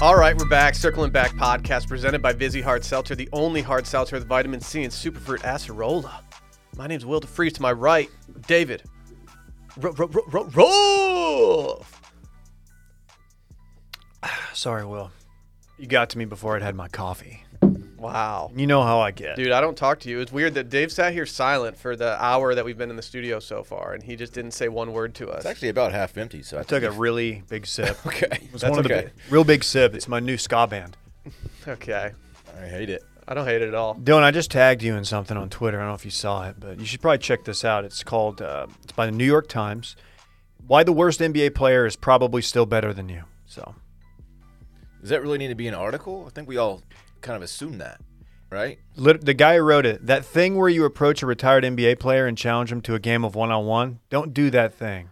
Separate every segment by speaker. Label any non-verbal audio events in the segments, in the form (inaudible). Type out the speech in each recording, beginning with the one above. Speaker 1: All right, we're back. Circling Back podcast presented by Vizzy Hard Seltzer, the only hard seltzer with vitamin C and superfruit acerola. My name's Will DeFreeze. To my right, David. Ro- ro- ro- ro- Rolf!
Speaker 2: Sorry, Will. You got to me before I'd had my coffee.
Speaker 1: Wow.
Speaker 2: You know how I get.
Speaker 1: Dude, I don't talk to you. It's weird that Dave sat here silent for the hour that we've been in the studio so far, and he just didn't say one word to us.
Speaker 3: It's actually about half empty, so I
Speaker 2: I took
Speaker 3: think
Speaker 2: a really big sip. It
Speaker 3: (laughs) okay.
Speaker 2: was
Speaker 3: That's
Speaker 2: one of the
Speaker 3: okay.
Speaker 2: bi- real big sip. It's my new ska band.
Speaker 1: okay.
Speaker 3: I hate it.
Speaker 1: I don't hate it at all.
Speaker 2: Dylan, I just tagged you in something on Twitter. I don't know if you saw it, but you should probably check this out. It's called. Uh, it's by the New York Times. Why the worst NBA player is probably still better than you. So
Speaker 3: Does that really need to be an article? I think we all kind of assume that, right?
Speaker 2: Lit- the guy who wrote it, that thing where you approach a retired NBA player and challenge him to a game of one on one. Don't do that thing.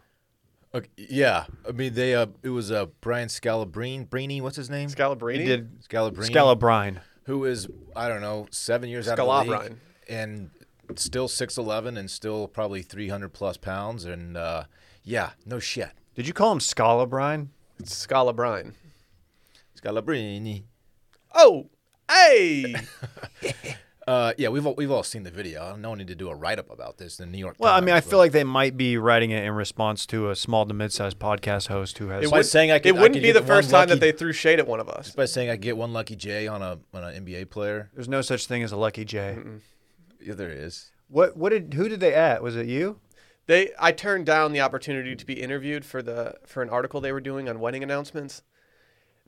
Speaker 3: Okay, yeah. I mean, they. Uh, it was uh, Brian Scalabrine. Brini, what's his name?
Speaker 1: Scalabrini?
Speaker 2: He did
Speaker 3: Scalabrine.
Speaker 2: Scalabrine.
Speaker 3: Who is I don't know seven years out of the
Speaker 1: Scalabrine.
Speaker 3: league and still six eleven and still probably three hundred plus pounds and uh, yeah, no shit.
Speaker 2: Did you call him Scalabrine?
Speaker 1: It's Scalabrine.
Speaker 3: Scalabrini.
Speaker 1: Oh, hey!
Speaker 3: Uh, yeah, we've all, we've all seen the video. No need to do a write up about this. The New York.
Speaker 2: Well, I
Speaker 3: Times,
Speaker 2: mean, I
Speaker 3: but-
Speaker 2: feel like they might be writing it in response to a small to mid-sized podcast host who has.
Speaker 3: By
Speaker 1: would-
Speaker 3: saying I could-
Speaker 1: it
Speaker 3: I
Speaker 1: wouldn't
Speaker 3: could
Speaker 1: be
Speaker 3: get
Speaker 1: the
Speaker 3: one
Speaker 1: first time that
Speaker 3: lucky-
Speaker 1: they threw shade at one of us.
Speaker 3: by saying I get one lucky J on a on an NBA player.
Speaker 2: there's no such thing as a lucky J.
Speaker 3: Yeah, there is.
Speaker 2: What? What did? Who did they at? Was it you?
Speaker 1: They, I turned down the opportunity to be interviewed for the for an article they were doing on wedding announcements,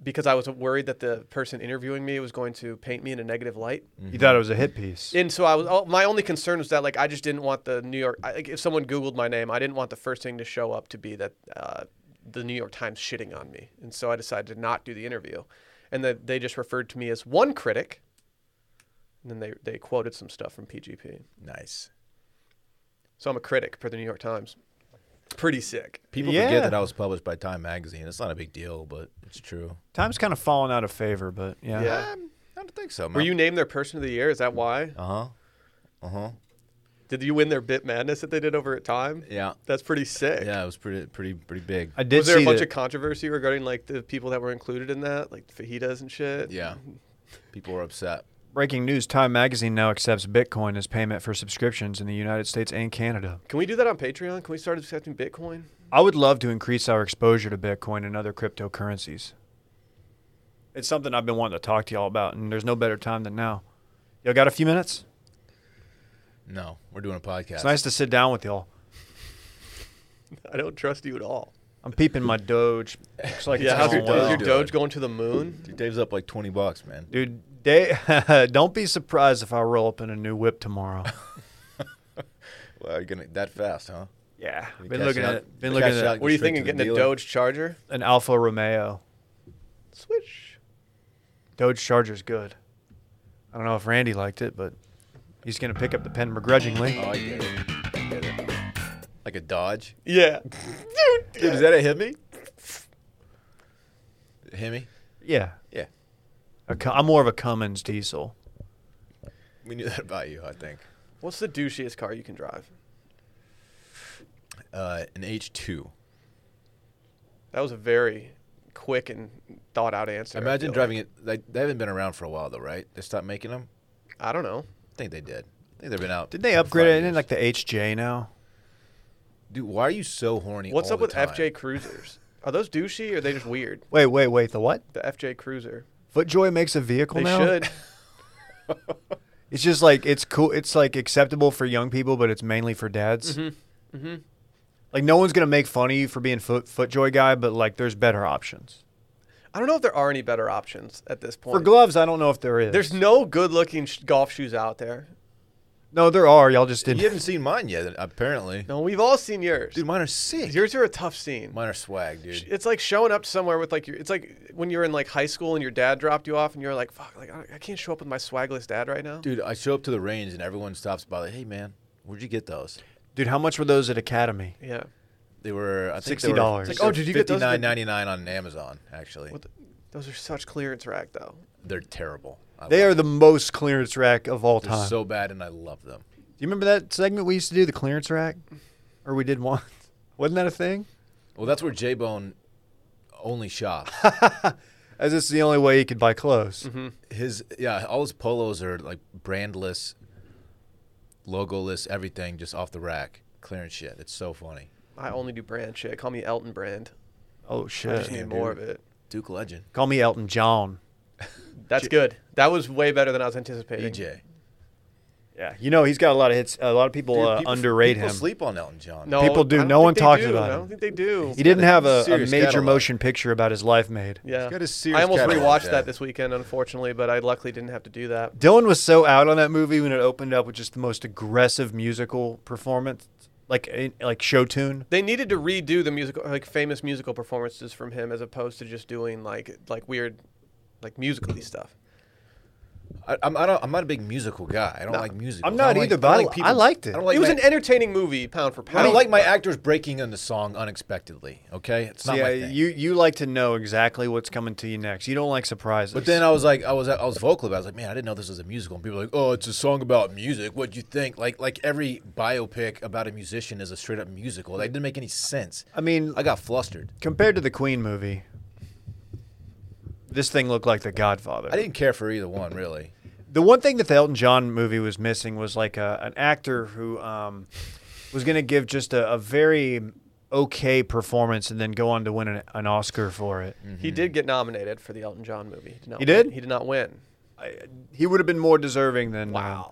Speaker 1: because I was worried that the person interviewing me was going to paint me in a negative light.
Speaker 2: You thought it was a hit piece.
Speaker 1: And so I was. oh, My only concern was that like I just didn't want the New York. I, like, if someone Googled my name, I didn't want the first thing to show up to be that uh, the New York Times shitting on me. And so I decided to not do the interview, and that they just referred to me as one critic. And then they they quoted some stuff from PGP.
Speaker 3: Nice.
Speaker 1: So I'm a critic for the New York Times. Pretty sick.
Speaker 3: People
Speaker 2: Yeah.
Speaker 3: forget that I was published by Time Magazine. It's not a big deal, but it's true.
Speaker 2: Time's kind of fallen out of favor, but yeah.
Speaker 1: Yeah.
Speaker 3: Um, I don't think so.
Speaker 1: Were you named their person of the year? Is that why?
Speaker 3: Uh huh. Uh huh.
Speaker 1: Did you win their bit madness that they did over at time?
Speaker 3: Yeah.
Speaker 1: That's pretty sick.
Speaker 3: Yeah, it was pretty pretty pretty big.
Speaker 2: I did
Speaker 1: Was there
Speaker 2: see
Speaker 1: a bunch
Speaker 2: that-
Speaker 1: of controversy regarding like the people that were included in that, like fajitas and shit?
Speaker 3: yeah. People were upset.
Speaker 2: breaking news. Time Magazine now accepts Bitcoin as payment for subscriptions in the United States and Canada.
Speaker 1: Can we do that on Patreon? Can we start accepting Bitcoin? (laughs)
Speaker 2: I would love to increase our exposure to Bitcoin and other cryptocurrencies. It's something I've been wanting to talk to y'all about, and there's no better time than now. Y'all got a few minutes?
Speaker 3: No, we're doing a podcast.
Speaker 2: It's nice to sit down with y'all.
Speaker 1: I don't trust you at all.
Speaker 2: I'm peeping my Doge.
Speaker 1: (laughs)
Speaker 2: Looks like
Speaker 1: Yeah,
Speaker 2: it's
Speaker 1: how's
Speaker 2: going
Speaker 1: your,
Speaker 3: well.
Speaker 1: is your
Speaker 2: well.
Speaker 3: Do
Speaker 1: Doge
Speaker 3: it.
Speaker 1: going to the moon?
Speaker 3: Dude, Dave's up (laughs) like twenty bucks, man.
Speaker 2: Dude, they, (laughs) don't be surprised if I roll up in a new whip tomorrow.
Speaker 1: (laughs)
Speaker 3: Well, you're gonna that fast, huh?
Speaker 2: yeah,
Speaker 3: You
Speaker 2: been
Speaker 3: cash
Speaker 2: looking
Speaker 3: out-
Speaker 2: at been
Speaker 3: cash
Speaker 2: looking at
Speaker 3: out
Speaker 1: What are you
Speaker 3: straight to
Speaker 1: thinking?
Speaker 3: the
Speaker 1: Getting a
Speaker 3: dealer.
Speaker 1: Doge Charger?
Speaker 2: an Alfa Romeo.
Speaker 3: (laughs)
Speaker 1: Switch.
Speaker 2: Doge Charger's good. I don't know if Randy liked it, but he's gonna pick up the pen begrudgingly.
Speaker 3: Oh, I get it. I get it. Like a Dodge.
Speaker 1: Yeah.
Speaker 3: Dude, is that a Hemi? Hemi?
Speaker 2: Yeah,
Speaker 3: Yeah.
Speaker 2: a Cu- I'm more of a Cummins diesel.
Speaker 3: We knew that about you, I think.
Speaker 1: What's the douchiest car you can drive?
Speaker 3: Uh, an H two.
Speaker 1: That was a very quick and thought out answer. I feel
Speaker 3: Imagine
Speaker 1: like.
Speaker 3: driving it. They, they haven't been around for a while though, right? They stopped making them.
Speaker 1: I don't know.
Speaker 3: I think they did. I think they've been out.
Speaker 2: Did they
Speaker 3: for
Speaker 2: upgrade
Speaker 3: five
Speaker 2: it? Isn't it
Speaker 3: years.
Speaker 2: like the HJ now?
Speaker 3: dude, why are you so horny?
Speaker 1: What's
Speaker 3: all
Speaker 1: up
Speaker 3: the
Speaker 1: with
Speaker 3: time?
Speaker 1: FJ Cruisers? Are those douchey or are they just weird?
Speaker 2: Wait, wait, wait. The what?
Speaker 1: The FJ Cruiser.
Speaker 2: FootJoy makes a vehicle
Speaker 1: They
Speaker 2: now.
Speaker 1: should.
Speaker 2: It's just like it's cool. It's like acceptable for young people, but it's mainly for dads. Mm-hmm. Mm-hmm. Like no one's gonna make fun of you for being foot FootJoy guy, but like there's better options
Speaker 1: I don't know if there are any better options at this point.
Speaker 2: for gloves. I don't know if there is.
Speaker 1: There's no good-looking sh- golf shoes out there.
Speaker 2: no, there are. Y'all just
Speaker 3: You
Speaker 2: didn't.
Speaker 3: haven't seen mine yet, apparently.
Speaker 1: No, we've all seen yours.
Speaker 3: Dude, mine are sick.
Speaker 1: yours are a tough scene.
Speaker 3: Mine are swag, dude.
Speaker 1: It's like showing up somewhere with like your. It's like when you're in like high school and your dad dropped you off and you're like, "Fuck, like I I can't show up with my swagless dad right now."
Speaker 3: Dude, I show up to the range and everyone stops by. Like, hey, man, where'd you get those?
Speaker 2: Dude, how much were those at Academy?
Speaker 1: Yeah.
Speaker 3: They were I think
Speaker 2: $60.
Speaker 1: It's like, oh, did you get those at the-
Speaker 3: Fifty nine ninety nine on Amazon. Actually,
Speaker 1: What the, those are such clearance rack though.
Speaker 3: they're terrible. I
Speaker 2: They
Speaker 3: love
Speaker 2: are the most clearance rack of all
Speaker 3: them.
Speaker 2: time.
Speaker 3: They're so bad, and I love them.
Speaker 2: do you remember that segment we used to do, the clearance rack, or we did one? (laughs) Wasn't that a thing? (laughs)
Speaker 3: Well, that's where J Bone only shops.
Speaker 2: as it's the only way he could buy clothes.
Speaker 3: His yeah, all his polos are like brandless, logoless, everything just off the rack, clearance shit. It's so funny.
Speaker 1: I only do brand shit. Call me Elton Brand. I
Speaker 2: Oh
Speaker 1: just
Speaker 2: shit!
Speaker 1: need
Speaker 3: Damn,
Speaker 1: more
Speaker 3: dude.
Speaker 1: of it.
Speaker 3: Duke Legend,
Speaker 2: Call me Elton John.
Speaker 1: That's good. That was way better than I was anticipating.
Speaker 3: EJ.
Speaker 2: Yeah, you know he's got a lot of hits. A lot of people,
Speaker 3: Dude,
Speaker 2: uh,
Speaker 3: people-
Speaker 2: underrate
Speaker 3: people
Speaker 2: him.
Speaker 3: Sleep on Elton John.
Speaker 1: No,
Speaker 2: People do.
Speaker 1: I don't
Speaker 2: No
Speaker 1: think
Speaker 2: one
Speaker 1: they
Speaker 2: talks
Speaker 1: do.
Speaker 2: about
Speaker 1: I
Speaker 2: him.
Speaker 1: don't think they do.
Speaker 2: He didn't
Speaker 3: got a
Speaker 2: have a, a
Speaker 3: serious
Speaker 2: major
Speaker 3: catalog.
Speaker 2: motion picture about his life made.
Speaker 1: Yeah,
Speaker 3: got a serious
Speaker 1: I almost
Speaker 3: catalog,
Speaker 1: rewatched
Speaker 3: yeah.
Speaker 1: that this weekend, unfortunately, but I luckily didn't have to do that.
Speaker 2: Dylan was so out on that movie when it opened up with just the most aggressive musical performance, like eh, like show tune.
Speaker 1: They needed to redo the musical, like famous musical performances from him, as opposed to just doing like like weird, like musically stuff.
Speaker 3: I, I'm I don't, I'm not a big musical guy. I don't
Speaker 1: No.
Speaker 3: like musicals.
Speaker 2: I'm
Speaker 3: I
Speaker 2: not
Speaker 3: don't like-
Speaker 2: either, but
Speaker 3: don't
Speaker 2: I- I liked it.
Speaker 3: I don't like
Speaker 1: it was
Speaker 3: my,
Speaker 1: an entertaining movie, pound for pound.
Speaker 3: I don't like my actors breaking in the song unexpectedly. Okay, it's not
Speaker 2: yeah,
Speaker 3: my thing.
Speaker 2: you you like to know exactly what's coming to you next. You don't like surprises.
Speaker 3: But then I was like, I was, I was vocal about. It. I was like, man, I didn't know this was a musical. And people were like, oh, it's a song about music. What'd you think? Like, like every biopic about a musician is a straight up musical. That didn't make any sense.
Speaker 2: I mean,
Speaker 3: I got flustered.
Speaker 2: compared to the Queen movie, this thing looked like The Godfather.
Speaker 3: I didn't care for either one really.
Speaker 2: the one thing that the Elton John movie was missing was like a, an actor who um, was going to give just a, a very okay performance and then go on to win an, an Oscar for it.
Speaker 1: He did get nominated for the Elton John movie. He did. Not
Speaker 2: He
Speaker 1: win.
Speaker 2: did?
Speaker 1: He did not win.
Speaker 2: He would have been more deserving than uh,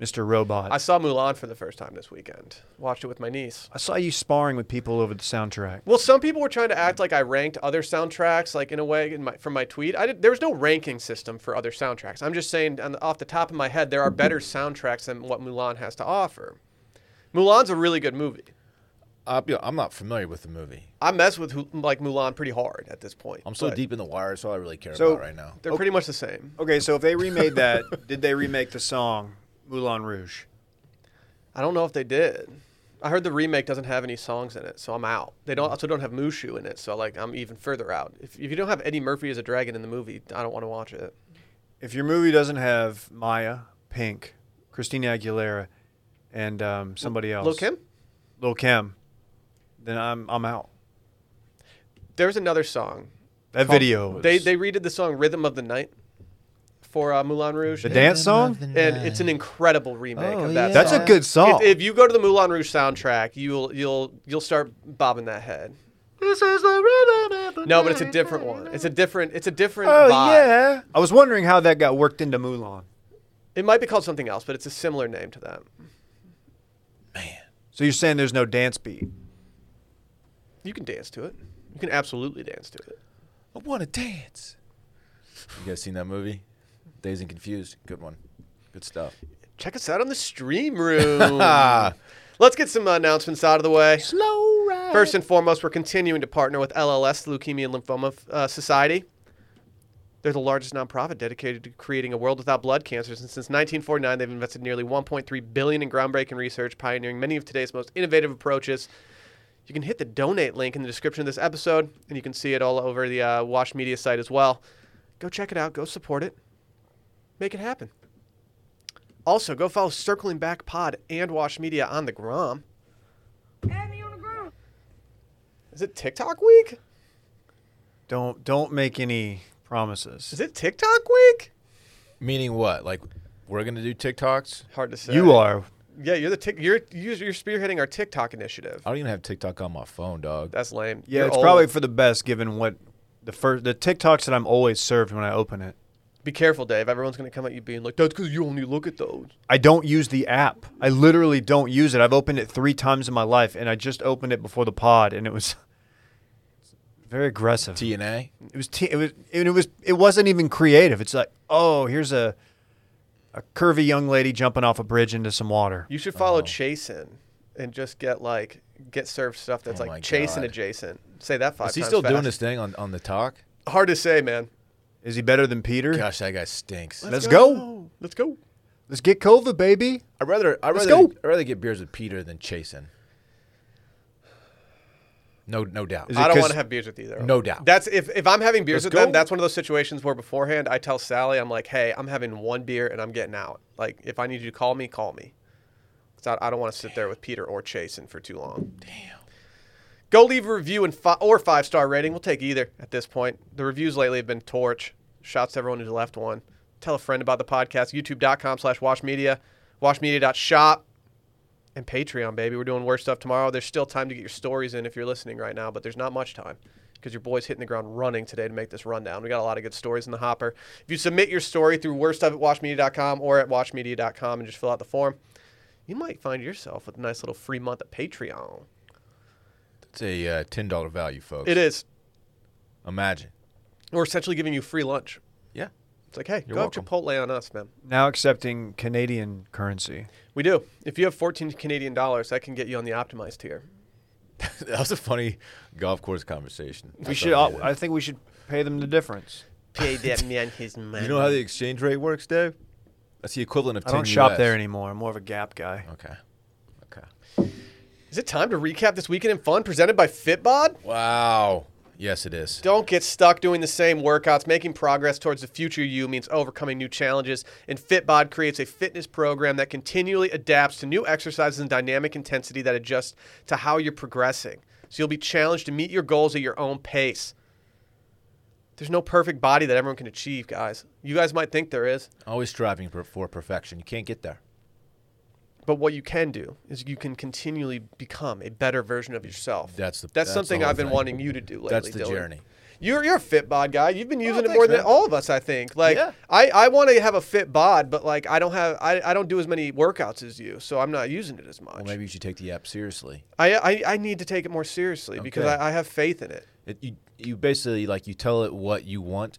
Speaker 2: Mr. Robot.
Speaker 1: I
Speaker 2: I,
Speaker 1: saw Mulan for the first time this weekend. Watched it with my niece.
Speaker 2: saw you sparring with people over the soundtrack.
Speaker 1: Well, some people were trying to act like I ranked other soundtracks, like in a way, in my, from my tweet. I did, there was no ranking system for other soundtracks. I'm just saying, on the, off the top of my head, there are better soundtracks than what Mulan has to offer. Mulan's a really good movie.
Speaker 3: I, you know, I'm not familiar with the movie.
Speaker 1: I mess with Hu- like Mulan pretty hard at this point.
Speaker 3: I'm so
Speaker 1: but
Speaker 3: deep in the wire. It's all I really care
Speaker 2: So-
Speaker 3: about right now.
Speaker 1: They're pretty much the same.
Speaker 2: Okay, so if they remade that, did they remake the song Moulin Rouge?
Speaker 1: I don't know if they did. I heard the remake doesn't have any songs in it, so I'm out. They don't also don't have Mushu in it, so like I'm even further out. If, if you don't have Eddie Murphy as a dragon in the movie, I don't want to watch it.
Speaker 2: If your movie doesn't have Maya, Pink, Christina Aguilera, and um, somebody else,
Speaker 1: Look him.
Speaker 2: Lil Kim, then I'm I'm out.
Speaker 1: There's another song.
Speaker 2: That video. Was,
Speaker 1: They they redid the song "Rhythm of the Night" for uh, Moulin Rouge.
Speaker 2: The dance song?
Speaker 1: and it's an incredible remake
Speaker 3: Oh,
Speaker 1: of that.
Speaker 3: yeah.
Speaker 2: That's
Speaker 1: song.
Speaker 2: a good song.
Speaker 1: If, if you go to the Moulin Rouge soundtrack, you'll you'll you'll start bobbing that head.
Speaker 2: this is the rhythm. of the
Speaker 1: No, but it's a
Speaker 2: night.
Speaker 1: different one. It's a different. It's a different.
Speaker 2: Oh
Speaker 1: vibe.
Speaker 2: yeah. I was wondering how that got worked into Mulan.
Speaker 1: It might be called something else, but it's a similar name to that.
Speaker 3: man.
Speaker 2: So you're saying there's no dance beat?
Speaker 1: You can dance to it. You can absolutely dance to it.
Speaker 3: I want to dance. You guys seen that movie? Dazed and Confused. Good one. Good stuff.
Speaker 1: Check us out on the stream
Speaker 2: (laughs)
Speaker 1: room. Let's get some announcements out of the way.
Speaker 3: Slow ride.
Speaker 1: First and foremost, we're continuing to partner with LLS, the Leukemia and Lymphoma uh, Society. They're the largest nonprofit dedicated to creating a world without blood cancers, and since 1949, they've invested nearly 1.3 billion in groundbreaking research, pioneering many of today's most innovative approaches. You can hit the donate link in the description of this episode, and you can see it all over the uh, Wash Media site as well. Go check it out. Go support it. Make it happen. Also, go follow Circling Back Pod and Wash Media on the Grom.
Speaker 4: Add me on the ground.
Speaker 1: Is it TikTok week?
Speaker 2: Don't don't make any promises.
Speaker 1: Is it TikTok week?
Speaker 3: Meaning what? Like we're gonna do TikToks?
Speaker 1: Hard to say.
Speaker 2: You are.
Speaker 1: Yeah, you're the tick. You're you're you're spearheading our TikTok initiative.
Speaker 3: I don't even have TikTok on my phone, dog.
Speaker 1: That's lame.
Speaker 2: Yeah,
Speaker 1: You're
Speaker 2: it's
Speaker 1: old.
Speaker 2: probably for the best given what the first the TikToks that I'm always served when I open it.
Speaker 1: Be careful, Dave. Everyone's gonna come at you being like, "That's because you only look at those."
Speaker 2: I don't use the app. I literally don't use it. I've opened it three times in my life, and I just opened it before the pod, and it was (laughs) very aggressive.
Speaker 3: TNA.
Speaker 2: It was t- it was and it was it wasn't even creative. It's like, oh, here's a a curvy young lady jumping off a bridge into some water.
Speaker 1: You should follow Chasen and just get like get served stuff that's
Speaker 3: Oh my
Speaker 1: like Chasen
Speaker 3: God.
Speaker 1: adjacent. Say that five
Speaker 3: Is he
Speaker 1: times
Speaker 3: still doing
Speaker 1: fast.
Speaker 3: his thing on, on the talk?
Speaker 1: Hard to say, man.
Speaker 2: Is he better than Peter?
Speaker 3: Gosh, that guy stinks.
Speaker 2: Let's go.
Speaker 1: Let's go.
Speaker 2: Let's get COVID, baby.
Speaker 3: I'd rather I'd
Speaker 2: Let's
Speaker 3: rather
Speaker 2: go.
Speaker 3: I'd rather get beers with Peter than Chasen. No no doubt.
Speaker 2: Is it
Speaker 1: I don't
Speaker 2: 'cause-
Speaker 1: want to have beers with either. of
Speaker 3: No
Speaker 1: them.
Speaker 3: doubt.
Speaker 1: That's if, if I'm having beers
Speaker 3: Let's
Speaker 1: with them.
Speaker 3: go.
Speaker 1: That's one of those situations where beforehand I tell Sally, I'm like, "Hey, I'm having one beer and I'm getting out. Like, if I need you to call me, call me." Because I, I don't want to sit there with Peter or Chasen for too long. Damn. Go leave a review and fi- or five star rating. We'll take either at this point. The reviews lately have been torch. Shouts to everyone who's left one. Tell a friend about the podcast. YouTube.com slash washmedia. Washmedia.shop. And Patreon, baby. We're doing worse stuff tomorrow. There's still time to get your stories in if you're listening right now, but there's not much time because your boy's hitting the ground running today to make this rundown. We got a lot of good stories in the hopper. If you submit your story through worst of at washmedia.com or at washmedia.com and just fill out the form, you might find yourself with a nice little free month of Patreon.
Speaker 3: It's a uh, ten dollar value, folks.
Speaker 1: It is.
Speaker 3: Imagine. (laughs)
Speaker 1: We're essentially giving you free lunch.
Speaker 3: Yeah.
Speaker 1: It's like, hey,
Speaker 3: You're
Speaker 1: go
Speaker 3: welcome.
Speaker 1: have Chipotle on us, man.
Speaker 2: Now accepting Canadian currency.
Speaker 1: We do. If you have 14 Canadian dollars, that can get you on the optimized tier.
Speaker 3: that was a funny golf course conversation.
Speaker 2: We should. all- I think we should pay them the difference.
Speaker 1: Pay that man his money.
Speaker 3: you know how the exchange rate works, Dave? That's the equivalent of.
Speaker 2: I
Speaker 3: 10
Speaker 2: don't shop
Speaker 3: US.
Speaker 2: there anymore. I'm more of a Gap guy.
Speaker 3: Okay. Okay.
Speaker 1: Is it time to recap this weekend in fun presented by Fitbod?
Speaker 3: Wow. Yes, it is.
Speaker 1: Don't get stuck doing the same workouts. Making progress towards the future you means overcoming new challenges, and Fitbod creates a fitness program that continually adapts to new exercises and dynamic intensity that adjust to how you're progressing. So you'll be challenged to meet your goals at your own pace. There's no perfect body that everyone can achieve, guys. You guys might think there is,
Speaker 3: Always striving for, for perfection. You can't get there.
Speaker 1: but what you can do is you can continually become a better version of yourself.
Speaker 3: That's the-
Speaker 1: that's,
Speaker 3: that's
Speaker 1: something
Speaker 3: the whole
Speaker 1: I've been
Speaker 3: thing.
Speaker 1: wanting you to do lately.
Speaker 3: That's the
Speaker 1: Dylan.
Speaker 3: journey.
Speaker 1: You're you're a fit bod guy. You've been using it
Speaker 3: Oh, thanks,
Speaker 1: more than
Speaker 3: man.
Speaker 1: all of us, I think. Like
Speaker 3: Yeah.
Speaker 1: I, I want to have a fit bod, but like I don't have I, I don't do as many workouts as you, so I'm not using it as much.
Speaker 3: Well, maybe you should take the app seriously.
Speaker 1: I, I I need to take it more seriously because
Speaker 3: Okay.
Speaker 1: I, I have faith in it.
Speaker 3: It, you you basically like you tell it what you want,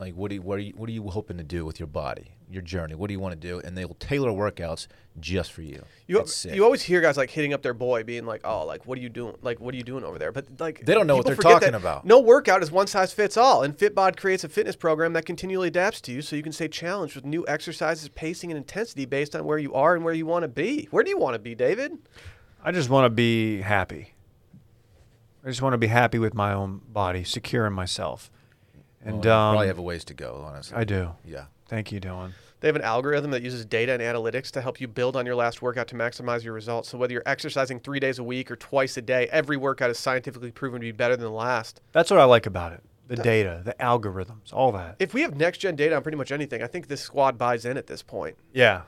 Speaker 3: like what do you, what are you what are you hoping to do with your body, your journey? What do you want to do? And they will tailor workouts just for you.
Speaker 1: You,
Speaker 3: It's sick.
Speaker 1: you always hear guys like hitting up their boy, being like, "Oh, like what are you doing? Like what are you doing over there?" But like
Speaker 3: They don't know what
Speaker 1: people forget
Speaker 3: they're talking
Speaker 1: that
Speaker 3: about.
Speaker 1: No workout is one size fits all, and Fitbod creates a fitness program that continually adapts to you, so you can stay challenged with new exercises, pacing, and intensity based on where you are and where you want to be. Where do you want to be, David?
Speaker 2: I just want to be happy. I just want to be happy with my own body, secure in myself.
Speaker 3: Well,
Speaker 2: And
Speaker 3: you
Speaker 2: um,
Speaker 3: probably have a ways to go, honestly.
Speaker 2: I do.
Speaker 3: Yeah.
Speaker 2: Thank you, Dylan.
Speaker 1: They have an algorithm that uses data and analytics to help you build on your last workout to maximize your results. So whether you're exercising three days a week or twice a day, every workout is scientifically proven to be better than the last.
Speaker 2: That's what I like about it. The data, the algorithms, all that.
Speaker 1: If we have next gen data on pretty much anything, I think this squad buys in at this point.
Speaker 2: yeah.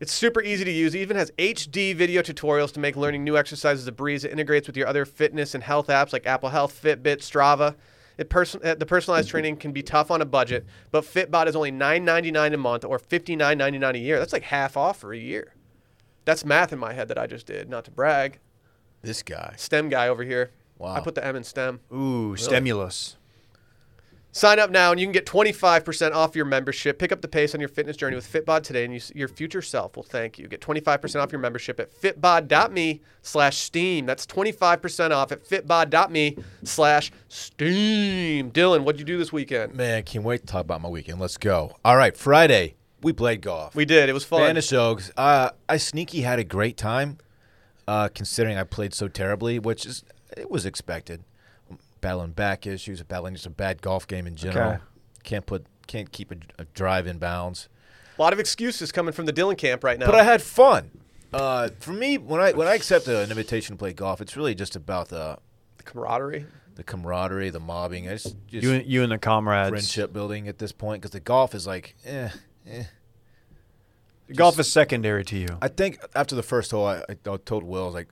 Speaker 1: It's super easy to use. It even has HD video tutorials to make learning new exercises a breeze. It integrates with your other fitness and health apps like Apple Health, Fitbit, Strava. It person- uh, the personalized training can be tough on a budget, but Fitbot is only $9.99 a month or $59.99 a year. That's like half off for a year. That's math in my head that I just did, not to brag.
Speaker 3: This guy.
Speaker 1: STEM guy over here.
Speaker 3: Wow.
Speaker 1: I put the M in STEM.
Speaker 2: Ooh, stimulus.
Speaker 1: Sign up now and you can get 25% off your membership. Pick up the pace on your fitness journey with Fitbod today and you, your future self will thank you. Get 25% off your membership at fitbod.me slash steam. That's 25% off at fitbod.me slash steam. Dylan, what'd you do this weekend?
Speaker 3: Man, can't wait to talk about my weekend. Let's go. All right, Friday we played golf.
Speaker 1: We did. It was fun.
Speaker 3: Spanish Oaks. Uh, I sneaky had a great time, uh, considering I played so terribly, which is it was expected. Battling back issues, battling just a bad golf game in general.
Speaker 2: Okay.
Speaker 3: Can't put, can't keep a, a drive in bounds.
Speaker 1: A lot of excuses coming from the Dylan camp right now.
Speaker 3: But I had fun. Uh, for me, when I when I accept an invitation to play golf, it's really just about the
Speaker 1: the camaraderie.
Speaker 3: the camaraderie, the mobbing. It's just
Speaker 2: You, and- you and the comrades.
Speaker 3: friendship building at this point because the golf is like, eh, eh.
Speaker 2: Golf is secondary to you.
Speaker 3: I think after the first hole, I, I told Will, I was like,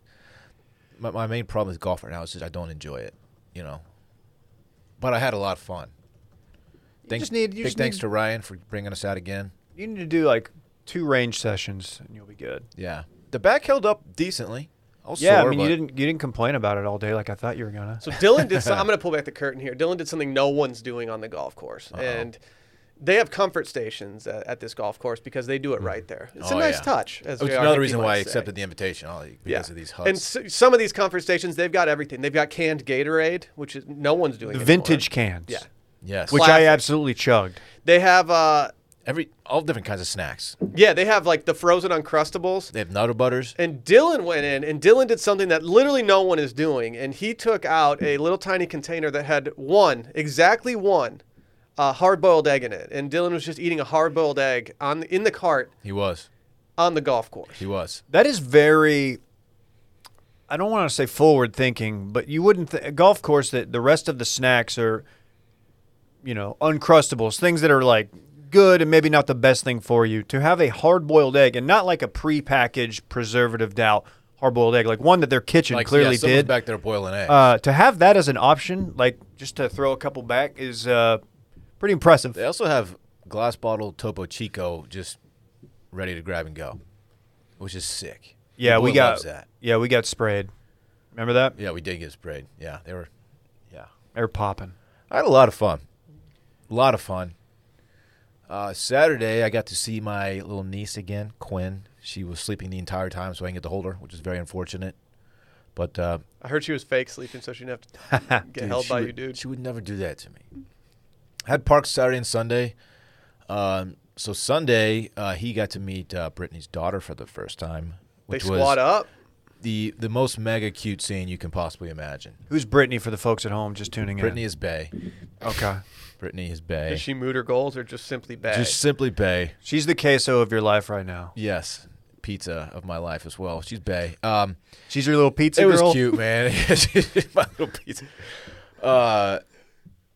Speaker 3: my, my main problem with golf right now is just I don't enjoy it, you know. But I had a lot of fun. Thanks,
Speaker 2: just need- you
Speaker 3: big
Speaker 2: just
Speaker 3: thanks
Speaker 2: need-
Speaker 3: to Ryan for bringing us out again.
Speaker 2: You need to do like two range sessions and you'll be good.
Speaker 3: Yeah, the back held up decently. I was
Speaker 2: Yeah,
Speaker 3: sore,
Speaker 2: I mean
Speaker 3: but
Speaker 2: you didn't you didn't complain about it all day like I thought you were gonna.
Speaker 1: So Dylan did.
Speaker 3: (laughs)
Speaker 1: Some, I'm going to pull back the curtain here. Dylan did something no one's doing on the golf course, and they have comfort stations at, at this golf course because they do it right there. It's
Speaker 3: Oh,
Speaker 1: a nice
Speaker 3: yeah.
Speaker 1: touch. As
Speaker 3: Which is
Speaker 1: JR
Speaker 3: another
Speaker 1: Hickey
Speaker 3: reason
Speaker 1: might
Speaker 3: why I
Speaker 1: say.
Speaker 3: accepted the invitation Ollie, because of these huts.
Speaker 1: And so, some of these comfort stations, they've got everything. They've got canned Gatorade, which is no one's doing.
Speaker 2: The
Speaker 1: anymore.
Speaker 2: vintage cans.
Speaker 1: Yeah.
Speaker 3: yes,
Speaker 2: Which
Speaker 1: Classic.
Speaker 2: I absolutely chugged.
Speaker 1: They have. Uh,
Speaker 3: every all different kinds of snacks.
Speaker 1: yeah, they have like the frozen uncrustables.
Speaker 3: They have Nutter Butters.
Speaker 1: And Dylan went in, and Dylan did something that literally no one is doing, and he took out a little tiny container that had one, exactly one, uh, hard-boiled egg in it, and Dylan was just eating a hard-boiled egg on in the cart
Speaker 3: He was,
Speaker 1: on the golf course.
Speaker 3: he was.
Speaker 2: That is very I don't want to say forward thinking, but you wouldn't th- a golf course that the rest of the snacks are, you know, uncrustables, things that are like good and maybe not the best thing for you. To have a hard boiled egg and not like a prepackaged preservative doubt hard boiled egg, like one that their kitchen
Speaker 3: Like
Speaker 2: clearly
Speaker 3: yeah, someone's
Speaker 2: did.
Speaker 3: back there boiling eggs.
Speaker 2: Uh, to have that as an option, like just to throw a couple back, is uh, pretty impressive.
Speaker 3: they also have glass bottle Topo Chico just ready to grab and go, which is sick.
Speaker 2: Yeah,
Speaker 3: Your
Speaker 2: we
Speaker 3: boy
Speaker 2: got
Speaker 3: loves that.
Speaker 2: yeah we got sprayed. Remember that?
Speaker 3: Yeah, we did get sprayed. Yeah, they were. Yeah,
Speaker 2: They're popping.
Speaker 3: I had a lot of fun. A lot of fun. Uh, Saturday, I got to see my little niece again, Quinn. She was sleeping the entire time, so I didn't get to hold her, which is very unfortunate. But uh,
Speaker 1: I heard she was fake sleeping, so she didn't have to get
Speaker 3: (laughs) dude,
Speaker 1: held
Speaker 3: she
Speaker 1: by
Speaker 3: would-
Speaker 1: you, dude.
Speaker 3: She would never do that to me. I had parks Saturday and Sunday. Um, so Sunday, uh, he got to meet uh, Brittany's daughter for the first time,
Speaker 1: They
Speaker 3: which was
Speaker 1: squat up.
Speaker 3: the the most mega cute scene you can possibly imagine.
Speaker 2: Who's Brittany for the folks at home just tuning
Speaker 3: Brittany
Speaker 2: in?
Speaker 3: is Bay.
Speaker 2: Okay.
Speaker 3: Brittany is Bay.
Speaker 1: Did she moot her goals or just simply bad?
Speaker 3: Just simply Bay.
Speaker 2: She's the queso of your life right now.
Speaker 3: Yes, pizza of my life as well. She's Bay. Um,
Speaker 2: She's your little pizza
Speaker 3: it
Speaker 2: girl.
Speaker 3: was cute, man. (laughs) She's my little pizza. Uh,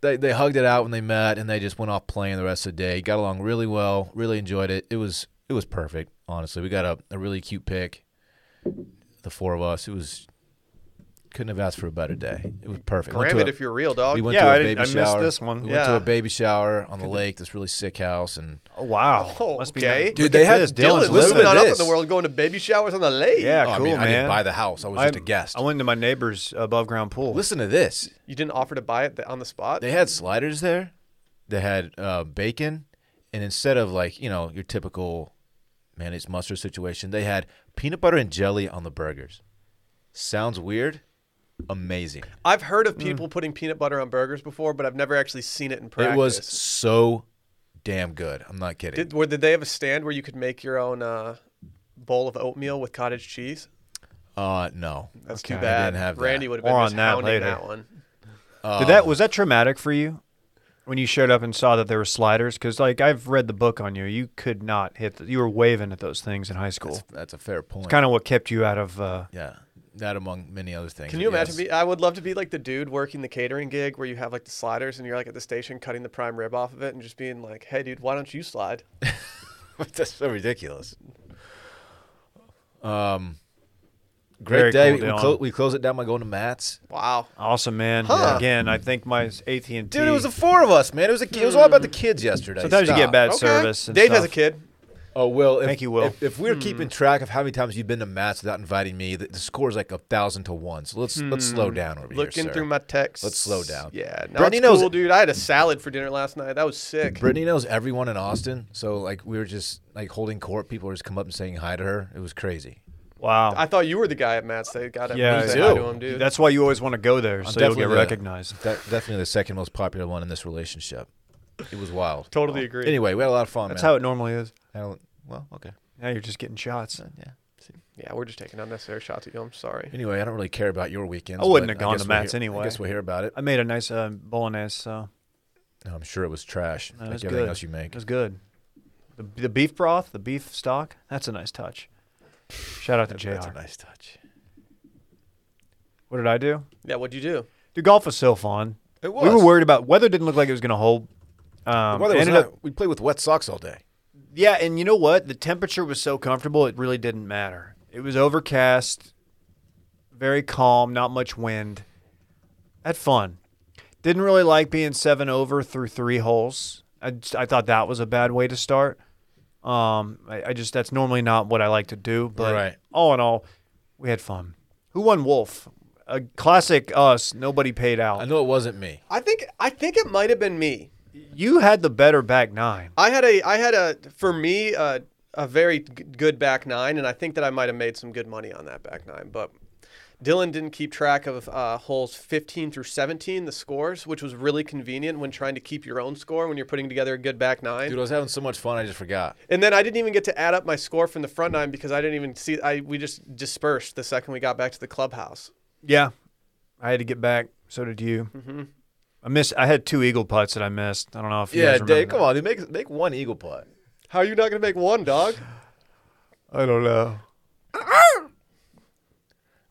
Speaker 3: they they hugged it out when they met, and they just went off playing the rest of the day. Got along really well. Really enjoyed it. It was it was perfect. Honestly, we got a, a really cute pic. The four of us. It was couldn't have asked for a better day. It was perfect. Went
Speaker 1: Gram
Speaker 3: to
Speaker 1: it
Speaker 3: a-
Speaker 1: if you're real, dog.
Speaker 3: we went
Speaker 2: Yeah,
Speaker 3: to a
Speaker 2: I
Speaker 3: baby
Speaker 2: didn't- I missed
Speaker 3: shower.
Speaker 2: this one.
Speaker 3: We went to
Speaker 1: Yeah.
Speaker 3: a baby shower on the lake. This really sick house, and
Speaker 2: Oh, wow.
Speaker 1: Oh,
Speaker 2: Must be
Speaker 1: okay.
Speaker 2: nice.
Speaker 1: Dude,
Speaker 2: Look
Speaker 3: they
Speaker 2: at
Speaker 3: had
Speaker 2: this.
Speaker 3: Dylan's
Speaker 2: Dylan's
Speaker 3: listen
Speaker 1: living
Speaker 3: to
Speaker 1: on up in
Speaker 3: this.
Speaker 1: the world, going to baby showers on the lake.
Speaker 2: Yeah,
Speaker 3: Oh, I
Speaker 2: cool,
Speaker 3: mean,
Speaker 2: man.
Speaker 3: I didn't buy the house. I was just a
Speaker 2: I'm-
Speaker 3: guest.
Speaker 2: I went to my neighbor's above ground pool.
Speaker 3: Listen to this.
Speaker 1: You didn't offer to buy it th- on the spot.
Speaker 3: They had sliders there. They had uh, bacon, and instead of like you know your typical mayonnaise mustard situation, they had peanut butter and jelly on the burgers. Sounds weird. Amazing.
Speaker 1: I've heard
Speaker 3: Mm.
Speaker 1: of people putting peanut butter on burgers before, but I've never actually seen it in practice.
Speaker 3: It was so damn good. I'm not kidding.
Speaker 1: Did, were, did they have a stand where you could make your own uh, bowl of oatmeal with cottage cheese?
Speaker 3: uh, no.
Speaker 1: That's
Speaker 2: Okay,
Speaker 1: too
Speaker 2: I
Speaker 1: bad.
Speaker 3: didn't have that.
Speaker 1: Randy would have been
Speaker 2: More
Speaker 1: just
Speaker 2: on that
Speaker 1: hounding
Speaker 2: later.
Speaker 1: that one.
Speaker 2: Did
Speaker 3: Oh.
Speaker 2: that was that traumatic for you when you showed up and saw that there were sliders? Because like I've read the book on you, you could not hit. The, you were waving at those things in high school.
Speaker 3: That's, that's a fair point.
Speaker 2: Kind of what kept you out of. Uh,
Speaker 3: yeah. That among many other things.
Speaker 1: Can you
Speaker 3: but
Speaker 1: imagine?
Speaker 3: yes.
Speaker 1: Be, I would love to be like the dude working the catering gig where you have like the sliders and you're like at the station cutting the prime rib off of it and just being like, "Hey, dude, why don't you slide?"
Speaker 3: (laughs) That's so ridiculous. Um,
Speaker 2: Very
Speaker 3: great day.
Speaker 2: cool,
Speaker 3: we,
Speaker 2: Dylan.
Speaker 3: clo- we close it down by going to Matt's.
Speaker 1: Wow.
Speaker 2: awesome, man.
Speaker 1: Huh.
Speaker 2: Again, I think my AT and T.
Speaker 3: Dude, it was the four of us, man. It was a, it was all about the kids yesterday.
Speaker 2: Sometimes you get
Speaker 3: Stop.
Speaker 2: bad service. And
Speaker 1: Dave has a
Speaker 2: stuff.
Speaker 1: kid.
Speaker 3: Oh, Will. If,
Speaker 2: Thank you, Will. Hmm.
Speaker 3: If, if we're keeping track of how many times you've been to Matt's without inviting me, the, the score is like a thousand to one. So let's let's
Speaker 2: Hmm.
Speaker 3: slow down over
Speaker 1: Looking
Speaker 3: here, sir.
Speaker 1: through my texts.
Speaker 3: Let's slow down.
Speaker 1: Yeah. No,
Speaker 3: Brittany
Speaker 1: it's
Speaker 3: knows
Speaker 1: cool,
Speaker 3: it.
Speaker 1: dude. I had a salad for dinner last night. That was sick.
Speaker 3: Brittany knows everyone in Austin, so like we were just like holding court. People were just come up and saying hi to her. It was crazy.
Speaker 2: Wow.
Speaker 1: I thought you were the guy at Matt's that got him.
Speaker 2: Yeah,
Speaker 1: Yeah,
Speaker 3: I do.
Speaker 1: to him, dude.
Speaker 2: That's why you always want to go there,
Speaker 3: I'm
Speaker 2: so you'll get
Speaker 3: definitely the-
Speaker 2: recognized.
Speaker 3: de- definitely the second most popular one in this relationship. It was wild.
Speaker 1: Totally
Speaker 3: Well,
Speaker 1: agree.
Speaker 3: Anyway, we had a lot of fun.
Speaker 2: That's
Speaker 3: man.
Speaker 2: how it normally is.
Speaker 3: I don't- well, okay.
Speaker 2: Now you're just getting shots.
Speaker 3: Yeah.
Speaker 1: yeah, we're just taking unnecessary shots at you. I'm sorry.
Speaker 3: Anyway, I don't really care about your weekends.
Speaker 2: I wouldn't
Speaker 3: but
Speaker 2: have gone
Speaker 3: guess
Speaker 2: to
Speaker 3: we'll
Speaker 2: Matt's
Speaker 3: hear-
Speaker 2: anyway.
Speaker 3: I guess we'll hear about it.
Speaker 2: I made a nice uh, bolognese, so
Speaker 3: No, I'm sure it was trash.
Speaker 2: that
Speaker 3: like
Speaker 2: was
Speaker 3: everything
Speaker 2: good.
Speaker 3: else you make.
Speaker 2: It was good. The, the beef broth, the beef stock, that's a nice touch. Shout out to JR.
Speaker 3: That's a nice touch.
Speaker 2: What did I do?
Speaker 1: Yeah, what'd you do?
Speaker 2: Dude, golf was so fun.
Speaker 3: It
Speaker 2: We were worried about weather didn't look like it was going to hold. Um, ended up,
Speaker 3: we played with wet socks all day.
Speaker 2: yeah, and you know what? The temperature was so comfortable, it really didn't matter. It was overcast, very calm, not much wind. Had fun. Didn't really like being seven over through three holes. I, just- I thought that was a bad way to start. Um, I, I just that's normally not what I like to do. But
Speaker 3: Right.
Speaker 2: all in all, we had fun. Who won Wolf? A classic us. Nobody paid
Speaker 3: I
Speaker 2: out.
Speaker 3: know it wasn't me.
Speaker 1: I think I think it might have been me.
Speaker 2: You had the better back nine.
Speaker 1: I had a I had a for me a, a very g- good back nine, and I think that I might have made some good money on that back nine. But Dylan didn't keep track of uh, holes 15 through 17, the scores, which was really convenient when trying to keep your own score when you're putting together a good back nine.
Speaker 3: Dude, I was having so much fun, I just forgot.
Speaker 1: And then I didn't even get to add up my score from the front nine because I didn't even see. I we just dispersed the second we got back to the clubhouse.
Speaker 2: Yeah, I had to get back. So did you.
Speaker 3: Mm-hmm.
Speaker 2: I missed. I had two eagle putts that I missed. I don't know if you guys remember that.
Speaker 3: on, dude, make make one eagle putt.
Speaker 1: How are you not gonna make one, dog?
Speaker 2: I don't know.
Speaker 3: I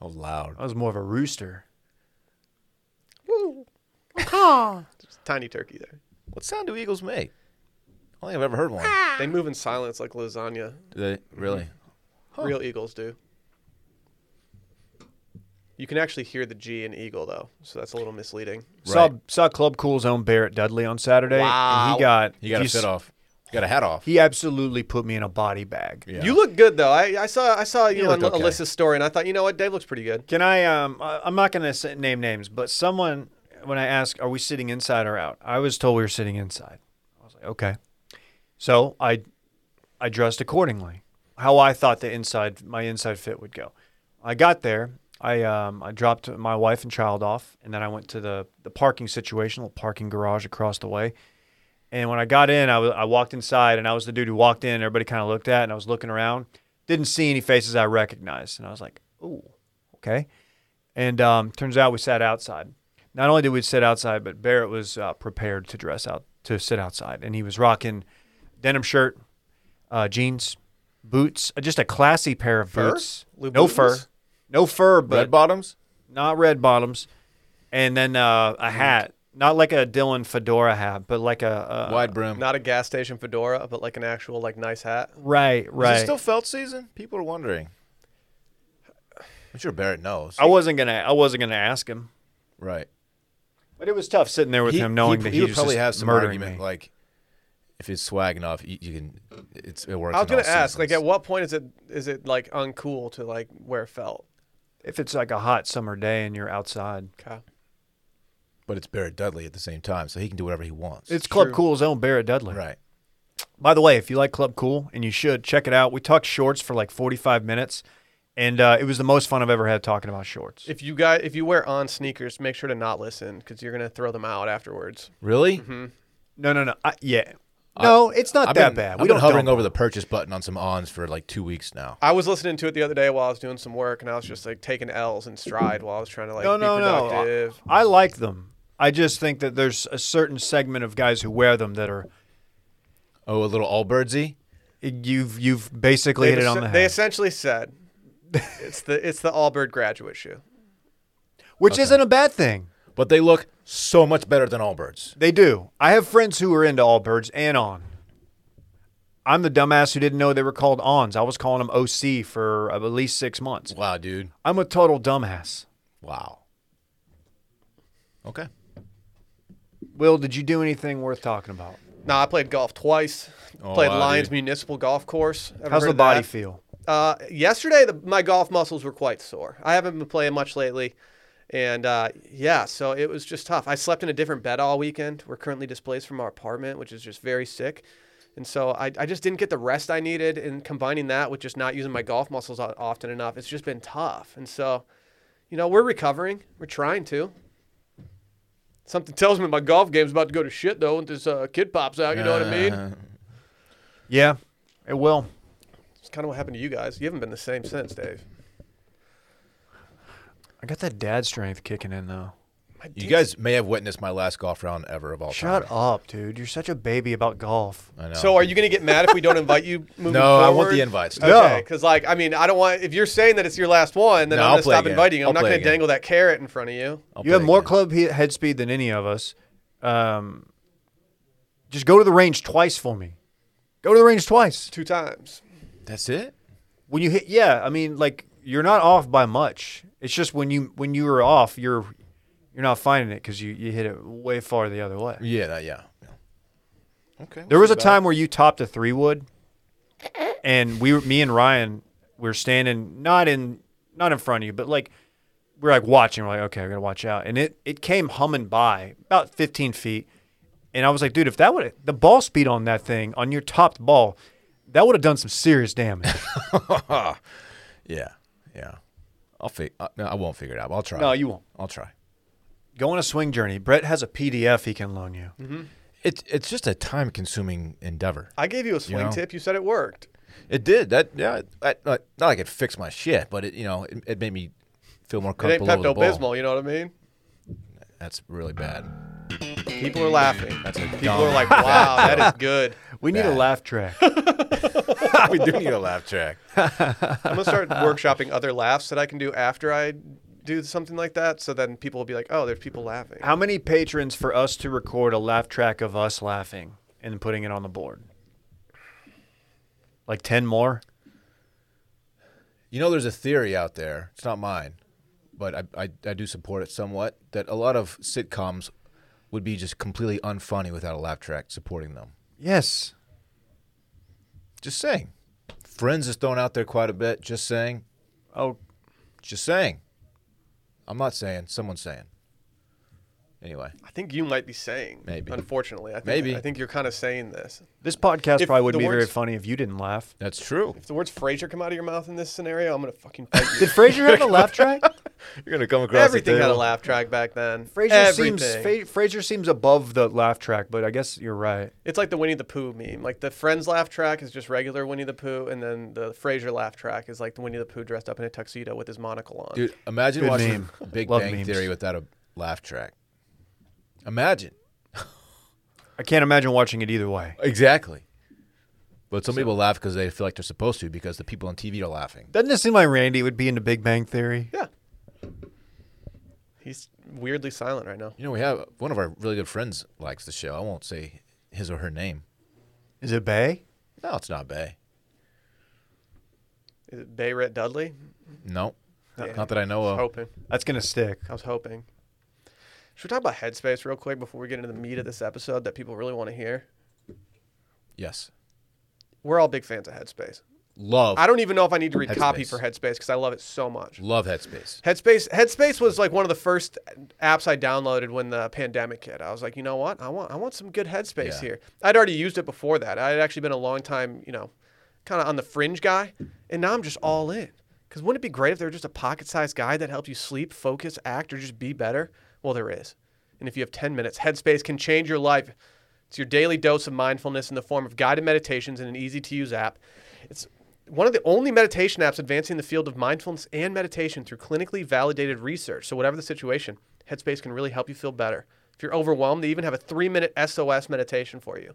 Speaker 3: I was loud.
Speaker 2: I was more of a rooster.
Speaker 1: Just tiny turkey there.
Speaker 3: What sound do eagles make? Ah. I don't think I've ever heard one.
Speaker 1: They move in silence like lasagna.
Speaker 3: Do they really?
Speaker 1: Real eagles do. You can actually hear the G in eagle though, so that's a little misleading.
Speaker 2: Saw
Speaker 3: Right.
Speaker 2: saw Club Cool's own Barrett Dudley on Saturday, and
Speaker 1: Wow.
Speaker 2: he got
Speaker 3: You got a
Speaker 2: he's-
Speaker 3: fit off. You got a hat off.
Speaker 2: He absolutely put me in a body bag.
Speaker 3: Yeah.
Speaker 1: You look good though. I, I saw I saw you,
Speaker 3: You
Speaker 1: on
Speaker 3: look okay.
Speaker 1: Alyssa's story, and I thought, you know what, Dave looks pretty good.
Speaker 2: Can I? Um, I- I'm not gonna say- name names, but someone when I asked, "Are we sitting inside or out?" I was told we were sitting inside. I was like, "Okay," so I, I dressed accordingly, how I thought the inside my inside fit would go. I got there. I um, I dropped my wife and child off, and then I went to the the parking situation, little parking garage across the way. And when I got in, I wa- I walked inside, and I was the dude who walked in. Everybody kind of looked at, and I was looking around. Didn't see any faces I recognized, and I was like, "Ooh, okay." And um, turns out we sat outside. Not only did we sit outside, but Barrett was uh, prepared to dress out to sit outside, and he was rocking denim shirt, uh, jeans, boots, uh, just a classy pair of
Speaker 1: Fur?
Speaker 2: boots,
Speaker 1: Lou
Speaker 2: no
Speaker 1: Bootins?
Speaker 2: fur, no fur, but
Speaker 3: Red bottoms.
Speaker 2: not red bottoms, and then uh, a hat, not like a Dylan fedora hat, but like a, a
Speaker 3: Wide brim.
Speaker 1: Not a gas station fedora, but like an actual like nice hat.
Speaker 2: Right, right.
Speaker 3: Is it still felt season? People are wondering. I'm sure Barrett knows.
Speaker 2: I wasn't gonna. I wasn't gonna ask him,
Speaker 3: right.
Speaker 2: but it was tough sitting there with
Speaker 3: He-
Speaker 2: him, knowing
Speaker 3: he,
Speaker 2: that
Speaker 3: he
Speaker 2: he
Speaker 3: would
Speaker 2: was
Speaker 3: probably
Speaker 2: just
Speaker 3: have some
Speaker 2: murdering
Speaker 3: argument
Speaker 2: me.
Speaker 3: like if he's swag enough, you, you can. It's it works.
Speaker 1: I was
Speaker 3: in all
Speaker 1: gonna ask, like, at
Speaker 3: seasons.
Speaker 1: what point is it is it like uncool to like wear felt?
Speaker 2: if it's like a hot summer day and you're outside,
Speaker 1: Okay.
Speaker 3: but it's Barrett Dudley at the same time, so he can do whatever he wants.
Speaker 2: it's Club
Speaker 1: true.
Speaker 2: Cool's own Barrett Dudley.
Speaker 3: right.
Speaker 2: By the way, if you like Club Cool, and you should check it out. We talked shorts for like 45 minutes, and uh, it was the most fun I've ever had talking about shorts.
Speaker 1: If you guys if you wear on sneakers, make sure to not listen because you're gonna throw them out afterwards.
Speaker 3: Really?
Speaker 2: Mm-hmm. no, no, no. I, yeah, Uh, no, it's not
Speaker 3: I've
Speaker 2: that
Speaker 3: been,
Speaker 2: bad.
Speaker 3: I've
Speaker 2: we
Speaker 3: been
Speaker 2: don't
Speaker 3: hovering
Speaker 2: don't-
Speaker 3: over the purchase button on some ons for like two weeks now.
Speaker 1: I was listening to it the other day while I was doing some work, and I was just like taking L's in stride while I was trying to like
Speaker 2: no,
Speaker 1: be
Speaker 2: no, no. I,
Speaker 1: productive.
Speaker 2: I like them. I just think that there's a certain segment of guys who wear them that are
Speaker 3: Oh, a little Allbirdsy.
Speaker 2: you've you've basically hit it on
Speaker 1: es-
Speaker 2: the head.
Speaker 1: they essentially
Speaker 2: (laughs)
Speaker 1: said it's the it's the Allbird graduate shoe.
Speaker 2: which isn't a bad thing.
Speaker 3: but they look so much better than Allbirds.
Speaker 2: They do. I have friends who are into all birds and on. I'm the dumbass who didn't know they were called ons. I was calling them OC for uh, at least six months.
Speaker 3: Wow, dude.
Speaker 2: I'm a total dumbass.
Speaker 3: Wow. Okay.
Speaker 2: Will, did you do anything worth talking about?
Speaker 1: No, I played golf twice.
Speaker 3: Oh,
Speaker 1: played
Speaker 3: wow,
Speaker 1: Lions
Speaker 3: dude.
Speaker 1: Municipal Golf Course. Ever
Speaker 2: How's
Speaker 1: heard
Speaker 2: the
Speaker 1: of
Speaker 2: body
Speaker 1: that?
Speaker 2: feel?
Speaker 1: Uh, yesterday, the, my golf muscles were quite sore. I haven't been playing much lately, and uh, yeah, so it was just tough. I slept in a different bed all weekend. We're currently displaced from our apartment, which is just very sick. And so I, I just didn't get the rest I needed, and combining that with just not using my golf muscles o- often enough, it's just been tough. And so, you know, we're recovering. We're trying to. Something tells me my golf game's about to go to shit though, when this uh, kid pops out. You know what I mean?
Speaker 3: Uh-huh. Uh,
Speaker 2: Yeah, it will.
Speaker 1: It's kind of what happened to you guys. You haven't been the same since, Dave.
Speaker 2: I got that dad strength kicking in though.
Speaker 1: My
Speaker 3: You
Speaker 1: dick's
Speaker 3: guys may have witnessed my last golf round ever of all time.
Speaker 2: Shut up, dude. You're such a baby about golf.
Speaker 3: I know.
Speaker 1: So are you going to get mad if we don't invite
Speaker 3: (laughs)
Speaker 1: you? Moving
Speaker 3: No, I want
Speaker 1: forward?
Speaker 3: the invites.
Speaker 2: No.
Speaker 1: Okay, because like I mean, I don't want if you're saying that it's your last one, then
Speaker 3: No,
Speaker 1: I'm
Speaker 3: I'll
Speaker 1: gonna
Speaker 3: play
Speaker 1: stop
Speaker 3: again.
Speaker 1: inviting you. I'm
Speaker 3: I'll
Speaker 1: not
Speaker 3: play
Speaker 1: gonna
Speaker 3: again.
Speaker 1: dangle that carrot in front of you.
Speaker 3: I'll
Speaker 2: you have
Speaker 3: play
Speaker 2: more
Speaker 3: again.
Speaker 2: club he- head speed than any of us. Um, just go to the range twice for me. Go to the range twice.
Speaker 1: Two times.
Speaker 3: That's it.
Speaker 2: when you hit yeah i mean like you're not off by much it's just when you when you were off you're you're not finding it because you, you hit it way far the other way
Speaker 3: Yeah. no, yeah. Okay.
Speaker 2: there was a time where you topped a three wood and we were me and ryan were standing not in not in front of you but like we're like watching we're like okay i gotta watch out and it it came humming by about 15 feet and i was like dude if that would the ball speed on that thing on your topped ball that would have done some serious damage
Speaker 3: Yeah. Yeah. I'll fig. Uh, no, I won't figure it out. but I'll try.
Speaker 2: (laughs) No, you won't.
Speaker 3: I'll try.
Speaker 2: go on a swing journey brett has a pdf he can loan you
Speaker 3: It's it's just a time consuming endeavor.
Speaker 1: I gave you a swing
Speaker 3: know?
Speaker 1: tip. You said it worked.
Speaker 3: It did that. Yeah. it- I, not, not like it fixed my shit, but it you know it, it made me feel more
Speaker 1: It ain't
Speaker 3: comfortable.
Speaker 1: Pepto
Speaker 3: with the ball.
Speaker 1: Bismol. You know what I mean?
Speaker 3: That's really bad.
Speaker 1: People are laughing.
Speaker 3: That's a (laughs)
Speaker 1: People
Speaker 3: dumb- (laughs)
Speaker 1: are like, "Wow, that is good."
Speaker 2: (laughs) We need a
Speaker 3: Bad.
Speaker 2: laugh track.
Speaker 3: we do need a (laughs) laugh track.
Speaker 1: I'm gonna start workshopping other laughs that I can do after I do something like that. So then people will be like, "Oh, there's people laughing."
Speaker 2: How many patrons for us to record a laugh track of us laughing and putting it on the board? Like 10 more?
Speaker 3: You know, there's a theory out there. It's not mine, but I, I, I do support it somewhat that a lot of sitcoms would be just completely unfunny without a laugh track supporting them.
Speaker 2: Yes.
Speaker 3: Just saying. Friends is thrown out there quite a bit. Just saying.
Speaker 2: Oh,
Speaker 3: Just saying. I'm not saying. Someone's saying. Anyway,
Speaker 1: I think you might be saying.
Speaker 3: Maybe.
Speaker 1: Unfortunately, I think,
Speaker 3: Maybe.
Speaker 1: I think you're kind of saying this.
Speaker 2: this podcast
Speaker 1: If
Speaker 2: probably wouldn't
Speaker 1: the
Speaker 2: be very
Speaker 1: words-
Speaker 2: funny if you didn't laugh.
Speaker 3: that's true.
Speaker 1: If the words Frasier come out of your mouth in this scenario, I'm gonna fucking fight you.
Speaker 3: (laughs)
Speaker 2: Did Frasier (laughs) have a laugh track?
Speaker 3: You're gonna come across
Speaker 1: Everything had a laugh track back then.
Speaker 2: Frasier
Speaker 1: Everything.
Speaker 2: seems Fa- Frasier seems above the laugh track, but I guess you're right.
Speaker 1: It's like the Winnie the Pooh meme. Like the Friends laugh track is just regular Winnie the Pooh, and then the Frasier laugh track is like the Winnie the Pooh dressed up in a tuxedo with his monocle on.
Speaker 3: Dude, imagine
Speaker 2: Good
Speaker 3: watching
Speaker 2: meme.
Speaker 3: (laughs) Big
Speaker 2: Love
Speaker 3: Bang
Speaker 2: memes.
Speaker 3: Theory without a laugh track. Imagine.
Speaker 2: I can't imagine watching it either way.
Speaker 3: Exactly. But some people laugh because they feel like they're supposed to because the people on TV are laughing.
Speaker 2: Doesn't it seem like Randy would be into Big Bang Theory?
Speaker 1: Yeah. He's weirdly silent right now.
Speaker 3: You know, we have one of our really good friends likes the show. I won't say his or her name.
Speaker 2: Is it Bay?
Speaker 3: No, it's not Bay.
Speaker 1: Is it Bayrette Dudley?
Speaker 3: No.
Speaker 1: Damn.
Speaker 3: Not that I know
Speaker 1: I was
Speaker 3: of.
Speaker 1: hoping.
Speaker 2: That's gonna stick.
Speaker 1: I was hoping. Should we talk about headspace real quick before we get into the meat of this episode that people really want to hear?
Speaker 3: Yes.
Speaker 1: We're all big fans of headspace.
Speaker 3: Love.
Speaker 1: I don't even know if I need to read copy
Speaker 3: Headspace.
Speaker 1: for headspace because I love it so much.
Speaker 3: love Headspace.
Speaker 1: Headspace Headspace was like one of the first apps I downloaded when the pandemic hit. I was like, you know what? I want I want some good headspace
Speaker 3: Yeah.
Speaker 1: here. I'd already used it before that. I had actually been a long time, you know, kind of on the fringe guy, and now I'm just all in. Cuz wouldn't it be great if there were just a pocket-sized guide that helped you sleep, focus, act or just be better? Well, there is. And if you have 10 minutes, Headspace can change your life. It's your daily dose of mindfulness in the form of guided meditations in an easy-to-use app. It's one of the only meditation apps advancing the field of mindfulness and meditation through clinically validated research. So, whatever the situation, Headspace can really help you feel better. If you're overwhelmed, they even have a three minute SOS meditation for you.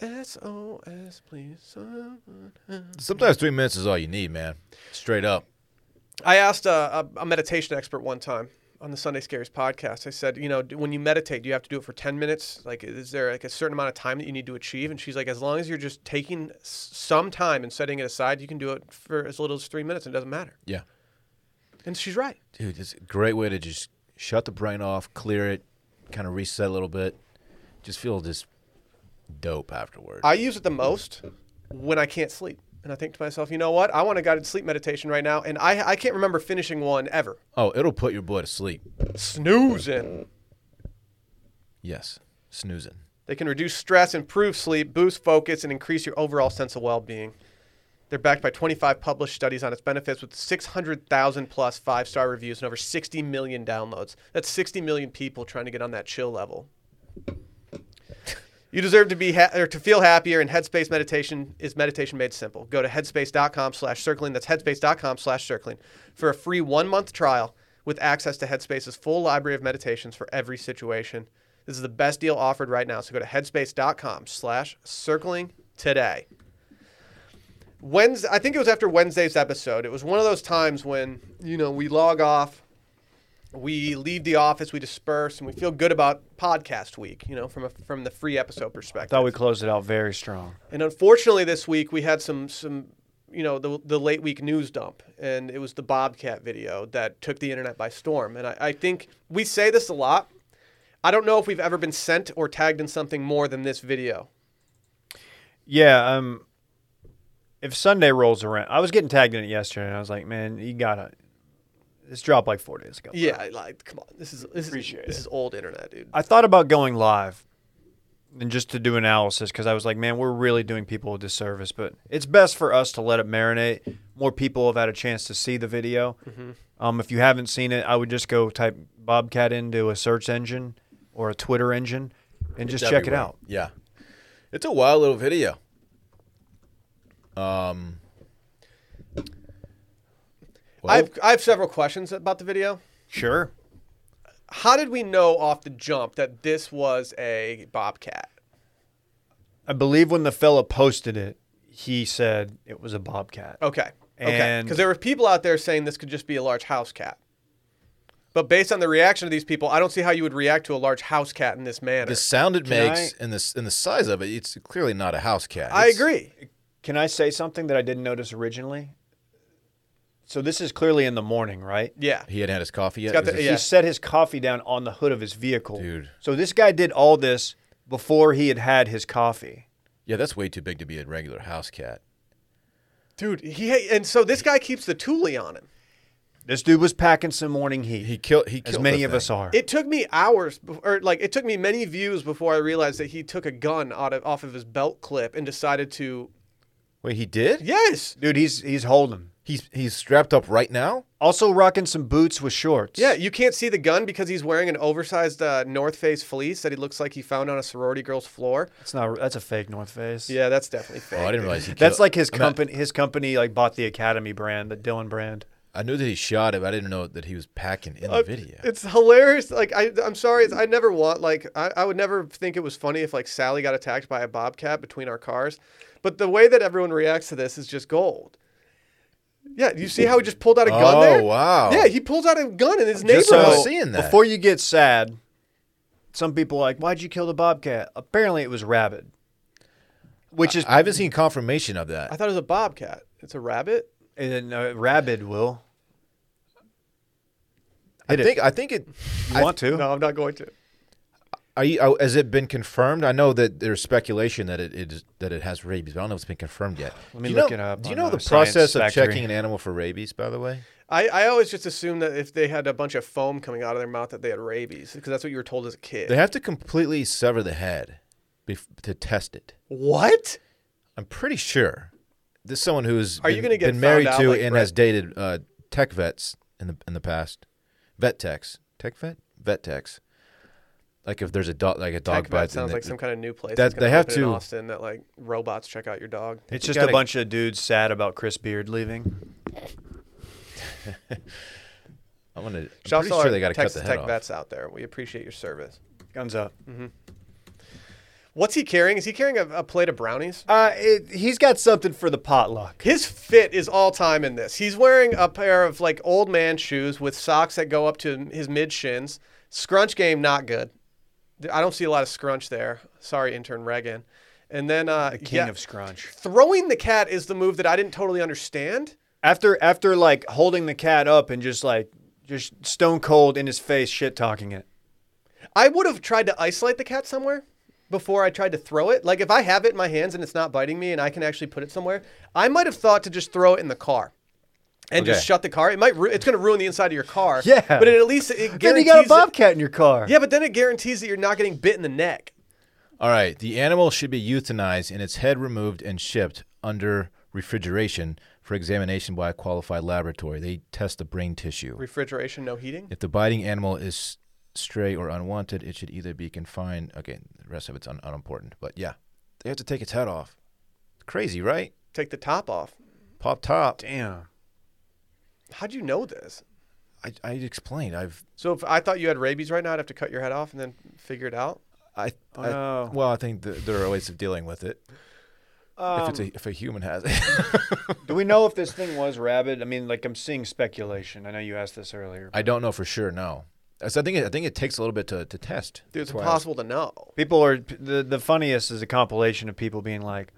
Speaker 1: SOS, please. someone help.
Speaker 3: Sometimes three minutes is all you need, man. Straight up.
Speaker 1: I asked a, a, a meditation expert one time on the Sunday Scaries podcast. I said, you know, d- when you meditate, do you have to do it for 10 minutes? Like, is there like a certain amount of time that you need to achieve? And she's like, as long as you're just taking s- some time and setting it aside, you can do it for as little as three minutes. It doesn't matter.
Speaker 3: Yeah.
Speaker 1: And she's right.
Speaker 3: Dude, it's a great way to just shut the brain off, clear it, kind of reset a little bit. Just feel just dope afterward.
Speaker 1: I use it the most when I can't sleep. And I think to myself, you know what? I want a guided sleep meditation right now. And I, I can't remember finishing one ever.
Speaker 3: oh, it'll put your boy to sleep.
Speaker 1: Snoozing.
Speaker 3: Yes. Snoozing.
Speaker 1: They can reduce stress, improve sleep, boost focus, and increase your overall sense of well being. They're backed by 25 published studies on its benefits with 600,000 plus five star reviews and over 60 million downloads. That's 60 million people trying to get on that chill level. You deserve to be ha- or to feel happier, and Headspace meditation is meditation made simple. Go to headspace.com/circling. That's headspace.com/circling for a free one-month trial with access to Headspace's full library of meditations for every situation. This is the best deal offered right now. So go to headspace.com/circling today. Wednesday, I think it was after Wednesday's episode. It was one of those times when you know we log off, we leave the office, we disperse, and we feel good about podcast week. You know, from a, from the free episode perspective.
Speaker 2: Thought we closed it out very strong.
Speaker 1: And unfortunately, this week we had some some you know the the late week news dump, and it was the Bobcat video that took the internet by storm. And I, I think we say this a lot. I don't know if we've ever been sent or tagged in something more than this video.
Speaker 2: Yeah, um if Sunday rolls around I was getting tagged in it yesterday and I was like, Man, you gotta this dropped like four days ago.
Speaker 1: Yeah, like come on, this is this
Speaker 2: Appreciate
Speaker 1: is this is old internet, dude.
Speaker 2: I thought about going live and just to do analysis because I was like, man, we're really doing people a disservice, but it's best for us to let it marinate. More people have had a chance to see the video. Um, if you haven't seen it, I would just go type Bobcat into a search engine or a Twitter engine and just check it
Speaker 3: everywhere.
Speaker 2: out.
Speaker 3: Yeah. It's a wild little video. Um well,
Speaker 1: I've I have several questions about the video.
Speaker 2: Sure.
Speaker 1: How did we know off the jump that this was a Bobcat?
Speaker 2: I believe when the fella posted it, he said it was a bobcat.
Speaker 1: Okay. Okay.
Speaker 2: And-
Speaker 1: Because there were people out there saying this could just be a large house cat. But based on the reaction of these people, I don't see how you would react to a large house cat in this manner.
Speaker 3: The sound it
Speaker 2: Can
Speaker 3: makes and the and the size of it, it's clearly not a house cat.
Speaker 1: I
Speaker 3: It's-
Speaker 1: agree.
Speaker 2: Can I say something that I didn't notice originally? So this is clearly in the morning, right?
Speaker 1: Yeah.
Speaker 3: He hadn't had his coffee yet.
Speaker 1: got
Speaker 3: Is
Speaker 1: the-
Speaker 3: it-
Speaker 1: Yeah.
Speaker 2: He set his coffee down on the hood of his vehicle.
Speaker 3: Dude.
Speaker 2: So this guy did all this before he had had his coffee.
Speaker 3: yeah, that's way too big to be a regular house cat.
Speaker 1: Dude, he and so this guy keeps the Thule on him.
Speaker 2: This dude was packing some morning heat,
Speaker 3: He killed. He killed
Speaker 2: as
Speaker 3: the
Speaker 2: many of
Speaker 3: thing.
Speaker 2: us are.
Speaker 1: It took me hours, bef- or like it took me many views before I realized that he took a gun out of off of his belt clip and decided to.
Speaker 3: Wait, he did?
Speaker 1: Yes.
Speaker 2: dude, he's he's holding.
Speaker 3: He's he's strapped up right now.
Speaker 2: Also rocking some boots with shorts.
Speaker 1: Yeah, you can't see the gun because he's wearing an oversized uh, North Face fleece that he looks like he found on a sorority girl's floor.
Speaker 2: That's not that's a fake North Face.
Speaker 1: Yeah, that's definitely
Speaker 3: Oh, I
Speaker 1: fake.
Speaker 3: didn't realize he.
Speaker 2: That's
Speaker 3: killed-
Speaker 2: like his
Speaker 3: I mean, I-
Speaker 2: company his company like bought the Academy brand, the Dylan brand.
Speaker 3: I knew that he shot it. But I didn't know that he was packing in the
Speaker 1: Uh,
Speaker 3: video.
Speaker 1: It's hilarious. Like I, I'm sorry. it's- I never want like I, I would never think it was funny if like Sally got attacked by a bobcat between our cars, but the way that everyone reacts to this is just gold. Yeah, you see how he just pulled out a gun
Speaker 3: Oh,
Speaker 1: there?
Speaker 3: wow.
Speaker 1: Yeah, he pulls out a gun in his
Speaker 2: Just
Speaker 3: so-
Speaker 1: neighborhood.
Speaker 3: seeing that.
Speaker 2: Before you get sad, some people are like, why'd you kill the bobcat? Apparently, it was rabid, which is
Speaker 3: I haven't seen confirmation of that.
Speaker 1: I thought it was a bobcat. It's a rabbit.
Speaker 2: and, uh, rabid. Will
Speaker 3: I
Speaker 2: Hit it.
Speaker 3: think. I think it.
Speaker 2: you want to?
Speaker 1: No, I'm not going to.
Speaker 3: Are you, oh, has it been confirmed? I know that there's speculation that it, it is, that it has rabies, but I don't know if it's been confirmed yet.
Speaker 2: Let me
Speaker 3: do you
Speaker 2: look
Speaker 3: know,
Speaker 2: it up
Speaker 3: Do you
Speaker 2: on,
Speaker 3: know the
Speaker 2: uh, Science
Speaker 3: process of
Speaker 2: Factory.
Speaker 3: checking an animal for rabies? By the way,
Speaker 1: I, I always just assumed that if they had a bunch of foam coming out of their mouth that they had rabies because that's what you were told as a kid.
Speaker 3: they have to completely sever the head bef- to test it.
Speaker 1: what?
Speaker 3: I'm pretty sure. This is someone who's
Speaker 1: Are you
Speaker 3: been,
Speaker 1: gonna get
Speaker 3: been married
Speaker 1: found out
Speaker 3: to
Speaker 1: like
Speaker 3: and
Speaker 1: Brett?
Speaker 3: has dated uh, tech vets in the in the past, vet techs, tech vet, vet techs. Like if there's a dog, like a
Speaker 1: Tech
Speaker 3: dog
Speaker 1: vet
Speaker 3: bites, and
Speaker 1: sounds
Speaker 3: the-
Speaker 1: like some kind of new place. that's
Speaker 3: That-
Speaker 1: gonna
Speaker 3: they have
Speaker 1: open in
Speaker 3: to-
Speaker 1: Austin that like robots check out your dog.
Speaker 2: It's
Speaker 3: You
Speaker 2: just
Speaker 3: gotta-
Speaker 2: a bunch of dudes sad about Chris Beard leaving.
Speaker 3: I'm gonna. I'm
Speaker 1: Shouts
Speaker 3: pretty
Speaker 1: to our
Speaker 3: sure they got to cut
Speaker 1: Texas
Speaker 3: the
Speaker 1: Tech
Speaker 3: head off.
Speaker 1: vets out there. We appreciate your service.
Speaker 2: Guns up.
Speaker 1: What's he carrying? Is he carrying a, a plate of brownies?
Speaker 2: Uh, it, he's got something for the potluck.
Speaker 1: His fit is all time in this. He's wearing a pair of like old man shoes with socks that go up to his mid shins. Scrunch game not good. I don't see a lot of scrunch there. Sorry, intern Regan. And then uh,
Speaker 2: King
Speaker 1: yeah,
Speaker 2: of Scrunch.
Speaker 1: throwing the cat is the move that I didn't totally understand.
Speaker 2: After after like holding the cat up and just like just stone cold in his face shit talking it.
Speaker 1: I would have tried to isolate the cat somewhere before I tried to throw it. Like if I have it in my hands and it's not biting me and I can actually put it somewhere, I might have thought to just throw it in the car. And just
Speaker 3: Okay.
Speaker 1: shut the car. It might. Ru- it's going to ruin the inside of your car.
Speaker 2: Yeah.
Speaker 1: But it at least it guarantees.
Speaker 2: Then you got a
Speaker 1: that-
Speaker 2: bobcat in your car.
Speaker 1: yeah, but then it guarantees that you're not getting bit in the neck.
Speaker 3: All right. The animal should be euthanized and its head removed and shipped under refrigeration for examination by a qualified laboratory. They test the brain tissue.
Speaker 1: Refrigeration, no heating.
Speaker 3: If the biting animal is stray or unwanted, it should either be confined. Okay, the rest of it's un- unimportant. But yeah, they have to take its head off. Crazy, right?
Speaker 1: Take the top off.
Speaker 3: Pop top.
Speaker 2: Damn.
Speaker 1: How'd you know this?
Speaker 3: I, I explained. I've
Speaker 1: So if I thought you had rabies right now, I'd have to cut your head off and then figure it out.
Speaker 3: I,
Speaker 2: Oh,
Speaker 3: I
Speaker 2: no.
Speaker 3: well, I think th- there are ways of dealing with it. if it's a
Speaker 1: Um.
Speaker 3: if a human has it. (laughs)
Speaker 2: Do we know if this thing was rabid? I mean, like I'm seeing speculation. I know you asked this earlier.
Speaker 3: I don't know for sure. No, so I think it, I think it takes a little bit to, to test.
Speaker 1: Dude, it's
Speaker 3: That's why I was-
Speaker 1: impossible to know.
Speaker 2: People are the the funniest is a compilation of people being like,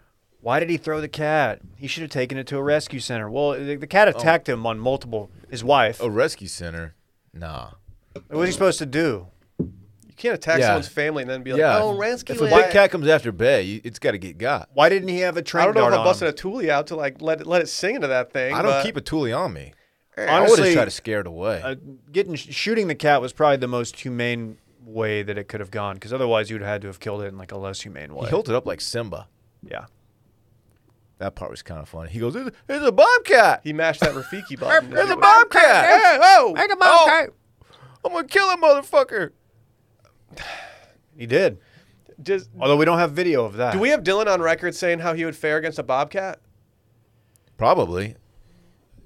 Speaker 2: "Why did he throw the cat? He should have taken it to a rescue center." Well, the,
Speaker 1: Oh.
Speaker 2: the cat attacked him on multiple. His wife.
Speaker 3: A rescue center? Nah.
Speaker 2: What was he supposed to do?
Speaker 1: You can't attack
Speaker 3: Yeah.
Speaker 1: someone's family and then be like,
Speaker 3: yeah.
Speaker 1: "Oh, rescue
Speaker 3: If a
Speaker 1: it."
Speaker 3: big cat comes after Bay, you- it's got to get got.
Speaker 2: Why didn't he have a
Speaker 1: I
Speaker 2: train
Speaker 1: don't know if
Speaker 2: dart
Speaker 1: I'm
Speaker 2: on
Speaker 1: busting
Speaker 2: him?
Speaker 1: a Thule out to like let it, let it sing into that thing.
Speaker 3: I don't
Speaker 1: but-
Speaker 3: keep a tule on me. I would have
Speaker 2: Honestly,
Speaker 3: tried to scare it away.
Speaker 2: uh, getting sh- shooting the cat was probably the most humane way that it could have gone, because otherwise you'd have had to have killed it in like a less humane
Speaker 3: he
Speaker 2: way.
Speaker 3: held it up like Simba.
Speaker 2: yeah.
Speaker 3: That part was kind of funny. He goes, "It's it's a bobcat.
Speaker 1: He mashed that Rafiki button.
Speaker 3: It's a bobcat.
Speaker 1: Hey, whoa!
Speaker 3: bobcat. I'm gonna kill him, motherfucker.
Speaker 2: He did.
Speaker 1: Does,
Speaker 2: Although we don't have video of that.
Speaker 1: Oh, do we have Dylan on record saying how he would fare against a bobcat?
Speaker 3: Probably.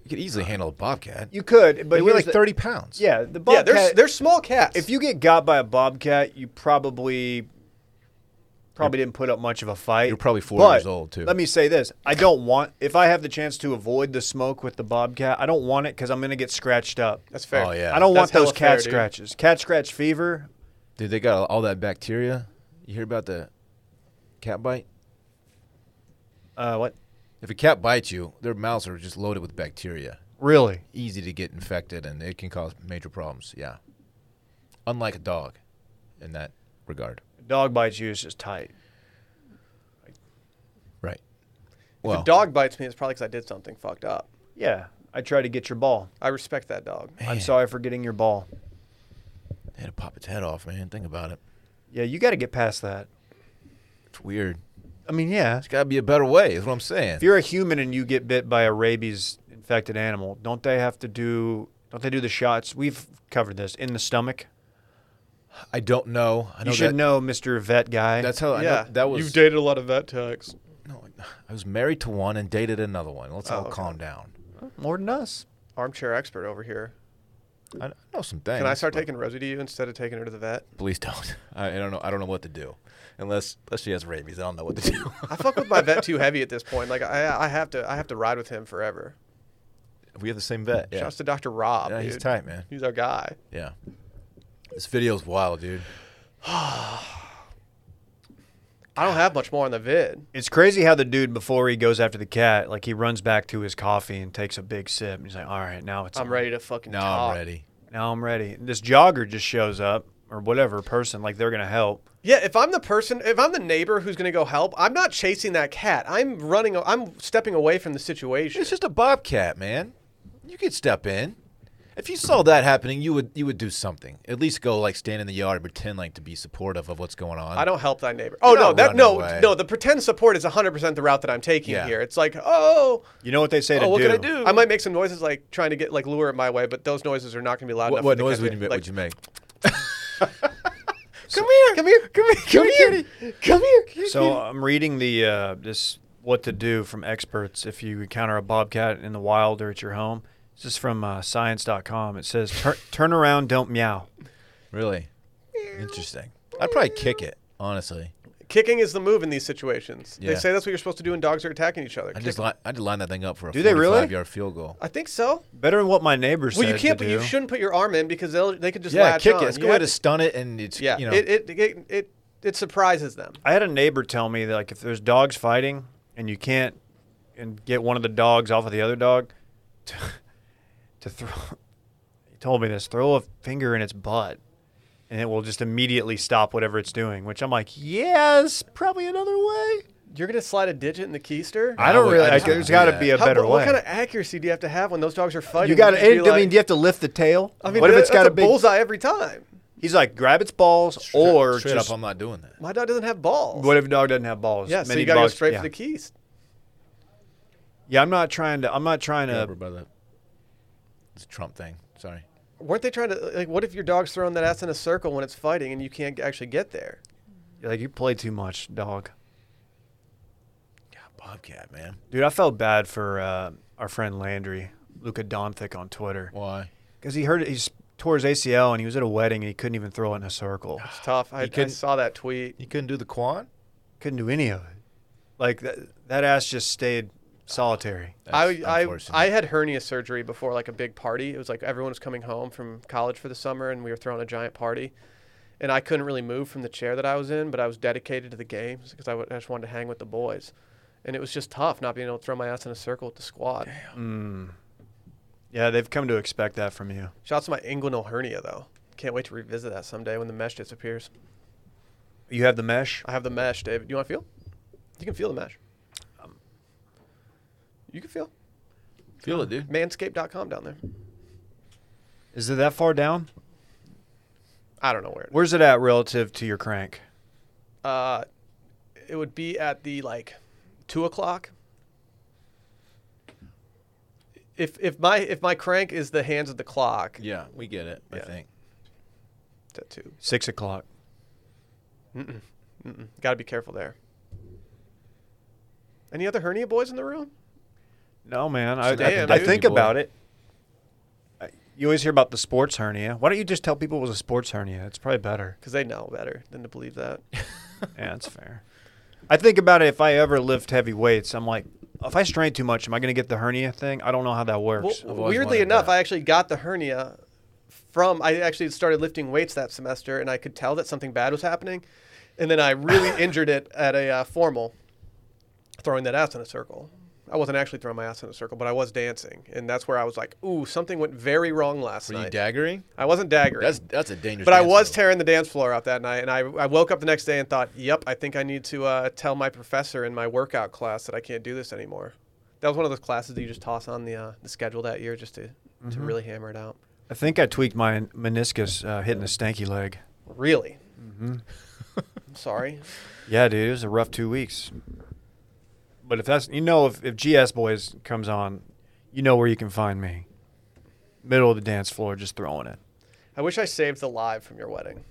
Speaker 3: You could easily handle a bobcat.
Speaker 2: You could, but
Speaker 3: They weigh
Speaker 2: here's
Speaker 3: like
Speaker 2: the-
Speaker 3: 30 pounds.
Speaker 2: Yeah, the
Speaker 1: Yeah,
Speaker 2: bobcat.
Speaker 1: they're, s- they're small cats.
Speaker 2: if you get got by a bobcat, you probably Probably didn't put up much of a fight.
Speaker 3: You're probably four
Speaker 2: But
Speaker 3: years old, too.
Speaker 2: Let me say this: I don't want if I have the chance to avoid the smoke with the bobcat, I don't want it because I'm gonna get scratched up.
Speaker 1: That's fair.
Speaker 3: Oh, yeah.
Speaker 2: I don't
Speaker 1: That's
Speaker 2: want those
Speaker 1: hella fair,
Speaker 2: cat
Speaker 1: dude.
Speaker 2: scratches. Cat scratch fever.
Speaker 3: Dude, they got all that bacteria. You hear about the cat bite?
Speaker 2: Uh, what?
Speaker 3: If a cat bites you, their mouths are just loaded with bacteria.
Speaker 2: Really?
Speaker 3: Easy to get infected, and it can cause major problems. Yeah. Unlike a dog in that regard.
Speaker 2: Dog bites you is just tight.
Speaker 3: Right.
Speaker 1: If
Speaker 3: Well,
Speaker 1: a dog bites me, it's probably because I did something fucked up.
Speaker 2: Yeah, I try to get your ball.
Speaker 1: I respect that dog.
Speaker 2: I'm sorry for getting your ball.
Speaker 3: they had to pop its head off, man. Think about it.
Speaker 2: Yeah, you got to get past that.
Speaker 3: It's weird.
Speaker 2: I mean, yeah.
Speaker 3: There's got to be a better way, is what I'm saying.
Speaker 2: If you're a human and you get bit by a rabies infected animal, don't they have to do? Don't they do the shots? We've covered this in the stomach.
Speaker 3: I don't know. I know
Speaker 2: You should
Speaker 3: that-
Speaker 2: know, Mister Vet Guy.
Speaker 3: That's how I know-
Speaker 1: yeah,
Speaker 3: that was.
Speaker 1: You've dated a lot of vet techs.
Speaker 3: no, (sighs) I was married to one and dated another one. Let's all
Speaker 1: okay.
Speaker 3: calm down.
Speaker 2: more than us.
Speaker 1: Armchair expert over here.
Speaker 3: I know some things.
Speaker 1: Can I start
Speaker 3: but-
Speaker 1: taking Rosie to you instead of taking her to the vet?
Speaker 3: Please don't. (laughs) I, I don't know. I don't know what to do, unless unless she has rabies. I don't know what to do.
Speaker 1: I
Speaker 3: (laughs)
Speaker 1: fuck with my vet too heavy at this point. Like I, I have to, I have to ride with him forever.
Speaker 3: we have the same vet. Yeah,
Speaker 1: Shouts to Doctor Rob.
Speaker 3: yeah
Speaker 1: dude.
Speaker 3: he's tight, man.
Speaker 1: He's our guy.
Speaker 3: Yeah, this video's wild, dude.
Speaker 1: I don't have much more on the vid.
Speaker 2: It's crazy how the dude before he goes after the cat, like he runs back to his coffee and takes a big sip. And he's like, "All right, now it's
Speaker 1: I'm ready to fucking.
Speaker 3: No,
Speaker 1: talk.
Speaker 3: I'm ready.
Speaker 2: Now I'm ready." And this jogger just shows up or whatever person, like they're gonna help.
Speaker 1: Yeah, if I'm the person, if I'm the neighbor who's gonna go help, I'm not chasing that cat. I'm running. I'm stepping away from the situation.
Speaker 3: It's just a bobcat, man. You could step in. If you saw that happening, you would you would do something. At least go like stand in the yard, and pretend like to be supportive of what's going on.
Speaker 1: I don't help that neighbor. Oh no,
Speaker 3: not
Speaker 1: that
Speaker 3: running
Speaker 1: no,
Speaker 3: away.
Speaker 1: no. The pretend support is 100 percent the route that I'm taking
Speaker 3: Yeah.
Speaker 1: here. It's like, oh,
Speaker 2: You know what they say to
Speaker 3: Oh, what
Speaker 2: do?
Speaker 3: can I do?
Speaker 1: I might make some noises like trying to get like lure it my way, but those noises are not gonna be loud
Speaker 3: What,
Speaker 1: enough.
Speaker 3: what
Speaker 1: for the
Speaker 3: noise
Speaker 1: cat
Speaker 3: would
Speaker 1: to-
Speaker 3: you, ma-
Speaker 1: like,
Speaker 3: would you make? come here! Come here! Come here! Come here! Come here!
Speaker 2: So
Speaker 1: (laughs)
Speaker 2: I'm reading the uh, this what to do from experts if you encounter a bobcat in the wild or at your home. This is from uh, science.com. It says Tur- turn around, don't meow.
Speaker 3: Really? Interesting. I'd probably kick it, honestly.
Speaker 1: Kicking is the move in these situations. They
Speaker 3: Yeah.
Speaker 1: say that's what you're supposed to do when dogs are attacking each other.
Speaker 3: I
Speaker 1: Kick-
Speaker 3: just li- I just line that thing up for a
Speaker 2: Do they really?
Speaker 3: 45 yard field goal.
Speaker 1: I think so.
Speaker 2: Better than what my neighbor said.
Speaker 1: Well, you can't.
Speaker 2: To
Speaker 1: But
Speaker 2: do.
Speaker 1: you shouldn't put your arm in because they'll they could just
Speaker 3: Yeah,
Speaker 1: latch
Speaker 3: kick
Speaker 1: on.
Speaker 3: it. Let's
Speaker 1: You
Speaker 3: go ahead
Speaker 1: have
Speaker 3: and
Speaker 1: to-
Speaker 3: stun it, and it's
Speaker 1: Yeah,
Speaker 3: you know
Speaker 1: it, it it it it surprises them.
Speaker 2: I had a neighbor tell me that like if there's dogs fighting and you can't and get one of the dogs off of the other dog (laughs) to, to throw he told me this throw a finger in its butt and it will just immediately stop whatever it's doing which I'm like yes probably another way
Speaker 1: You're gonna slide a digit in the keister.
Speaker 2: I don't
Speaker 3: would-
Speaker 2: really
Speaker 3: I
Speaker 2: I
Speaker 3: just
Speaker 2: there's
Speaker 3: wouldn't do
Speaker 2: got to
Speaker 3: that.
Speaker 2: be a
Speaker 1: How-
Speaker 2: better
Speaker 1: what,
Speaker 2: way
Speaker 1: What kind of accuracy do you have to have when those dogs are fighting?
Speaker 2: you got to
Speaker 1: Just be
Speaker 2: I mean
Speaker 1: like-
Speaker 2: do you have to lift the tail
Speaker 1: I mean,
Speaker 2: what if
Speaker 1: that-
Speaker 2: it's got
Speaker 1: that's
Speaker 2: a big
Speaker 1: bullseye every time?
Speaker 2: he's like grab its balls
Speaker 3: straight-
Speaker 2: or
Speaker 3: straight
Speaker 2: just
Speaker 3: up, I'm not doing that.
Speaker 1: My dog doesn't have balls.
Speaker 2: what if a dog doesn't have balls
Speaker 1: yeah, so
Speaker 2: Many
Speaker 1: you gotta go
Speaker 2: dogs-
Speaker 1: straight
Speaker 2: yeah.
Speaker 1: for the keys.
Speaker 2: yeah I'm not trying to I'm not trying to
Speaker 3: Over by the- it's a Trump thing. Sorry.
Speaker 1: Weren't they trying to like? What if your dog's throwing that ass in a circle when it's fighting and you can't actually get there?
Speaker 2: like you play too much dog
Speaker 3: God, Bobcat, man.
Speaker 2: Dude, I felt bad for uh, our friend Landry, Luca Donthick on Twitter,
Speaker 3: Why?
Speaker 2: because he heard he s- tore his ACL and he was at a wedding and he couldn't even throw it in a circle.
Speaker 1: It's tough. I, I
Speaker 3: couldn't-
Speaker 1: saw that tweet.
Speaker 3: You couldn't do the quad?
Speaker 2: Couldn't do any of it. Like that, that ass just stayed solitary.
Speaker 1: I, I I had hernia surgery before like a big party. It was like everyone was coming home from college for the summer and we were throwing a giant party, and I couldn't really move from the chair that I was in, but I was dedicated to the games because I wa- I just wanted to hang with the boys, and it was just tough not being able to throw my ass in a circle with the squad.
Speaker 2: Yeah, they've come to expect that from you.
Speaker 1: Shouts to my inguinal hernia though. Can't wait to revisit that someday when the mesh disappears.
Speaker 2: You have the mesh.
Speaker 1: I have the mesh, David. You want to feel? You can feel the mesh. you can feel
Speaker 3: feel
Speaker 1: (laughs)
Speaker 3: it, dude.
Speaker 1: manscaped.com down there.
Speaker 2: Is it that far down?
Speaker 1: I don't know where. It is.
Speaker 2: Where's it at relative to your crank?
Speaker 1: Uh, it would be at the like two o'clock. If if my if my crank is the hands of the clock,
Speaker 3: Yeah, we get it. I
Speaker 1: Yeah.
Speaker 3: think.
Speaker 1: it's at two.
Speaker 2: Six o'clock.
Speaker 1: Got to be careful there. Any other hernia boys in the room?
Speaker 2: No, man. I,
Speaker 1: Damn,
Speaker 2: I, I
Speaker 1: dude.
Speaker 2: think
Speaker 3: Boy.
Speaker 2: about it. I- You always hear about the sports hernia. Why don't you just tell people it was a sports hernia? It's probably better.
Speaker 1: Because they know better than to believe that.
Speaker 2: yeah, that's fair. I think about it. If I ever lift heavy weights, I'm like, if I strain too much, am I going to get the hernia thing? I don't know how that
Speaker 1: Well,
Speaker 2: works.
Speaker 3: always
Speaker 1: weirdly
Speaker 3: wondered
Speaker 1: enough,
Speaker 3: that.
Speaker 1: I actually got the hernia from I actually started lifting weights that semester, and I could tell that something bad was happening, and then I
Speaker 3: (laughs)
Speaker 1: really injured it at a uh, formal, throwing that ass in a circle. I wasn't actually throwing my ass in a circle, but I was dancing, and that's where I was like, "Ooh, something went very wrong last
Speaker 3: Were you
Speaker 1: night."
Speaker 3: daggering?
Speaker 1: I wasn't daggering.
Speaker 3: That's that's a dangerous.
Speaker 1: but I
Speaker 3: dance
Speaker 1: was
Speaker 3: move.
Speaker 1: tearing the dance floor out that night, and I, I woke up the next day and thought, "Yep, I think I need to uh, tell my professor in my workout class that I can't do this anymore." That was one of those classes that you just toss on the uh, the schedule that year just to to really hammer it out.
Speaker 2: I think I tweaked my meniscus uh, hitting a stanky leg.
Speaker 1: Really. (laughs) I'm sorry.
Speaker 2: Yeah, dude, it was a rough two weeks. But if that's you know, if, if GS Boys comes on, you know where you can find me. Middle of the dance floor, just throwing it.
Speaker 1: I wish I saved the live from your wedding.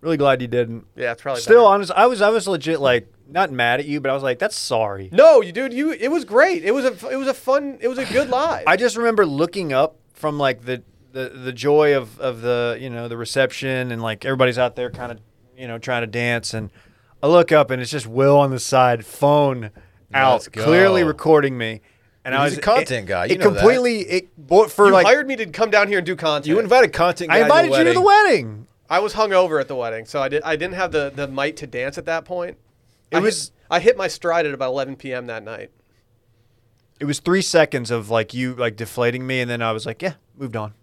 Speaker 2: Really glad you didn't.
Speaker 1: Yeah, it's probably
Speaker 2: Still,
Speaker 1: better.
Speaker 2: honest, I was I was legit like not mad at you, but I was like, that's sorry.
Speaker 1: No, you dude, you it was great. It was a it was a fun it was a good live.
Speaker 2: I just remember looking up from like the the, the joy of, of the you know the reception and like everybody's out there kind of you know trying to dance and I look up and it's just Will on the side phone out
Speaker 3: Let's go.
Speaker 2: clearly recording me and I
Speaker 3: He's
Speaker 2: was
Speaker 3: a content
Speaker 2: it,
Speaker 3: guy, you
Speaker 2: it
Speaker 3: know that.
Speaker 2: completely it bo- for
Speaker 1: you
Speaker 2: like
Speaker 1: hired me to come down here and do content.
Speaker 3: You invited content. Guy
Speaker 2: I invited you to the
Speaker 3: wedding.
Speaker 2: wedding.
Speaker 1: I was hungover at the wedding, so I did. I didn't have the the might to dance at that point.
Speaker 2: It
Speaker 1: I hit-
Speaker 2: was-
Speaker 1: I hit my stride at about 11 p.m. that night.
Speaker 2: It was three seconds of like you like deflating me and then I was like yeah moved on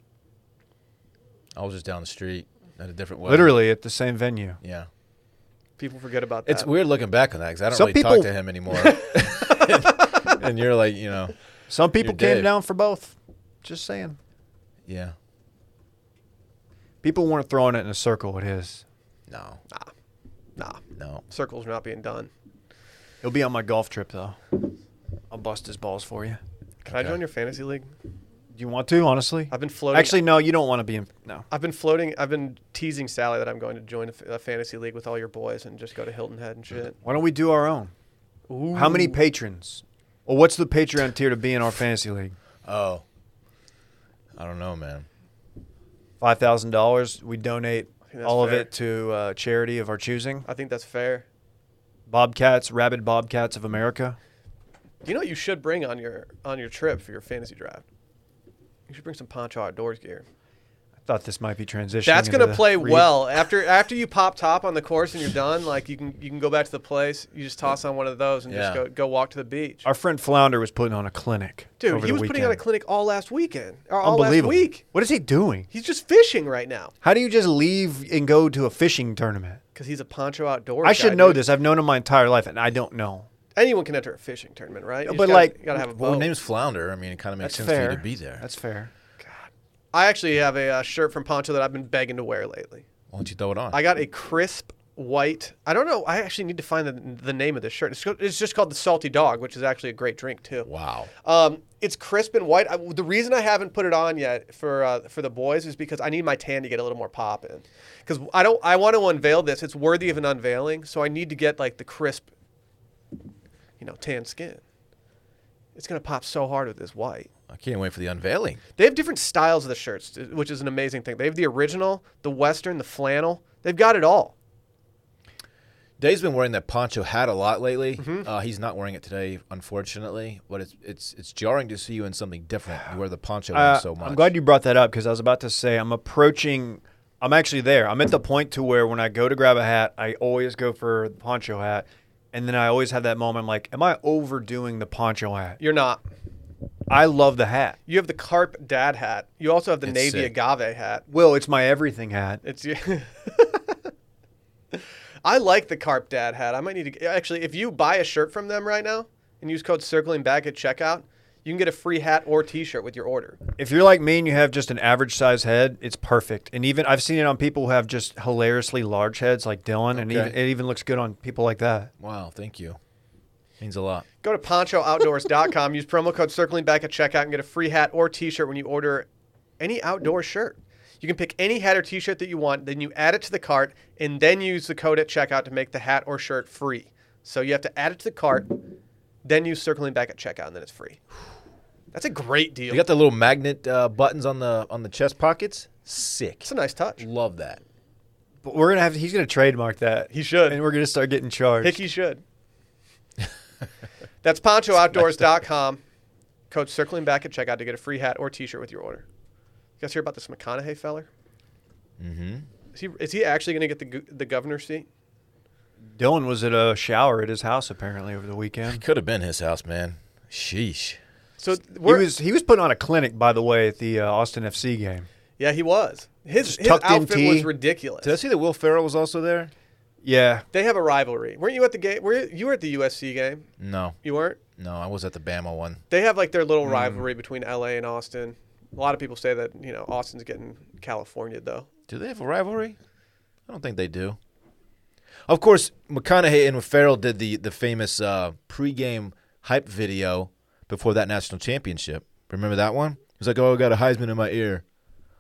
Speaker 3: I was just down the street at a different wedding.
Speaker 2: literally at the same venue.
Speaker 3: Yeah.
Speaker 1: People forget about that.
Speaker 3: It's weird looking back on that because I don't
Speaker 2: Some
Speaker 3: really
Speaker 2: people-
Speaker 3: talk to him anymore. (laughs) and you're like, you know,
Speaker 2: Some people
Speaker 3: You're
Speaker 2: came
Speaker 3: Dave.
Speaker 2: down for both. Just saying.
Speaker 3: yeah,
Speaker 2: People weren't throwing it in a circle at his.
Speaker 3: no,
Speaker 1: Nah,
Speaker 3: no.
Speaker 1: circles are not being done.
Speaker 2: He'll be on my golf trip though. I'll bust his balls for you.
Speaker 1: Can I
Speaker 3: Okay.
Speaker 1: join your fantasy league?
Speaker 2: Do you want to? Honestly,
Speaker 1: I've been floating.
Speaker 2: actually no. You don't want to be in. No,
Speaker 1: I've been floating. I've been teasing Sally that I'm going to join a, f- a fantasy league with all your boys and just go to Hilton Head and shit.
Speaker 2: why don't we do our own? Mm-hmm. How many patrons? Or what's the Patreon tier to be in our fantasy league?
Speaker 3: Oh, I don't know, man.
Speaker 2: Five thousand dollars. We donate
Speaker 1: think that's
Speaker 2: all of
Speaker 1: fair.
Speaker 2: it to uh, charity of our choosing.
Speaker 1: I think that's fair.
Speaker 2: Bobcats, rabid Bobcats of America.
Speaker 1: You know what you should bring on your on your trip for your fantasy draft. You should bring some Poncho Outdoors gear.
Speaker 2: I thought this might be transitioning.
Speaker 1: That's
Speaker 2: into
Speaker 1: gonna
Speaker 2: the
Speaker 1: play
Speaker 2: re-
Speaker 1: well after after you pop top on the course and you're done. Like you can you can go back to the place. You just toss on one of those and just
Speaker 3: Yeah.
Speaker 1: go go walk to the beach.
Speaker 2: Our friend Flounder was putting on a clinic.
Speaker 1: Dude,
Speaker 2: over
Speaker 1: he
Speaker 2: the
Speaker 1: was putting on a
Speaker 2: weekend.
Speaker 1: clinic all last weekend or all last
Speaker 2: Unbelievable.
Speaker 1: week.
Speaker 2: What is he doing?
Speaker 1: He's just fishing right now
Speaker 2: How do you just leave and go to a fishing tournament?
Speaker 1: because he's a Poncho Outdoors.
Speaker 2: I
Speaker 1: guy,
Speaker 2: should know
Speaker 1: dude.
Speaker 2: this. I've known him my entire life, and I don't know.
Speaker 1: Anyone can enter a fishing tournament, right? You just
Speaker 2: but
Speaker 1: gotta,
Speaker 2: like,
Speaker 1: you gotta have a
Speaker 3: Well,
Speaker 1: boat.
Speaker 3: your name's Flounder. I mean, it kind of makes sense for you to be there.
Speaker 2: That's fair.
Speaker 1: I actually have a uh, shirt from Poncho that I've been begging to wear lately.
Speaker 3: Why don't you throw it on?
Speaker 1: I got a crisp white. I don't know. I actually need to find the, the name of this shirt. It's, co- it's just called the Salty Dog, which is actually a great drink too.
Speaker 3: wow.
Speaker 1: Um, it's crisp and white. I, the reason I haven't put it on yet for uh, for the boys is because I need my tan to get a little more pop in. Because I don't. I want to unveil this. It's worthy of an unveiling. So I need to get like the crisp, you know, tan skin. It's gonna pop so hard with this white.
Speaker 3: I can't wait for the unveiling.
Speaker 1: They have different styles of the shirts, t- which is an amazing thing. They have the original, the western, the flannel. They've got it all.
Speaker 3: Dave's been wearing that poncho hat a lot lately.
Speaker 2: Mm-hmm.
Speaker 3: Uh, he's not wearing it today, unfortunately. But it's it's it's jarring to see you in something different. You wear the poncho
Speaker 2: Uh,
Speaker 3: in so much.
Speaker 2: I'm glad you brought that up because I was about to say I'm approaching. I'm actually there. I'm at the point to where when I go to grab a hat, I always go for the poncho hat, and then I always have that moment. I'm like, am I overdoing the poncho hat?
Speaker 1: You're not.
Speaker 2: I love the hat.
Speaker 1: You have the carp dad hat. You also have the
Speaker 3: It's
Speaker 1: navy
Speaker 3: sick.
Speaker 1: agave hat.
Speaker 2: Will, it's my everything hat.
Speaker 1: It's you. (laughs) I like the carp dad hat. I might need to actually. If you buy a shirt from them right now and use code circling back at checkout, you can get a free hat or T-shirt with your order.
Speaker 2: If you're like me and you have just an average size head, it's perfect. And even I've seen it on people who have just hilariously large heads, like Dylan, and
Speaker 3: Okay.
Speaker 2: even, it even looks good on people like that.
Speaker 3: wow, thank you. Means a lot.
Speaker 1: Go to ponchooutdoors.com. use promo code circling back at checkout and get a free hat or T-shirt when you order any outdoor shirt. You can pick any hat or T-shirt that you want. Then you add it to the cart and then use the code at checkout to make the hat or shirt free. So you have to add it to the cart, then use circling back at checkout, and then it's free. That's a great deal.
Speaker 3: You got the little magnet uh, buttons on the on the chest pockets. Sick.
Speaker 1: It's a nice touch.
Speaker 3: Love that.
Speaker 2: But we're gonna have. He's gonna trademark that.
Speaker 1: He should.
Speaker 2: and we're gonna start getting charged.
Speaker 1: Hickey should. (laughs) That's ponchooutdoors.com. Code circling back at checkout to get a free hat or t-shirt with your order. You guys hear about this McConaughey feller?
Speaker 3: Mm-hmm.
Speaker 1: Is he is he actually going to get the go- the governor seat?
Speaker 2: Dylan was at a shower at his house apparently over the weekend.
Speaker 3: Could have been his house, man. Sheesh.
Speaker 1: So
Speaker 2: He
Speaker 1: we're,
Speaker 2: was he was putting on a clinic, by the way, at the uh, Austin FC game.
Speaker 1: yeah, he was. His, his
Speaker 2: tucked in
Speaker 1: outfit
Speaker 2: tee.
Speaker 1: was ridiculous.
Speaker 3: Did I see that Will Ferrell was also there?
Speaker 2: Yeah,
Speaker 1: They have a rivalry. Weren't you at the game? Were you, you were at the USC game?
Speaker 3: No,
Speaker 1: You weren't.
Speaker 3: no, I was at the Bama one.
Speaker 1: They have like their little
Speaker 2: Mm.
Speaker 1: rivalry between LA and Austin. A lot of people say that you know Austin's getting California though.
Speaker 3: Do they have a rivalry? I don't think they do. Of course, McConaughey and Farrell did the the famous uh, pregame hype video before that national championship. Remember that one? It was like, "Oh, I got a Heisman in my ear.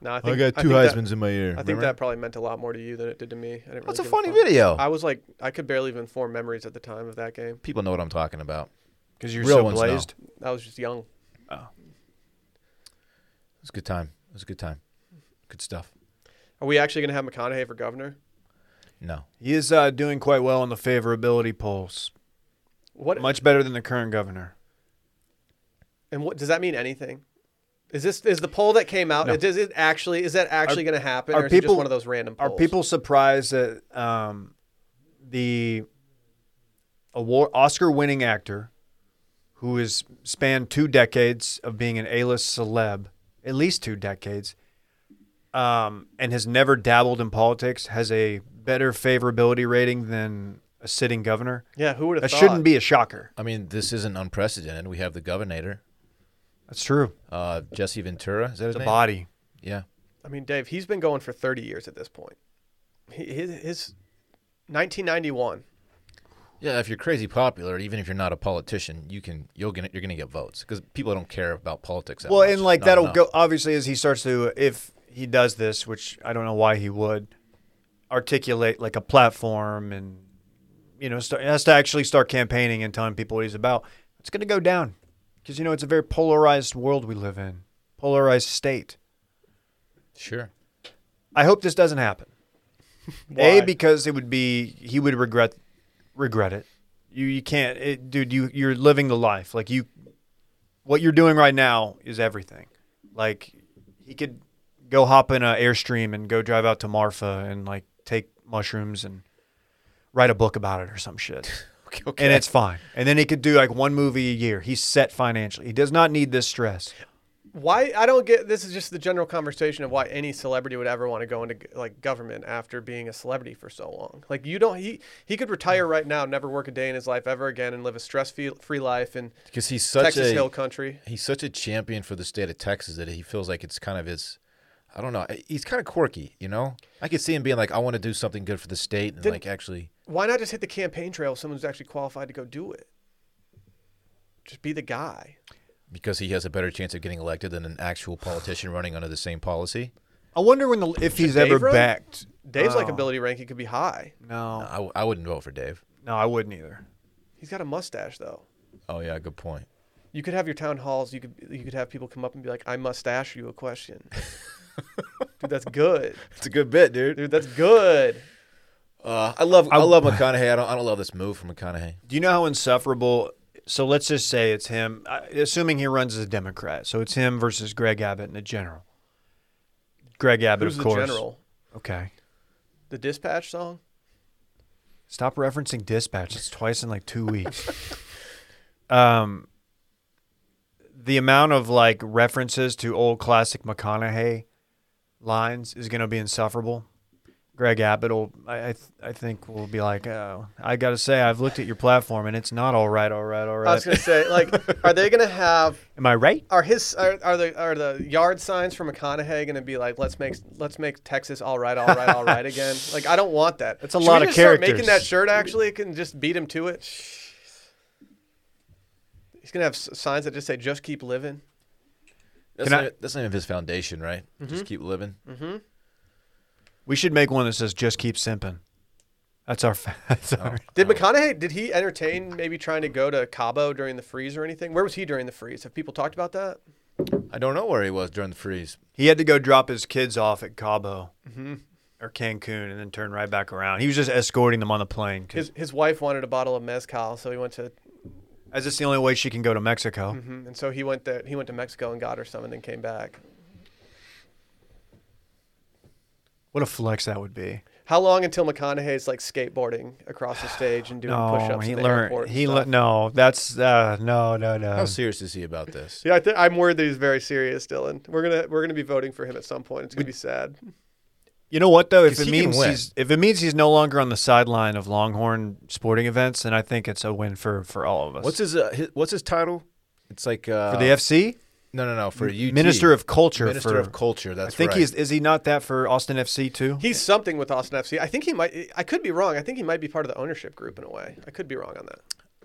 Speaker 1: No, I
Speaker 3: I,
Speaker 1: think
Speaker 3: got two
Speaker 1: think that-
Speaker 3: Heisman's in my ear."
Speaker 1: I think
Speaker 3: Remember?
Speaker 1: that probably meant a lot more to you than it did to me. I didn't really
Speaker 3: That's a
Speaker 1: give
Speaker 3: funny
Speaker 1: fuck.
Speaker 3: video.
Speaker 1: I was like, I could barely even form memories at the time of that game.
Speaker 3: People know what I'm talking about.
Speaker 2: because you're
Speaker 3: Real
Speaker 2: so
Speaker 3: ones, though.
Speaker 2: blazed.
Speaker 1: I was just young.
Speaker 3: It was a good time. It was a good time. Good stuff.
Speaker 1: Are we actually going to have McConaughey for governor?
Speaker 3: No,
Speaker 2: He is uh, doing quite well in the favorability polls.
Speaker 1: What
Speaker 2: Much better than the current governor.
Speaker 1: and what does that mean? Anything? Is this is the poll that came out?
Speaker 2: No.
Speaker 1: Does it actually is that actually going to happen?
Speaker 2: are
Speaker 1: or is it just
Speaker 2: people-
Speaker 1: one of those random polls?
Speaker 2: Are people surprised that um, the award Oscar-winning actor, who has spanned two decades of being an A-list celeb, at least two decades, um, and has never dabbled in politics, has a better favorability rating than a sitting governor?
Speaker 1: Yeah, who would have
Speaker 2: That
Speaker 1: thought?
Speaker 2: shouldn't be a shocker.
Speaker 3: I mean this isn't unprecedented. We have the governor,
Speaker 2: That's true.
Speaker 3: uh, Jesse Ventura. Is that his
Speaker 2: The
Speaker 3: name?
Speaker 2: body.
Speaker 3: Yeah.
Speaker 1: I mean, Dave, he's been going for 30 years at this point. He, his, his 1991.
Speaker 3: Yeah, if you're crazy popular, even if you're not a politician, you can you're gonna you're gonna get votes because people don't care about politics. That
Speaker 2: Well,
Speaker 3: much.
Speaker 2: and like
Speaker 3: Not
Speaker 2: that'll
Speaker 3: enough.
Speaker 2: go obviously as he starts to if he does this, which I don't know why he would articulate like a platform and you know start, has to actually start campaigning and telling people what he's about. It's going to go down because you know it's a very polarized world we live in, polarized state.
Speaker 3: Sure.
Speaker 2: I hope this
Speaker 1: (laughs)
Speaker 2: doesn't happen.
Speaker 1: Why?
Speaker 2: A because it would be he would regret regret it. You you can't it, dude you you're living the life. Like you what you're doing right now is everything. Like he could go hop in a airstream and go drive out to Marfa and like take mushrooms and write a book about it or
Speaker 1: (laughs)
Speaker 2: some shit.
Speaker 3: Okay.
Speaker 2: And it's fine. And then he could do like one movie a year. He's set financially. He does not need this stress.
Speaker 1: Why? I don't get this is just the general conversation of why any celebrity would ever want to go into like government after being a celebrity for so long. Like you don't he he could retire right now, never work a day in his life ever again and live a stress fe- free life in
Speaker 3: because he's such
Speaker 1: Texas
Speaker 3: a
Speaker 1: Hill Country.
Speaker 3: he's such a champion for the state of Texas that he feels like it's kind of his. I don't know. He's kind of quirky, you know. I could see him being like, "I want to do something good for the state," and
Speaker 1: Didn't-
Speaker 3: like actually,
Speaker 1: Why not just hit the campaign trail if someone's actually qualified to go do it? Just be the guy.
Speaker 3: because he has a better chance of getting elected than an actual politician running under the same policy.
Speaker 2: I wonder when the if he's
Speaker 1: Dave
Speaker 2: ever
Speaker 1: run?
Speaker 2: backed.
Speaker 1: Dave's
Speaker 2: Oh.
Speaker 1: likability ranking could be high.
Speaker 2: No,
Speaker 3: I, I wouldn't vote for Dave.
Speaker 2: no, I wouldn't either.
Speaker 1: He's got a mustache though.
Speaker 3: Oh yeah, good point.
Speaker 1: You could have your town halls. You could you could have people come up and be like, "I mustache you a question." (laughs) Dude, that's good.
Speaker 3: It's a good bit, dude.
Speaker 1: Dude, that's good.
Speaker 3: Uh, I love I, love McConaughey. I don't I don't love this move from McConaughey.
Speaker 2: Do you know how insufferable? So let's just say it's him, I- assuming he runs as a Democrat. So it's him versus Greg Abbott in the general. Greg Abbott,
Speaker 1: Who's the
Speaker 2: of course.
Speaker 1: general?
Speaker 2: Okay.
Speaker 1: The dispatch song.
Speaker 2: Stop referencing dispatch. It's twice in
Speaker 1: (laughs)
Speaker 2: like two weeks. um, the amount of like references to old classic McConaughey lines is going to be insufferable. Greg Abbott will, I, I, th- I think, will be like, oh, I got to say, I've looked at your platform and it's not all right, all right, all
Speaker 1: I
Speaker 2: right.
Speaker 1: was gonna say, like,
Speaker 2: (laughs)
Speaker 1: are they gonna have
Speaker 2: Am I right?
Speaker 1: are his are, are the are the yard signs for McConaughey gonna be like, let's make let's make Texas all right, all right, all right
Speaker 2: (laughs)
Speaker 1: again? Like, I don't want that.
Speaker 2: That's a
Speaker 1: Should
Speaker 2: lot
Speaker 1: we
Speaker 2: of
Speaker 1: just start making
Speaker 2: characters.
Speaker 1: that shirt actually can just beat him to it. He's gonna have s- signs that just say "Just keep living."
Speaker 3: That's,
Speaker 2: Can
Speaker 3: not,
Speaker 2: I- Mm-hmm.
Speaker 3: that's not even his foundation, right? Just keep living.
Speaker 2: We should make one that says "Just keep simping." That's our. Fa- (laughs) that's our
Speaker 1: Did McConaughey did he entertain maybe trying to go to Cabo during the freeze or anything? Where was he during the freeze? Have people talked about that?
Speaker 2: Mm-hmm.
Speaker 3: I don't know where he was during the freeze.
Speaker 2: he had to go drop his kids off at Cabo, or Cancun and then turned right back around. He was just escorting them on the plane 'cause-
Speaker 1: His his wife wanted a bottle of mezcal, so he went to
Speaker 2: as it's the only way she can go to Mexico.
Speaker 1: mhm, and so he went there. He went to Mexico and got her some, and then came back.
Speaker 2: What a flex that would be.
Speaker 1: How long until McConaughey's like skateboarding across the stage
Speaker 3: (sighs)
Speaker 1: and doing
Speaker 2: No,
Speaker 1: push-ups?
Speaker 2: he
Speaker 1: at the airport
Speaker 2: learned.
Speaker 1: and
Speaker 2: He
Speaker 1: stuff?
Speaker 2: le- no, that's uh, no, no,
Speaker 3: How
Speaker 2: no.
Speaker 3: serious is he about this?
Speaker 1: Yeah, I th- I'm worried that he's very serious, Dylan. We're gonna we're gonna be voting for him at some point. It's gonna be sad.
Speaker 2: You know what though? If
Speaker 3: 'Cause
Speaker 2: it
Speaker 3: he can
Speaker 2: means
Speaker 3: win.
Speaker 2: he's if it means he's no longer on the sideline of Longhorn sporting events, then I think it's a win for for all of us.
Speaker 3: What's his, uh, his What's his title? It's like uh,
Speaker 2: for the FC?
Speaker 3: No, no, no. For UT.
Speaker 2: Minister of Culture
Speaker 3: Minister
Speaker 2: for-
Speaker 3: of Culture.
Speaker 2: I
Speaker 3: That's
Speaker 2: think
Speaker 3: right.
Speaker 2: he's is he not that for Austin FC too?
Speaker 1: He's something with Austin FC. I think he might. I could be wrong. I think he might be part of the ownership group in a way. I could be wrong on that.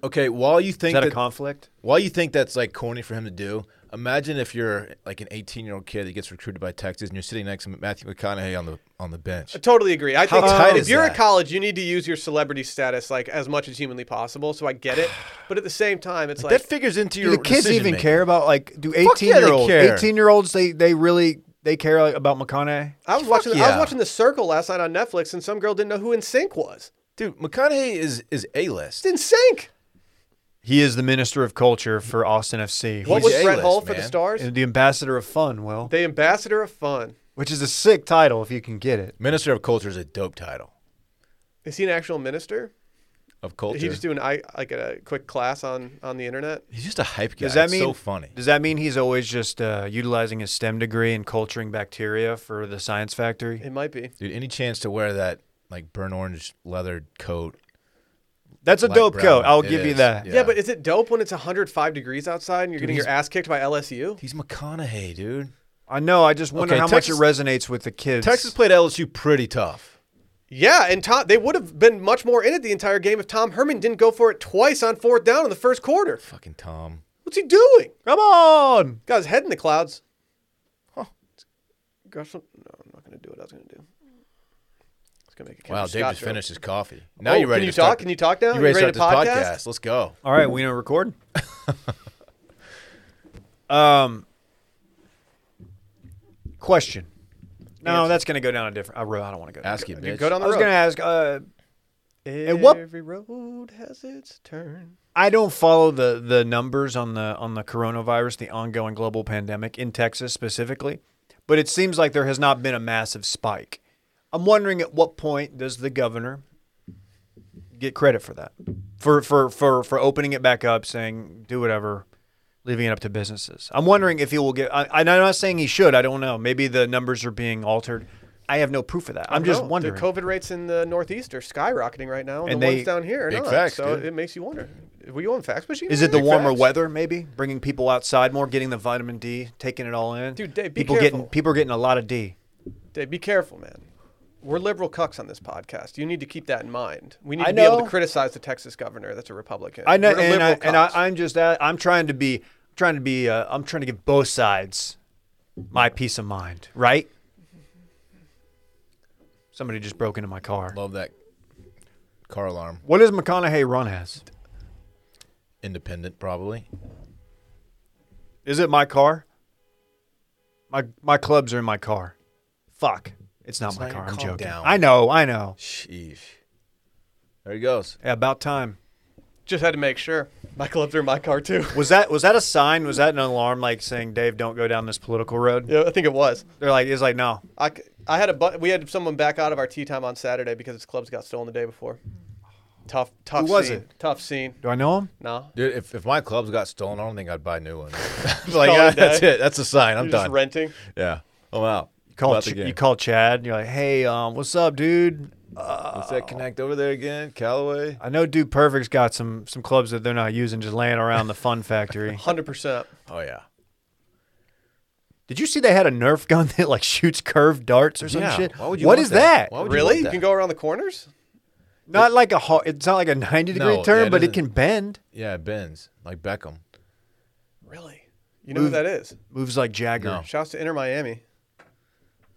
Speaker 3: okay. While you
Speaker 2: Is
Speaker 3: think
Speaker 2: that a
Speaker 3: that-
Speaker 2: conflict?
Speaker 3: While you think that's like corny for him to do, imagine if you're like an 18 year old kid that gets recruited by Texas and you're sitting next to Matthew McConaughey on the on the bench.
Speaker 1: I totally agree. I
Speaker 3: How
Speaker 1: think
Speaker 3: tight
Speaker 1: if
Speaker 3: is
Speaker 1: you're
Speaker 3: that?
Speaker 1: at college, you need to use your celebrity status like as much as humanly possible. So I get
Speaker 3: (sighs)
Speaker 1: it, but at the same time, it's like
Speaker 3: that figures into
Speaker 2: Do
Speaker 3: your
Speaker 2: the kids
Speaker 3: decision
Speaker 2: even
Speaker 3: making.
Speaker 2: care about like do
Speaker 3: Fuck
Speaker 2: eighteen
Speaker 3: yeah, they
Speaker 2: year olds
Speaker 3: care.
Speaker 2: eighteen year olds they they really they care like, about McConaughey?
Speaker 1: I was watching. I was
Speaker 3: yeah.
Speaker 1: watching The Circle last night on Netflix, and some girl didn't know who In Sync was.
Speaker 3: Dude, McConaughey is is a list.
Speaker 1: It's In Sync.
Speaker 2: He is the Minister of Culture for Austin FC.
Speaker 1: What
Speaker 3: He's
Speaker 1: was
Speaker 3: A-list,
Speaker 1: Brett Hull for the
Speaker 3: man.
Speaker 1: Stars?
Speaker 2: and the ambassador of fun, Will,
Speaker 1: The ambassador of fun.
Speaker 2: which is a sick title if you can get it.
Speaker 3: Minister of Culture is a dope title
Speaker 1: Is he an actual minister?
Speaker 3: of culture.
Speaker 1: Did he just do an I like a quick class on on the internet?
Speaker 3: he's just a hype guy.
Speaker 2: Does that
Speaker 3: It's
Speaker 2: mean
Speaker 3: so funny?
Speaker 2: Does that mean he's always just uh, utilizing his STEM degree and culturing bacteria for the science factory?
Speaker 1: It might be.
Speaker 3: Dude, any chance to wear that like burnt orange leather coat?
Speaker 2: That's a
Speaker 3: light
Speaker 2: dope
Speaker 3: brown.
Speaker 2: coat. I'll
Speaker 3: It
Speaker 2: give you
Speaker 3: is.
Speaker 2: that.
Speaker 1: Yeah. but is it dope when it's 105 degrees outside and you're getting your ass kicked by LSU?
Speaker 3: he's McConaughey, dude.
Speaker 2: I know. I just wonder
Speaker 3: Okay,
Speaker 2: how much
Speaker 3: Texas-
Speaker 2: it resonates with the kids.
Speaker 3: Texas played LSU pretty tough.
Speaker 1: Yeah, and Tom, they would have been much more in it the entire game if Tom Herman didn't go for it twice on fourth down in the first quarter.
Speaker 3: Fucking Tom.
Speaker 1: What's he doing?
Speaker 2: Come on.
Speaker 1: Got his head in the clouds. Huh. Gosh, no, I'm not going to do what I was going to do. It's going to make a
Speaker 3: Wow,
Speaker 1: Kendrick
Speaker 3: Dave
Speaker 1: Scott
Speaker 3: just
Speaker 1: joke.
Speaker 3: finished his coffee. Now
Speaker 1: Oh,
Speaker 3: you're ready
Speaker 1: can you
Speaker 3: to start
Speaker 1: talk?
Speaker 3: the-
Speaker 1: Can you talk now?
Speaker 3: You
Speaker 1: You
Speaker 3: ready,
Speaker 1: ready
Speaker 3: to
Speaker 1: to
Speaker 3: start this
Speaker 1: podcast?
Speaker 3: podcast? Let's go.
Speaker 2: All right, we know record. (laughs) um, question. No, that's gonna go down a different. I, re- I don't want to go. down.
Speaker 3: Ask it,
Speaker 1: Dude,
Speaker 3: bitch.
Speaker 1: go
Speaker 2: I
Speaker 1: down the
Speaker 2: was
Speaker 1: road.
Speaker 2: gonna ask. Uh,
Speaker 1: Every
Speaker 2: what-
Speaker 1: road has its turn.
Speaker 2: I don't follow the the numbers on the on the coronavirus, the ongoing global pandemic in Texas specifically, but it seems like there has not been a massive spike. I'm wondering at what point does the governor get credit for that? For for for for opening it back up, saying do whatever, leaving it up to businesses. I'm wondering if he will get I, I'm not saying he should, I don't know. Maybe the numbers are being altered. I have no proof of that. I'm just
Speaker 1: No,
Speaker 2: wondering.
Speaker 1: The COVID rates in the Northeast are skyrocketing right now, and,
Speaker 2: And
Speaker 1: the
Speaker 2: they-
Speaker 1: ones down here are
Speaker 3: Big
Speaker 1: not.
Speaker 3: facts,
Speaker 1: so
Speaker 3: dude.
Speaker 1: it makes you wonder. Were you on fax machine?
Speaker 2: Is it the
Speaker 1: Big
Speaker 2: warmer
Speaker 1: facts.
Speaker 2: weather? Maybe bringing people outside more, getting the vitamin D, taking it all in.
Speaker 1: Dude, Dave, be
Speaker 2: people
Speaker 1: careful.
Speaker 2: getting people are getting a lot of D.
Speaker 1: Dave, be careful, man. We're liberal cucks on this podcast. You need to keep that in mind. We need
Speaker 2: I
Speaker 1: to be able
Speaker 2: know.
Speaker 1: to criticize the Texas governor. That's a Republican.
Speaker 2: I know,
Speaker 1: We're
Speaker 2: and, I,
Speaker 1: liberal
Speaker 2: and I,
Speaker 1: cucks.
Speaker 2: I'm just at, I'm trying to be trying to be uh, I'm trying to give both sides my peace of mind, right? Somebody just broke into my car.
Speaker 3: Love that car alarm.
Speaker 2: What does McConaughey run as?
Speaker 3: Independent, probably.
Speaker 2: Is it my car? My my clubs are in my car. Fuck, it's not my
Speaker 3: not your
Speaker 2: car. I'm
Speaker 3: calm
Speaker 2: joking.
Speaker 3: down.
Speaker 2: I know, I know.
Speaker 3: Sheesh. There he goes.
Speaker 2: Yeah, about time.
Speaker 1: just had to make sure. My clubs are in my car too. (laughs)
Speaker 2: Was that was that a sign? Was that an alarm like saying, Dave, don't go down this political road?
Speaker 1: yeah, I think it was.
Speaker 2: They're like, it's like, no.
Speaker 1: I, c- I had a bu- we had someone back out of our tea time on Saturday because his clubs got stolen the day before. Tough, tough.
Speaker 2: was
Speaker 1: scene.
Speaker 2: it?
Speaker 1: Tough scene.
Speaker 2: Do I know him?
Speaker 1: No,
Speaker 3: Dude, if, if my clubs got stolen, I don't think I'd buy
Speaker 1: (laughs)
Speaker 3: new ones. (laughs)
Speaker 1: Call
Speaker 3: like,
Speaker 1: it
Speaker 3: yeah,
Speaker 1: a
Speaker 3: that's
Speaker 1: day.
Speaker 3: it. That's a sign. I'm
Speaker 1: you're just
Speaker 3: done.
Speaker 1: renting.
Speaker 3: yeah. I'm out.
Speaker 2: You call
Speaker 3: About
Speaker 2: Ch-
Speaker 3: the game.
Speaker 2: you call Chad and you're like, hey, um, what's up, dude?
Speaker 3: What's that connect over there again? Callaway?
Speaker 2: I know Dude Perfect's got some some clubs that they're not using just laying around the fun
Speaker 3: (laughs)
Speaker 2: factory.
Speaker 1: Hundred percent.
Speaker 3: Oh, yeah.
Speaker 2: Did you see they had a Nerf gun that like shoots curved darts or some
Speaker 3: Yeah,
Speaker 2: shit?
Speaker 3: why would you
Speaker 2: What
Speaker 3: want
Speaker 2: is
Speaker 3: that?
Speaker 2: that?
Speaker 3: Why would you
Speaker 1: Really?
Speaker 3: want
Speaker 1: You
Speaker 3: that?
Speaker 1: can go around the corners.
Speaker 2: Not like a ho- it's not like a 90 degree
Speaker 3: No, yeah,
Speaker 2: turn,
Speaker 3: it
Speaker 2: but it
Speaker 3: isn't.
Speaker 2: can bend.
Speaker 3: Yeah, it bends. Like Beckham.
Speaker 1: Really? You know who
Speaker 2: Move-
Speaker 1: that is?
Speaker 2: Moves like Jagger.
Speaker 3: No.
Speaker 1: Shouts to Inter Miami.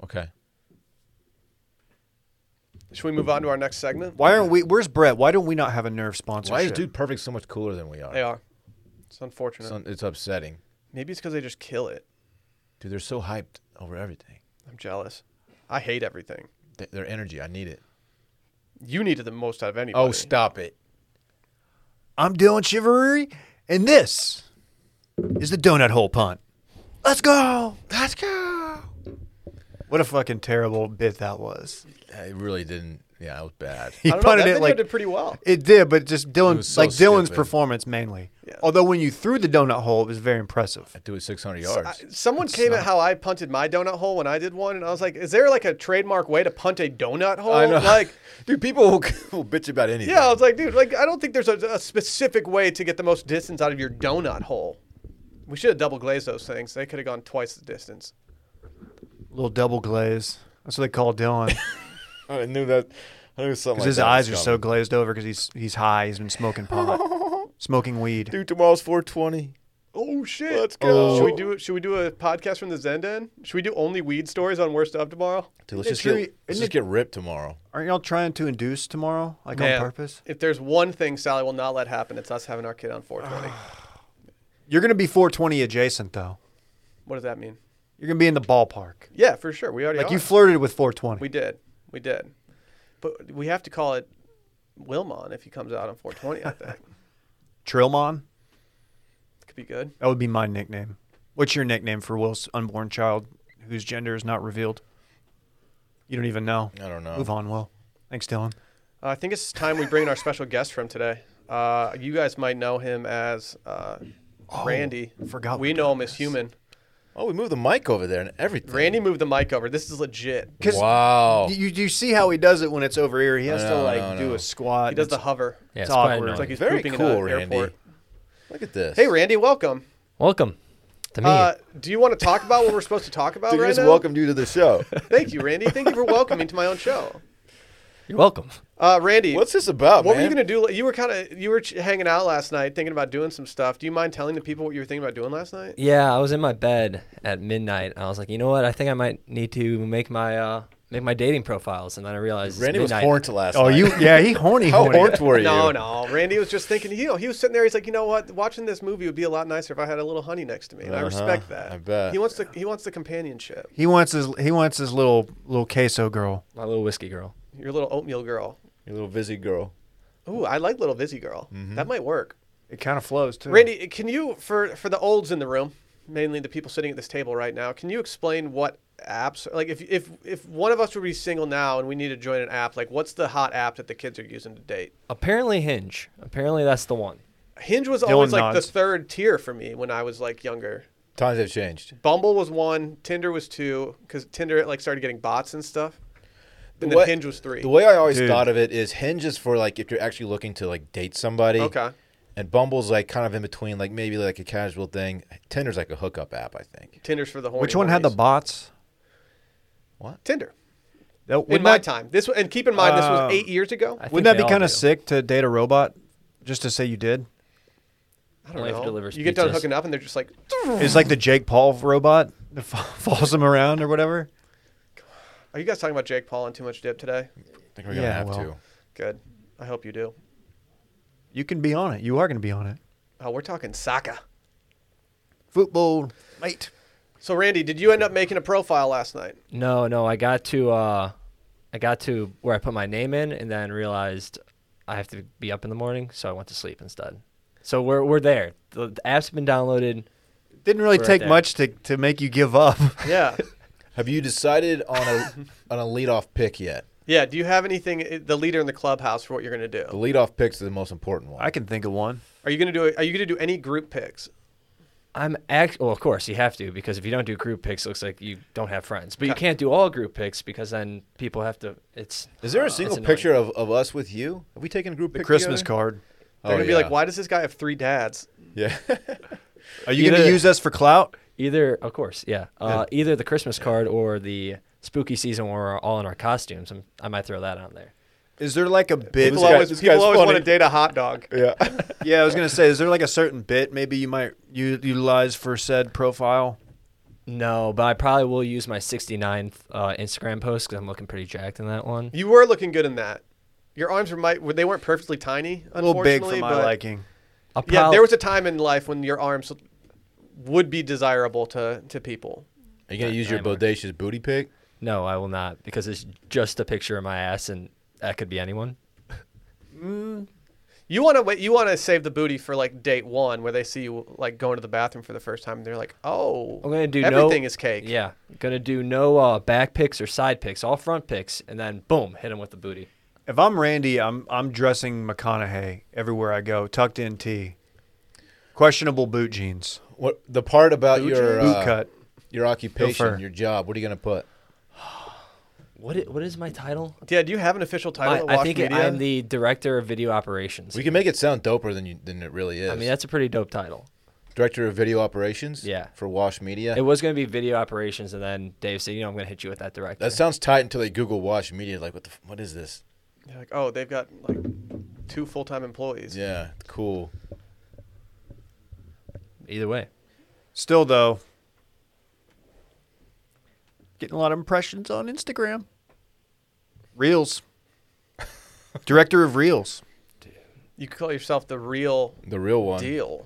Speaker 3: Okay.
Speaker 1: Should we move on to our next segment?
Speaker 2: Why aren't we? Where's Brett? Why don't we not have a Nerf sponsorship?
Speaker 3: Why is Dude Perfect so much cooler than we are?
Speaker 1: They are. It's
Speaker 3: It's,
Speaker 1: unfortunate.
Speaker 3: un- it's upsetting.
Speaker 1: Maybe it's because they just kill it.
Speaker 3: Dude, they're so hyped over everything.
Speaker 1: I'm jealous. I hate everything.
Speaker 3: Th- their energy. I need it.
Speaker 1: You needed the most out of anybody.
Speaker 3: Oh, stop it.
Speaker 2: I'm Dylan Chivaruri, and this is the Donut Hole Punt. Let's go.
Speaker 3: Let's go.
Speaker 2: What a fucking terrible bit that was.
Speaker 3: I really didn't. Yeah, it was (laughs) bad.
Speaker 2: He
Speaker 1: I don't know, that
Speaker 2: punted
Speaker 1: video
Speaker 2: it like
Speaker 1: did pretty well.
Speaker 2: It did, but just
Speaker 3: It
Speaker 2: Dylan,
Speaker 3: was so
Speaker 2: like Dylan's
Speaker 3: stupid.
Speaker 2: performance mainly.
Speaker 1: Yeah.
Speaker 2: Although when you threw the donut hole, it was very impressive.
Speaker 3: Do it 600 yards.
Speaker 1: I, someone came at how I punted my donut hole when I did one, and I was like, "Is there like a trademark way to punt a donut hole?"
Speaker 3: I know.
Speaker 1: Like,
Speaker 3: dude, people will, (laughs) will bitch about anything.
Speaker 1: yeah, I was like, "Dude, like I don't think there's a, a specific way to get the most distance out of your donut hole." We should have double glazed those things. They could have gone twice the distance.
Speaker 2: little double glaze. That's what they call
Speaker 3: (laughs)
Speaker 2: Dylan
Speaker 3: I knew that. I knew something.
Speaker 2: because his eyes are so glazed over because he's he's high. He's been smoking pot, smoking weed.
Speaker 3: Dude, tomorrow's 420.
Speaker 1: Oh shit!
Speaker 3: Let's go.
Speaker 1: Should we do it? Should we do a podcast from the Zen Den? Should we do only weed stories on worst of tomorrow?
Speaker 3: Dude, let's
Speaker 2: Isn't it
Speaker 3: just get,
Speaker 2: true-
Speaker 3: let's
Speaker 2: isn't
Speaker 3: just
Speaker 2: it-
Speaker 3: get ripped tomorrow.
Speaker 2: Aren't y'all trying to induce tomorrow, like
Speaker 1: Man,
Speaker 2: on purpose?
Speaker 1: If there's one thing Sally will not let happen, it's us having our kid on 420.
Speaker 2: Ah. You're gonna be 420 adjacent though.
Speaker 1: what does that mean?
Speaker 2: You're gonna be in the ballpark.
Speaker 1: Yeah, for sure. We already
Speaker 2: Like
Speaker 1: are.
Speaker 2: you flirted with 420.
Speaker 1: We did. We did. But we have to call it Wilmon if he comes out on 420, I
Speaker 2: (laughs)
Speaker 1: think.
Speaker 2: Trillmon.
Speaker 1: Could be good.
Speaker 2: That would be my nickname. What's your nickname for Will's unborn child, whose gender is not revealed? You don't even know.
Speaker 3: I don't know.
Speaker 2: Move on, Will. Thanks, Dylan.
Speaker 1: Uh, I think it's time we bring in our special guest from today. Uh, you guys might know him as uh, Randy.
Speaker 2: forgot
Speaker 1: we
Speaker 2: we're
Speaker 1: know
Speaker 2: doing
Speaker 1: him as human.
Speaker 3: Oh, we moved the mic over there and everything.
Speaker 1: Randy moved the mic over. This is legit.
Speaker 3: Wow.
Speaker 2: You, you see how he does it when it's over here. He has to
Speaker 3: No,
Speaker 2: like
Speaker 3: no,
Speaker 2: do
Speaker 3: no.
Speaker 2: a squat.
Speaker 1: He does the
Speaker 2: It's-
Speaker 1: hover.
Speaker 5: Yeah,
Speaker 2: It's
Speaker 5: it's quite
Speaker 2: awkward.
Speaker 5: annoying.
Speaker 1: It's like he's
Speaker 3: Very
Speaker 1: pooping
Speaker 3: cool,
Speaker 1: in an
Speaker 3: Randy.
Speaker 1: airport.
Speaker 3: Look at this.
Speaker 1: Hey, Randy, welcome.
Speaker 5: Welcome to me.
Speaker 1: Uh, do you want to talk about what we're supposed to talk about
Speaker 3: Dude, we
Speaker 1: right
Speaker 3: just
Speaker 1: now?
Speaker 3: welcomed you to the (laughs) show.
Speaker 1: Thank you, Randy. Thank you for welcoming to my own show.
Speaker 5: You're welcome.
Speaker 1: Uh, Randy,
Speaker 3: What's this about,
Speaker 1: What were
Speaker 3: man?
Speaker 1: you gonna do? You were kind of you were ch- hanging out last night, thinking about doing some stuff. Do you mind telling the people what you were thinking about doing last night?
Speaker 5: Yeah, I was in my bed at midnight. And I was like, you know what? I think I might need to make my uh, make my dating profiles. And then I realized
Speaker 3: Randy
Speaker 5: it's
Speaker 3: was
Speaker 5: midnight.
Speaker 3: horned last
Speaker 2: Oh,
Speaker 3: night.
Speaker 2: you? Yeah, he horny.
Speaker 3: (laughs) How
Speaker 2: horny.
Speaker 1: (laughs)
Speaker 3: horned were you?
Speaker 1: No, no. Randy was just thinking. You know, he was sitting there. He's like, you know what? Watching this movie would be a lot nicer if I had a little honey next to me. And I
Speaker 3: Uh-huh,
Speaker 1: respect that.
Speaker 3: I bet.
Speaker 1: He wants the he wants the companionship.
Speaker 2: He wants his he wants his little little queso girl.
Speaker 5: My little whiskey girl.
Speaker 1: Your little oatmeal girl.
Speaker 3: You little busy girl.
Speaker 1: Ooh, I like little busy girl.
Speaker 3: Mm-hmm.
Speaker 1: That might work.
Speaker 2: It kind of flows too.
Speaker 1: Randy, can you for for the olds in the room, mainly the people sitting at this table right now, can you explain what apps like if if if one of us were to be single now and we need to join an app, like what's the hot app that the kids are using to date?
Speaker 5: Apparently Hinge. Apparently that's the one.
Speaker 1: Hinge was
Speaker 2: Dylan
Speaker 1: always like
Speaker 2: nods.
Speaker 1: the third tier for me when I was like younger.
Speaker 3: Times have changed.
Speaker 1: Bumble was one, Tinder was two, because Tinder like started getting bots and stuff, and
Speaker 3: way-
Speaker 1: then Hinge was three.
Speaker 3: The way I always
Speaker 2: Dude.
Speaker 3: thought of it is Hinge is for like if you're actually looking to like date somebody.
Speaker 1: Okay.
Speaker 3: And Bumble's like kind of in between, like maybe like a casual thing. Tinder's like a hookup app, I think.
Speaker 1: Tinder's for the horny.
Speaker 2: Which one had the
Speaker 1: hornies.
Speaker 2: bots?
Speaker 1: Tinder?
Speaker 2: That,
Speaker 1: In
Speaker 2: wouldn't
Speaker 1: my
Speaker 2: that-
Speaker 1: time, this and keep in mind this
Speaker 2: Um,
Speaker 1: was eight years ago.
Speaker 5: I think
Speaker 2: Wouldn't that
Speaker 5: they
Speaker 2: be
Speaker 5: all
Speaker 2: kind of
Speaker 5: do.
Speaker 2: sick to date a robot, just to say you did?
Speaker 1: I don't
Speaker 5: Only if it
Speaker 1: know.
Speaker 5: delivers
Speaker 1: you get done
Speaker 5: pizzas.
Speaker 1: hooking up and they're just like,
Speaker 2: It's like the Jake Paul robot that (laughs) fo- follows him around or whatever.
Speaker 1: Are you guys talking about Jake Paul and too much dip today?
Speaker 3: I think we're gonna
Speaker 2: Yeah,
Speaker 3: have
Speaker 2: well.
Speaker 3: to.
Speaker 1: Good. I hope you do.
Speaker 2: You can be on it. You are going to be on it.
Speaker 1: Oh, we're talking soccer.
Speaker 2: Football, mate.
Speaker 1: So, Randy, did you end up making a profile last night?
Speaker 5: No, no, I got to uh, I got to where I put my name in and then realized I have to be up in the morning, so I went to sleep instead. So we're we're there. The, the app's been downloaded.
Speaker 2: Didn't really
Speaker 5: Right
Speaker 2: take
Speaker 5: there.
Speaker 2: much to, to make you give up.
Speaker 1: Yeah.
Speaker 3: Have you decided on a on a leadoff pick yet?
Speaker 1: yeah. Do you have anything, eh, the leader in the clubhouse, for what you're going to
Speaker 3: The
Speaker 1: do?
Speaker 3: leadoff pick's the most important one.
Speaker 2: I can think of one.
Speaker 1: Are you going to do? Are you going to do any group picks?
Speaker 5: I'm act well, of course you have to because if you don't do group picks, it looks like you don't have friends. But you can't do all group picks because then people have to. It's uh,
Speaker 3: Is there a
Speaker 5: it's
Speaker 3: single
Speaker 5: annoying.
Speaker 3: picture of, of us with you? Have we taken a group
Speaker 2: The
Speaker 3: pic
Speaker 2: Christmas
Speaker 3: together?
Speaker 2: card.
Speaker 1: They're
Speaker 3: Oh,
Speaker 1: going to be
Speaker 3: yeah.
Speaker 1: like, why does this guy have three dads?
Speaker 3: (laughs) Yeah.
Speaker 2: Are you going to
Speaker 5: Either-
Speaker 2: use us for clout?
Speaker 5: Either, of course, yeah. Uh, Either the Christmas card or the spooky season where we're all in our costumes. i I might throw that on there.
Speaker 2: Is there like a bit?
Speaker 3: This
Speaker 1: People
Speaker 3: guy-
Speaker 1: always,
Speaker 3: this
Speaker 1: people
Speaker 3: guy's
Speaker 1: always
Speaker 3: funny.
Speaker 1: want to date a hot dog.
Speaker 3: yeah.
Speaker 2: (laughs) yeah, I was going to say, is there like a certain bit maybe you might u- utilize for said profile?
Speaker 5: No, but I probably will use my 69th uh, Instagram post because I'm looking pretty jacked in that one.
Speaker 1: (laughs) You were looking good in that. Your arms were might they weren't perfectly tiny,
Speaker 2: A little big for
Speaker 1: unfortunately,
Speaker 2: my
Speaker 1: but-
Speaker 2: liking.
Speaker 5: I'll
Speaker 1: Yeah,
Speaker 5: prob-
Speaker 1: there was a time in life when your arms would be desirable to to people.
Speaker 3: Are you gonna use your
Speaker 5: Timer.
Speaker 3: bodacious booty pic?
Speaker 5: No, I will not because it's just a picture of my ass, and that could be anyone.
Speaker 1: You want to you want to save the booty for like date one where they see you like going to the bathroom for the first time. and They're like, oh,
Speaker 5: I'm gonna do no-
Speaker 1: everything is cake.
Speaker 5: Yeah, gonna do no uh, back picks or side picks, all front picks, and then boom, hit him with the booty.
Speaker 2: If I'm Randy, I'm I'm dressing McConaughey everywhere I go, tucked in tee, questionable boot jeans,
Speaker 3: What the part about your
Speaker 2: boot
Speaker 3: uh,
Speaker 2: cut.
Speaker 3: your
Speaker 2: fur.
Speaker 3: occupation, your job? What are you gonna put?
Speaker 5: What i- what is my title?
Speaker 1: Yeah, do you have an official title?
Speaker 5: My-
Speaker 1: at
Speaker 5: I
Speaker 1: Wash
Speaker 5: think
Speaker 1: Media?
Speaker 5: I'm the director of video operations.
Speaker 3: We can make it sound doper than you than it really is.
Speaker 5: I mean, that's a pretty dope title.
Speaker 3: director of video operations.
Speaker 5: Yeah.
Speaker 3: for Wash Media.
Speaker 5: It was gonna be video operations, and then Dave said, "You know, I'm gonna hit you with that director."
Speaker 3: that sounds tight until they Google Wash Media. Like, what the f- what is this?
Speaker 1: They're like, oh, they've got like two full time employees.
Speaker 3: Yeah, cool.
Speaker 5: Either way,
Speaker 2: Still though, getting a lot of impressions on Instagram.
Speaker 1: (laughs)
Speaker 2: Reels. Director of Reels.
Speaker 1: You could call yourself the real
Speaker 3: The real one.
Speaker 1: deal.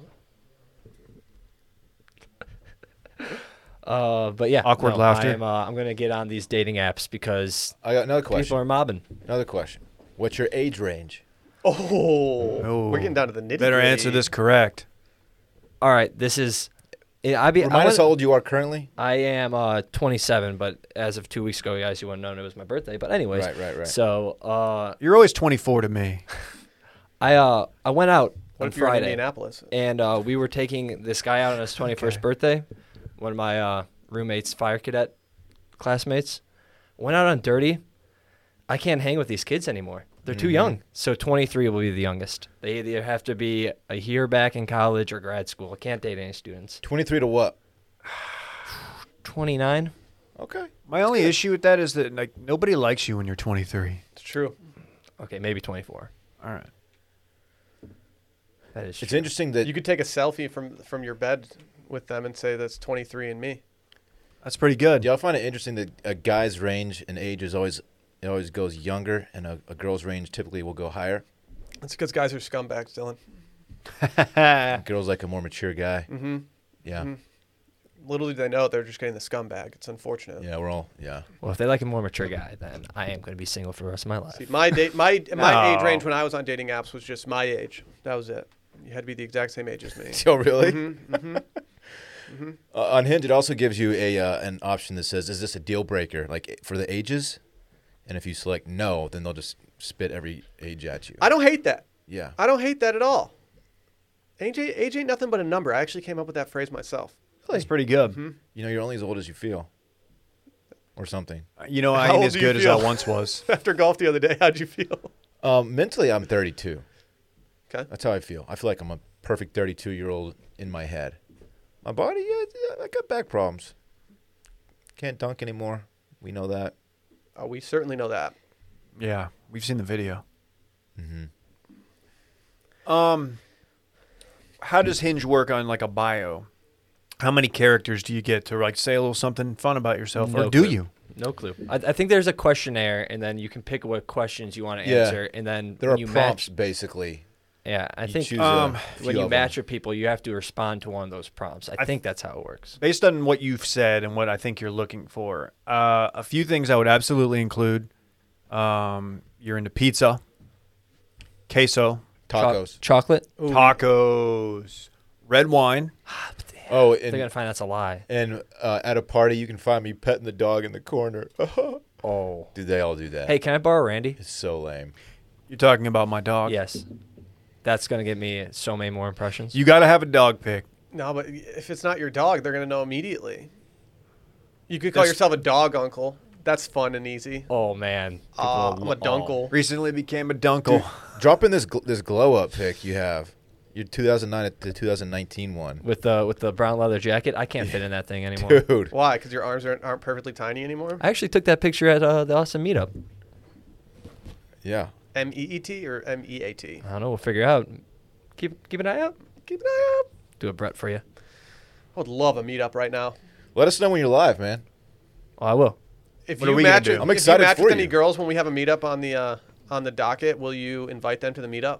Speaker 5: uh, but yeah,
Speaker 2: Awkward laughter.
Speaker 5: I am, uh, I'm gonna get on these dating apps because
Speaker 3: I got another
Speaker 5: people
Speaker 3: question.
Speaker 5: are mobbing.
Speaker 3: Another question. What's your age range?
Speaker 1: Oh,
Speaker 2: Oh.
Speaker 1: we're getting down to the nitty.
Speaker 2: Better answer this correct.
Speaker 5: All right, this is. Yeah, I be. I
Speaker 3: Remind us
Speaker 5: wanna-
Speaker 3: how old you are currently.
Speaker 5: I am uh, 27, but as of two weeks ago, you guys, you wouldn't have known it was my birthday. But anyways,
Speaker 3: Right, right, right.
Speaker 5: So uh,
Speaker 2: You're always 24
Speaker 1: (laughs)
Speaker 2: to me.
Speaker 5: I uh, I went out
Speaker 1: What
Speaker 5: on
Speaker 1: if you're in
Speaker 5: Friday,
Speaker 1: Indianapolis?
Speaker 5: and uh, we were taking this guy out on his 21st birthday. One of my uh, roommates, fire cadet classmates, went out on dirty. I can't hang with these kids anymore. They're
Speaker 3: Mm-hmm.
Speaker 5: too young. So 23 will be the youngest. They either have to be a year back in college or grad school. I can't date any students.
Speaker 3: Twenty three to what?
Speaker 5: 29.
Speaker 3: Okay.
Speaker 2: My only issue with that is that like nobody likes you when you're 23.
Speaker 1: It's true.
Speaker 5: Okay, maybe 24.
Speaker 2: All right.
Speaker 5: That is
Speaker 3: It's
Speaker 5: true.
Speaker 3: interesting that
Speaker 1: You could take a selfie from from your bed with them and say that's 23 and me.
Speaker 2: That's pretty good.
Speaker 3: y'all find it interesting that a guy's range and age is always it always goes younger, and a, a girl's range typically will go higher.
Speaker 1: That's because guys are scumbags, Dylan.
Speaker 3: Girls like a more mature guy. Mm-hmm. Yeah.
Speaker 1: Little do they know they're just getting the scumbag. It's unfortunate.
Speaker 3: Yeah, we're all yeah. (laughs)
Speaker 5: Well, if they like a more mature guy, then I am going to be single for the rest of my life.
Speaker 1: See, my date, my my age
Speaker 2: No.
Speaker 1: range when I was on dating apps was just my age. That was it. You had to be the exact same age as me.
Speaker 3: Oh, really? Uh, on Hinge, it also gives you a uh, an option that says, "Is this a deal breaker?" Like for the ages, and if you select no, then they'll just spit every age at you.
Speaker 1: I don't hate that.
Speaker 3: yeah,
Speaker 1: I don't hate that at all. Age, age ain't nothing but a number. I actually came up with that phrase myself. (laughs)
Speaker 2: That's pretty good.
Speaker 1: Mm-hmm.
Speaker 3: you know, you're only as old as you feel, or something.
Speaker 2: You know, I
Speaker 1: How
Speaker 2: ain't
Speaker 1: old
Speaker 2: as
Speaker 1: do you
Speaker 2: good as I
Speaker 1: feel?
Speaker 2: once was.
Speaker 1: After golf the other day, how'd you feel?
Speaker 3: Um, mentally, I'm 32.
Speaker 1: Okay.
Speaker 3: That's how I feel. I feel like I'm a perfect 32 year old in my head. My body, yeah, yeah, I got back problems. Can't dunk anymore. We know that.
Speaker 1: Oh, we certainly know that.
Speaker 2: yeah, we've seen the video. Mm-hmm. Um, how does Hinge work on like a bio? How many characters do you get to like say a little something fun about yourself,
Speaker 5: No
Speaker 2: or do
Speaker 5: clue.
Speaker 2: you?
Speaker 5: No clue. I, I think there's a questionnaire, and then you can pick what questions you want to
Speaker 3: Yeah.
Speaker 5: answer, and then
Speaker 3: There
Speaker 5: when
Speaker 3: are
Speaker 5: you
Speaker 3: prompts,
Speaker 5: match.
Speaker 3: basically.
Speaker 5: Yeah, I
Speaker 3: You
Speaker 5: think
Speaker 3: choose
Speaker 2: um,
Speaker 3: a
Speaker 5: when
Speaker 3: few
Speaker 5: you
Speaker 3: of them.
Speaker 5: match with people, you have to respond to one of those prompts. I, think that's how it works.
Speaker 2: Based on what you've said and what I think you're looking for, uh, a few things I would absolutely include. Um, you're into pizza, queso,
Speaker 3: tacos.
Speaker 5: Cho- chocolate.
Speaker 2: tacos, red wine.
Speaker 3: Oh,
Speaker 5: They're gonna
Speaker 3: and,
Speaker 5: find that's a lie.
Speaker 3: and uh, at a party, you can find me petting the dog in the corner.
Speaker 5: Oh.
Speaker 3: Dude, they all do that.
Speaker 5: Hey, can I borrow Randy?
Speaker 3: It's so lame.
Speaker 2: You're talking about my dog.
Speaker 5: Yes. That's gonna get me so many more impressions.
Speaker 2: You got to have a dog pick.
Speaker 1: No, but if it's not your dog, they're gonna know immediately. You could call
Speaker 2: That's-
Speaker 1: yourself a dog uncle. That's fun and easy.
Speaker 5: oh man. People
Speaker 1: Uh, I'm
Speaker 5: will-
Speaker 1: a dunkle.
Speaker 2: Recently became a dunkle.
Speaker 3: Drop in this gl- this glow up pic you have. Your 2009 to 2019
Speaker 5: oh.
Speaker 3: one.
Speaker 5: With the with the brown leather jacket, I can't fit in
Speaker 3: (laughs)
Speaker 5: that thing anymore.
Speaker 3: Dude.
Speaker 1: Why? Because your arms aren't, aren't perfectly tiny anymore.
Speaker 5: I actually took that picture at uh, the Austin meetup.
Speaker 3: Yeah.
Speaker 1: M E E T or M E A T.
Speaker 5: I don't know. We'll figure it out. Keep keep an eye out.
Speaker 1: Keep an eye out.
Speaker 5: Do a Brett for you.
Speaker 1: I would love a meetup right now.
Speaker 3: Let us know when you're live, man.
Speaker 5: Oh, I will.
Speaker 1: If
Speaker 2: What are
Speaker 1: you
Speaker 2: we gonna
Speaker 1: match,
Speaker 2: do?
Speaker 1: with-
Speaker 2: I'm
Speaker 1: if
Speaker 3: excited
Speaker 1: you match
Speaker 3: for
Speaker 1: with any
Speaker 3: you.
Speaker 1: girls when we have a meetup on the uh, on the docket, will you invite them to the meetup?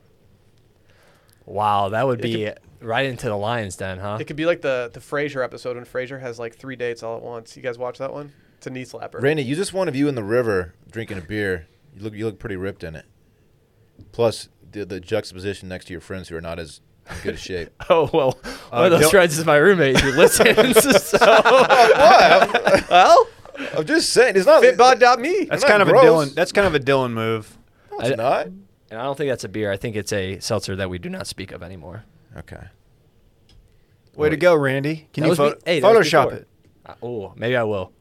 Speaker 5: Wow, that would be right into the lions den, huh?
Speaker 1: It could be like the the Frasier episode when Frasier has like three dates all at once. You guys watch that one? It's a knee slapper.
Speaker 3: Randy, you just one of you in the river drinking a beer. You look you look pretty ripped in it. Plus the the juxtaposition next to your friends who are not as in good a shape. (laughs)
Speaker 5: Oh (laughs) well, one of those
Speaker 2: uh, don't-
Speaker 5: friends is my
Speaker 2: (laughs)
Speaker 5: roommate who listens. so,
Speaker 3: what?
Speaker 5: well,
Speaker 3: I'm just saying it's not
Speaker 1: Fitbod.me.
Speaker 2: That's
Speaker 3: I'm
Speaker 2: kind of
Speaker 3: not gross.
Speaker 2: a Dylan. That's kind of a Dylan move.
Speaker 3: No, it's
Speaker 5: I-
Speaker 3: not.
Speaker 5: and I don't think that's a beer. I think it's a seltzer that we do not speak of anymore.
Speaker 3: Okay.
Speaker 2: Way to go, Randy. Can
Speaker 5: That
Speaker 2: you
Speaker 5: was be-
Speaker 2: pho-
Speaker 5: hey, that was
Speaker 2: Photoshop
Speaker 5: before.
Speaker 2: it?
Speaker 5: Uh, oh, maybe I will.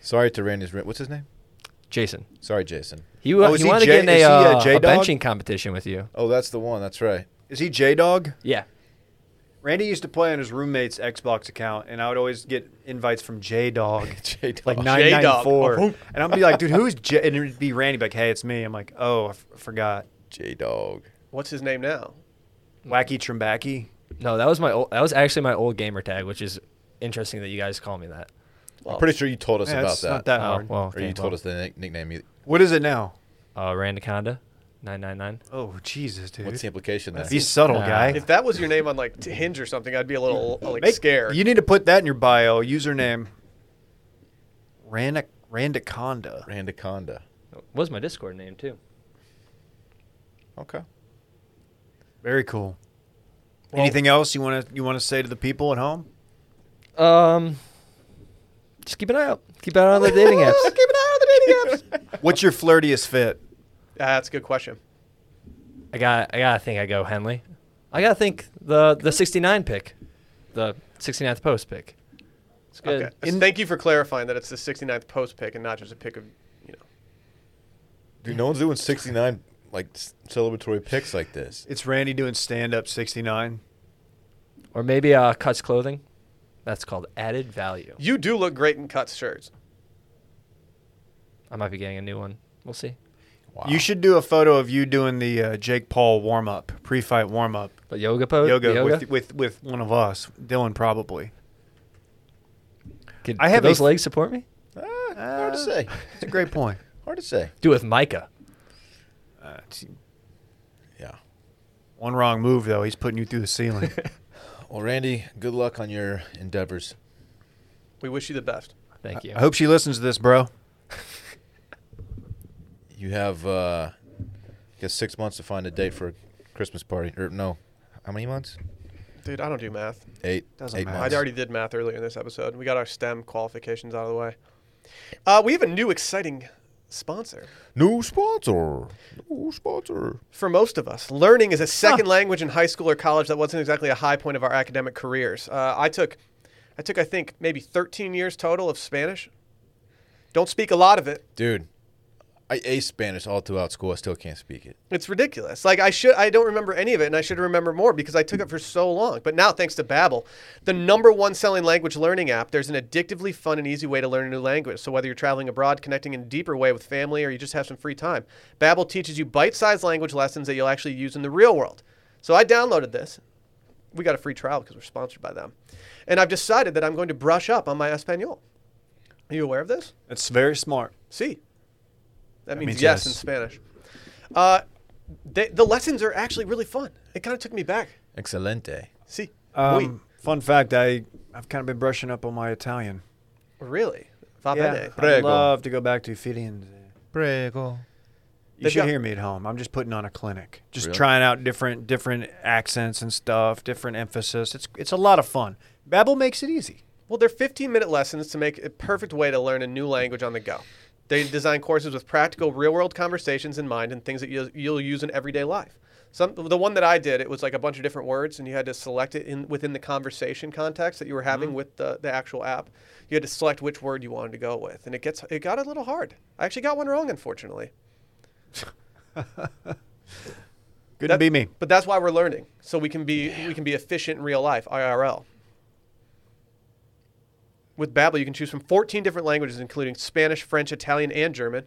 Speaker 3: Sorry to Randy's ri- what's his name?
Speaker 5: Jason,
Speaker 3: Sorry, Jason.
Speaker 5: you
Speaker 2: Oh,
Speaker 5: uh
Speaker 2: is
Speaker 5: you
Speaker 2: he J-
Speaker 5: wanted to get in a,
Speaker 2: is he, uh,
Speaker 5: uh, a
Speaker 2: J-Dog?
Speaker 5: benching competition with you?
Speaker 3: Oh, that's the one. That's right. (laughs)
Speaker 2: Is he J Dog?
Speaker 5: Yeah,
Speaker 2: Randy used to play on his roommate's Xbox account, and I would always get invites from J (laughs) Dog,
Speaker 3: J
Speaker 2: like
Speaker 3: Dog.
Speaker 2: nine nine four,
Speaker 1: Oh,
Speaker 2: and I'd be like, "Dude, who's J?" And it'd be Randy, like, "Hey, it's me." I'm like, "Oh, I f- forgot."
Speaker 3: J Dog.
Speaker 1: What's his name now?
Speaker 2: Wacky Trimbacky.
Speaker 5: no, that was my old, that was actually my old gamer tag, which is interesting that you guys call me that.
Speaker 1: Well,
Speaker 3: I'm pretty sure you told us
Speaker 2: Yeah,
Speaker 3: about
Speaker 2: it's
Speaker 3: that.
Speaker 2: not that
Speaker 5: Oh
Speaker 2: hard.
Speaker 5: well,
Speaker 3: Or
Speaker 5: okay,
Speaker 3: you told
Speaker 5: well.
Speaker 3: us the nick- nickname. You-
Speaker 2: What is it now?
Speaker 5: uh, Randaconda, nine nine nine.
Speaker 2: Oh Jesus, dude.
Speaker 3: What's the implication there?
Speaker 2: Be subtle,
Speaker 5: Nah.
Speaker 2: guy.
Speaker 1: If that was your name on like t- Hinge or something, I'd be a little uh, like scared.
Speaker 2: You need to put that in your bio. Username. Randa Randaconda.
Speaker 3: Randaconda.
Speaker 5: Was my Discord name too?
Speaker 3: Okay.
Speaker 2: Very cool. Anything else you want to you want to say to the people at home?
Speaker 5: Um, just keep an eye out. Keep an eye out on the
Speaker 1: (laughs)
Speaker 5: dating (laughs) apps.
Speaker 1: Keep an eye on the
Speaker 5: (laughs)
Speaker 1: dating apps.
Speaker 2: What's your flirtiest fit?
Speaker 1: Ah, that's a good question.
Speaker 5: I got. I gotta think. I go Henley. I gotta think the the sixty nine pick, the 69th post pick. It's good.
Speaker 1: Okay. Thank you for clarifying that it's the 69th post pick and not just a pick of, you know.
Speaker 3: Dude, no one's doing 69 like s- celebratory picks like this.
Speaker 2: It's Randy doing stand up 69.
Speaker 5: Or maybe uh, cuts clothing. That's called added value.
Speaker 1: You do look great in cuts shirts.
Speaker 5: I might be getting a new one. We'll see.
Speaker 3: Wow.
Speaker 2: You should do a photo of you doing the uh, Jake Paul warm up, pre fight warm up
Speaker 5: But yoga
Speaker 3: Oh,
Speaker 5: pose.
Speaker 2: yoga,
Speaker 5: yoga?
Speaker 2: With, with with one of us, Dylan probably.
Speaker 5: Could-
Speaker 2: I
Speaker 5: could
Speaker 2: have a
Speaker 5: those
Speaker 2: f-
Speaker 5: legs support me.
Speaker 3: Ah, hard
Speaker 2: uh, (laughs)
Speaker 3: to say.
Speaker 2: That's a
Speaker 3: (laughs)
Speaker 2: great point.
Speaker 3: Hard to say.
Speaker 5: Do it with Micah.
Speaker 2: Uh, it's-
Speaker 3: Yeah.
Speaker 2: one wrong move though, he's putting you through the
Speaker 3: (laughs)
Speaker 2: ceiling.
Speaker 3: Well, Randy, good luck on your endeavors.
Speaker 1: We wish you the best.
Speaker 5: Thank you.
Speaker 2: I hope she listens to this, bro.
Speaker 3: You have, uh, I guess, six months to find a date for a Christmas party. Or no, how many months?
Speaker 1: Dude, I don't do math.
Speaker 3: Eight.
Speaker 2: Doesn't
Speaker 3: eight
Speaker 2: matter.
Speaker 1: I
Speaker 3: months.
Speaker 1: already did math earlier in this episode. We got our STEM qualifications out of the way. Uh, we have a new exciting sponsor.
Speaker 3: New sponsor. New sponsor.
Speaker 1: For most of us, learning is a second language in high school or college that wasn't exactly a high point of our academic careers. Uh, I took, I took, I think maybe 13 years total of Spanish. Don't speak a lot of it.
Speaker 3: Dude, I aced Spanish all throughout school. I still can't speak it.
Speaker 1: It's ridiculous. Like I should, I don't remember any of it, and I should remember more because I took it for so long. But now, thanks to Babbel, the number one selling language learning app, there's an addictively fun and easy way to learn a new language. So whether you're traveling abroad, connecting in a deeper way with family, or you just have some free time, Babbel teaches you bite-sized language lessons that you'll actually use in the real world. So I downloaded this. We got a free trial because we're sponsored by them, and I've decided that I'm going to brush up on my Espanol. Are you aware of this?
Speaker 2: That's very smart.
Speaker 1: Sí. That means,
Speaker 2: means
Speaker 1: yes,
Speaker 2: yes.
Speaker 1: in Spanish. Uh, they, the lessons are actually really fun. It kind of took me back.
Speaker 3: Excelente.
Speaker 1: See,
Speaker 2: Um, fun fact, I I've kind of been brushing up on my Italian.
Speaker 1: really? Va bene.
Speaker 2: I'd
Speaker 3: Prego.
Speaker 2: love to go back to Fidian.
Speaker 3: Prego.
Speaker 2: You
Speaker 1: They've
Speaker 2: should
Speaker 1: got-
Speaker 2: hear me at home. I'm just putting on a clinic, just
Speaker 3: Really?
Speaker 2: trying out different different accents and stuff, different emphasis. It's it's a lot of fun. Babbel makes it easy.
Speaker 1: Well, they're 15 minute lessons to make a perfect way to learn a new language on the go. They design courses with practical, real world conversations in mind and things that you'll, you'll use in everyday life. Some, the one that I did, it was like a bunch of different words, and you had to select it in, within the conversation context that you were having with the, the actual app. You had to select which word you wanted to go with, and it gets it got a little hard. I actually got one wrong, unfortunately.
Speaker 2: Good
Speaker 1: That-
Speaker 2: to be me.
Speaker 1: But that's why we're learning, so we can be we can be efficient in real life, IRL. With Babbel, you can choose from 14 different languages, including Spanish, French, Italian, and German.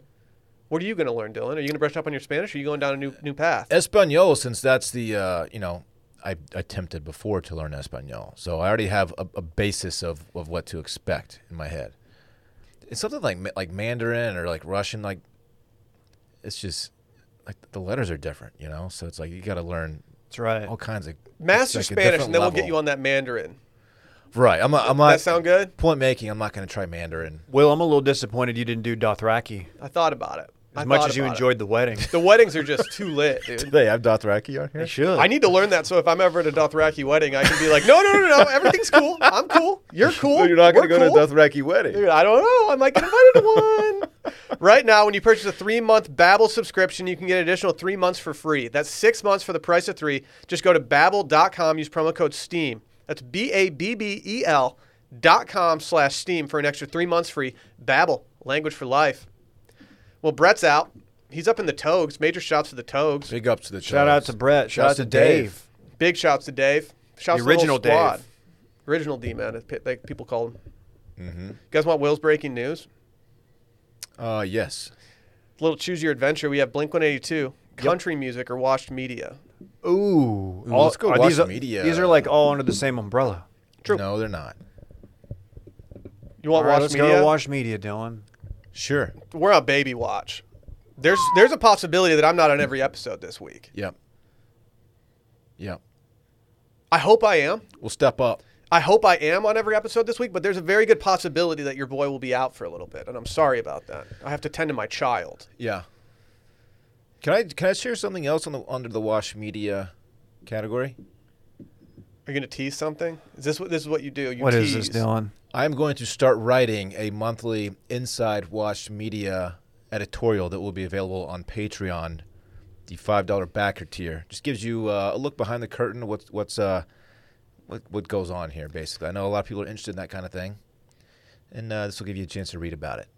Speaker 1: What are you going to learn, Dylan? Are you going to brush up on your Spanish? Or are you going down a new new path?
Speaker 3: Espanol, since that's the, uh, you know, I attempted before to learn Espanol. So I already have a, a basis of, of what to expect in my head. It's something like Ma- like Mandarin or like Russian. Like, it's just like the letters are different, you know. So it's like you got to learn
Speaker 2: That's right.
Speaker 3: all kinds of it's
Speaker 1: Master
Speaker 3: like a
Speaker 1: Spanish,
Speaker 3: different
Speaker 1: and then we'll get
Speaker 3: level.
Speaker 1: you on that Mandarin.
Speaker 3: Right. I'm. Not, I'm not.
Speaker 1: that sound good?
Speaker 3: Point making. I'm not going to try Mandarin.
Speaker 2: Will, I'm a little disappointed you didn't do Dothraki
Speaker 1: I thought about it.
Speaker 2: as
Speaker 1: I
Speaker 2: much
Speaker 1: thought
Speaker 2: as you
Speaker 1: about it.
Speaker 2: enjoyed the wedding.
Speaker 1: The weddings are just too lit, dude.
Speaker 3: (laughs) They have Dothraki on here.
Speaker 2: should.
Speaker 1: I need to learn that so if I'm ever at a Dothraki wedding, I can be like, no, no, no, no, everything's cool. I'm cool.
Speaker 3: (laughs)
Speaker 1: You're cool.
Speaker 3: Well, you're not
Speaker 1: going
Speaker 3: going to go to a Dothraki wedding.
Speaker 1: Dude, I don't know. I might get invited to
Speaker 2: (laughs)
Speaker 1: one. Right now, when you purchase a three month Babbel subscription, you can get an additional three months for free. That's six months for the price of three. Just go to babbel.com, use promo code STEAM. That's B A B B E L dot com slash STEAM for an extra three months free. Babbel, language for life. Well, Brett's out. He's up in the togs. Major shouts to the togs.
Speaker 3: Big ups to the
Speaker 2: Shout out
Speaker 3: Chubs.
Speaker 2: to Brett. Shout out to Dave.
Speaker 1: Big shouts to Dave. Shouts
Speaker 2: The
Speaker 1: to
Speaker 2: original
Speaker 1: the whole squad.
Speaker 2: Dave.
Speaker 1: Original D man, as pe- like people call him.
Speaker 2: Mm-hmm.
Speaker 1: You guys want Will's breaking news?
Speaker 3: Uh, yes.
Speaker 1: little choose your adventure. We have Blink 182, country music, or watched media.
Speaker 2: Ooh,
Speaker 3: Ooh, let's go
Speaker 2: are
Speaker 3: watch
Speaker 2: these, uh,
Speaker 3: media.
Speaker 2: These are like all under the same umbrella.
Speaker 1: True.
Speaker 3: No, they're not.
Speaker 1: You want
Speaker 2: All right,
Speaker 1: watched
Speaker 2: let's
Speaker 1: media?
Speaker 2: go to watch media, Dylan.
Speaker 3: Sure.
Speaker 1: We're on baby watch. There's there's a possibility that I'm not on every episode this week.
Speaker 3: Yep. Yep.
Speaker 1: I hope I am.
Speaker 3: We'll step up.
Speaker 1: I hope I am on every episode this week, but there's a very good possibility that your boy will be out for a little bit, and I'm sorry about that. I have to tend to my child.
Speaker 3: Yeah. Can I can I share something else on the under the wash media category?
Speaker 1: Are you going to tease something? Is this what this is what you do? You
Speaker 2: What is
Speaker 1: tease.
Speaker 2: this, Dylan?
Speaker 3: I'm going to start writing a monthly Inside Wash Media editorial that will be available on Patreon, the five dollar backer tier. Just gives you uh, a look behind the curtain. What's what's uh, what what goes on here? Basically, I know a lot of people are interested in that kind of thing, and uh, this will give you a chance to read about it.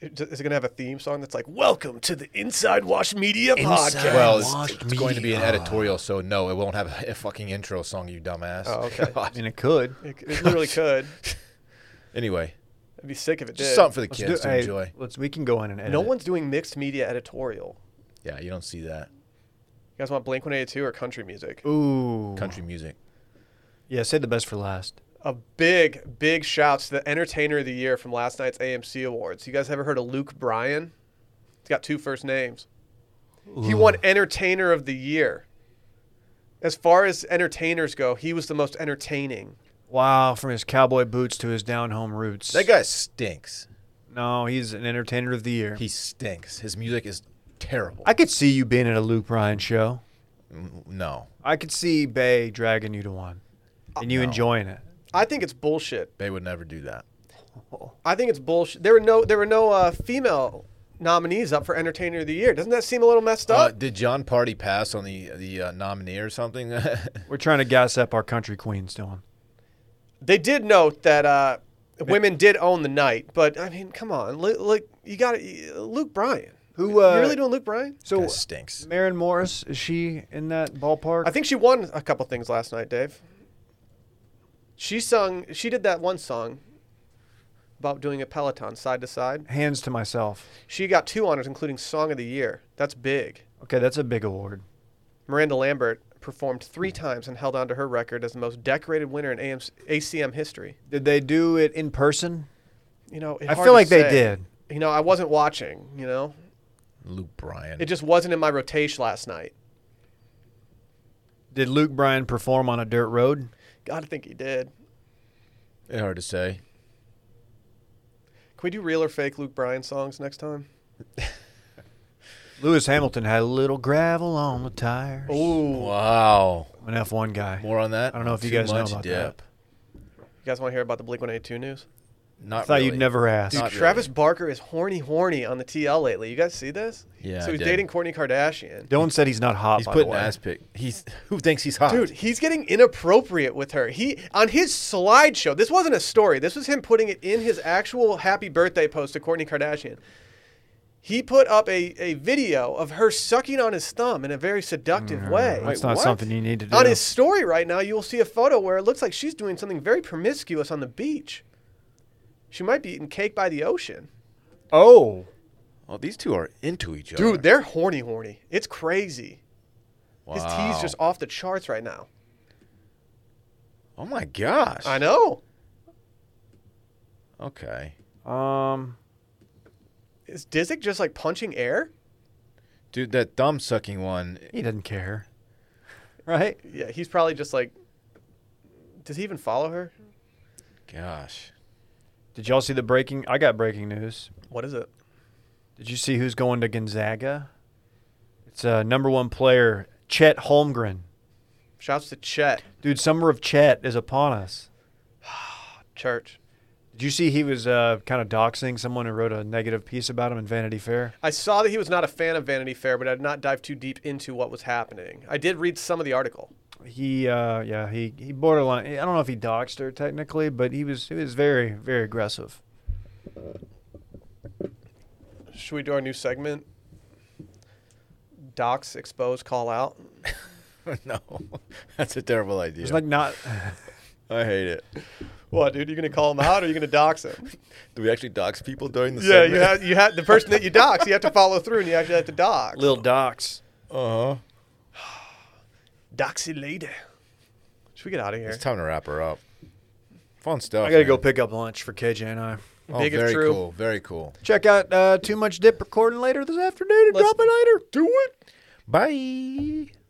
Speaker 1: Is it going to have a theme song that's like "Welcome to the Inside Watch Media Podcast"?
Speaker 3: Well, it's, it's going to be an editorial, so no, it won't have a fucking intro song, you dumbass.
Speaker 1: Oh, okay.
Speaker 2: I mean, it could.
Speaker 1: it, it literally could.
Speaker 3: Anyway,
Speaker 1: I'd be sick if it
Speaker 3: just
Speaker 1: did.
Speaker 3: something for the
Speaker 2: Let's
Speaker 3: kids
Speaker 2: do-
Speaker 3: to
Speaker 2: hey,
Speaker 3: enjoy.
Speaker 2: Let's. We can go in and edit.
Speaker 1: No
Speaker 2: it.
Speaker 1: one's doing mixed media editorial.
Speaker 3: Yeah, you don't see that
Speaker 1: You guys want Blink 182 or country music?
Speaker 2: Ooh.
Speaker 3: country music.
Speaker 2: Yeah, say the best for last.
Speaker 1: A big, big shouts to the Entertainer of the Year from last night's AMC Awards. You guys ever heard of Luke Bryan? He's got two first names. He won Entertainer of the Year. As far as entertainers go, he was the most entertaining.
Speaker 2: Wow, from his cowboy boots to his down home roots.
Speaker 3: That guy stinks.
Speaker 2: No, he's an entertainer of the year.
Speaker 3: He stinks. His music is terrible.
Speaker 2: I could see you being at a Luke Bryan show.
Speaker 3: no,
Speaker 2: I could see Bay dragging you to one, and you enjoying it.
Speaker 1: I think it's bullshit.
Speaker 3: they would never do that.
Speaker 1: I think it's bullshit. There were no, there were no uh, female nominees up for Entertainer of the Year. Doesn't that seem a little messed
Speaker 3: Uh,
Speaker 1: up?
Speaker 3: did John Party pass on the the uh, nominee or something? (laughs)
Speaker 2: We're trying to gas up our country queens, Dylan.
Speaker 1: They did note that uh, women did own the night, but I mean, come on, Lu- like you got Luke Bryan.
Speaker 2: Who, uh,
Speaker 1: you really doing Luke Bryan?
Speaker 2: So,
Speaker 3: Guy stinks.
Speaker 2: Marin Morris is she in that ballpark?
Speaker 1: I think she won a couple things last night, Dave. She sung. She did that one song about doing a peloton side to side.
Speaker 2: Hands to myself.
Speaker 1: She got two honors, including Song of the Year. That's big.
Speaker 2: Okay, that's a big award.
Speaker 1: Miranda Lambert performed three times and held on to her record as the most decorated winner in AMC, ACM history.
Speaker 2: Did they do it in person?
Speaker 1: You know, it's
Speaker 2: I
Speaker 1: hard to
Speaker 2: feel like they
Speaker 1: say.
Speaker 2: did.
Speaker 1: You know, I wasn't watching. You know,
Speaker 3: Luke Bryan.
Speaker 1: it just wasn't in my rotation last night.
Speaker 2: Did Luke Bryan perform on a dirt road?
Speaker 1: God, I think he did.
Speaker 3: Eh, hard to say.
Speaker 1: Can we do real or fake Luke Bryan songs next time?
Speaker 2: Lewis Hamilton had a little gravel on the tires.
Speaker 1: Ooh.
Speaker 3: Wow.
Speaker 2: I'm an F1 guy.
Speaker 3: More on that.
Speaker 2: I don't know if you
Speaker 3: Too
Speaker 2: guys know
Speaker 3: much
Speaker 2: about
Speaker 3: dip.
Speaker 2: that.
Speaker 1: You guys want to hear about the Blink 182 news?
Speaker 2: I
Speaker 3: Not
Speaker 2: thought
Speaker 3: really.
Speaker 2: you'd never ask.
Speaker 1: Dude,
Speaker 3: Not
Speaker 1: Travis Barker is horny, horny on the TL lately. You guys see this?
Speaker 3: Yeah,
Speaker 1: So
Speaker 3: I
Speaker 1: he's
Speaker 3: did.
Speaker 1: dating Kourtney Kardashian.
Speaker 2: Dylan said he's not hot.
Speaker 3: He's
Speaker 2: by
Speaker 3: putting
Speaker 2: the way.
Speaker 3: ass pic. He's who thinks he's hot.
Speaker 1: Dude, he's getting inappropriate with her. He on his slideshow. This wasn't a story. This was him putting it in his actual happy birthday post to Kourtney Kardashian. He put up a, a video of her sucking on his thumb in a very seductive way.
Speaker 2: Mm, That's not
Speaker 3: what?
Speaker 2: something you need to do.
Speaker 1: on his story right now, you will see a photo where it looks like she's doing something very promiscuous on the beach. She might be eating cake by the ocean.
Speaker 2: oh,
Speaker 3: Oh, these two are into each other.
Speaker 1: Dude, they're horny, horny. It's crazy.
Speaker 3: wow.
Speaker 1: His tea's just off the charts right now.
Speaker 3: Oh my gosh.
Speaker 1: I know.
Speaker 3: Okay.
Speaker 2: um,
Speaker 1: Is Disick just like punching air?
Speaker 3: Dude, that thumb sucking one.
Speaker 2: he doesn't care, (laughs) right?
Speaker 1: Yeah, he's probably just like. Does he even follow her?
Speaker 3: Gosh. (laughs)
Speaker 2: Did y'all see the breaking? I got breaking news.
Speaker 1: What is it?
Speaker 2: Did you see who's going to Gonzaga? It's uh, number one player Chet Holmgren.
Speaker 1: Shouts to Chet
Speaker 2: Dude, summer of Chet is upon us.
Speaker 1: Church.
Speaker 2: Did you see he was uh, kind of doxing someone who wrote a negative piece about him in Vanity Fair?
Speaker 1: I saw that he was not a fan of Vanity Fair, but I did not dive too deep into what was happening. I did read some of the article.
Speaker 2: He, uh, yeah, he he borderline. I don't know if he doxed her technically, but he was he was very very aggressive.
Speaker 1: Should we do our new segment? Docs expose call out. (laughs)
Speaker 3: no, (laughs) that's a terrible idea.
Speaker 2: It's like (laughs) not.
Speaker 3: I hate it.
Speaker 1: What, dude? Are you gonna call him out, or are you gonna dox him?
Speaker 3: Do we actually dox people during the
Speaker 1: yeah, you have you have the person that you dox. You have to follow through, and you actually have to dox.
Speaker 2: Lil Docs.
Speaker 3: Uh huh.
Speaker 1: doxy lady. Should we get out of here?
Speaker 3: It's time to wrap her up. Fun stuff.
Speaker 2: I gotta go
Speaker 3: man.
Speaker 2: pick up lunch for KJ and I.
Speaker 3: Oh,
Speaker 1: Big if
Speaker 3: very
Speaker 1: true.
Speaker 3: cool. Very cool.
Speaker 2: Check out uh, Too Much Dip recording later this afternoon and
Speaker 1: Let's-
Speaker 2: dropping later.
Speaker 3: Do it. Bye.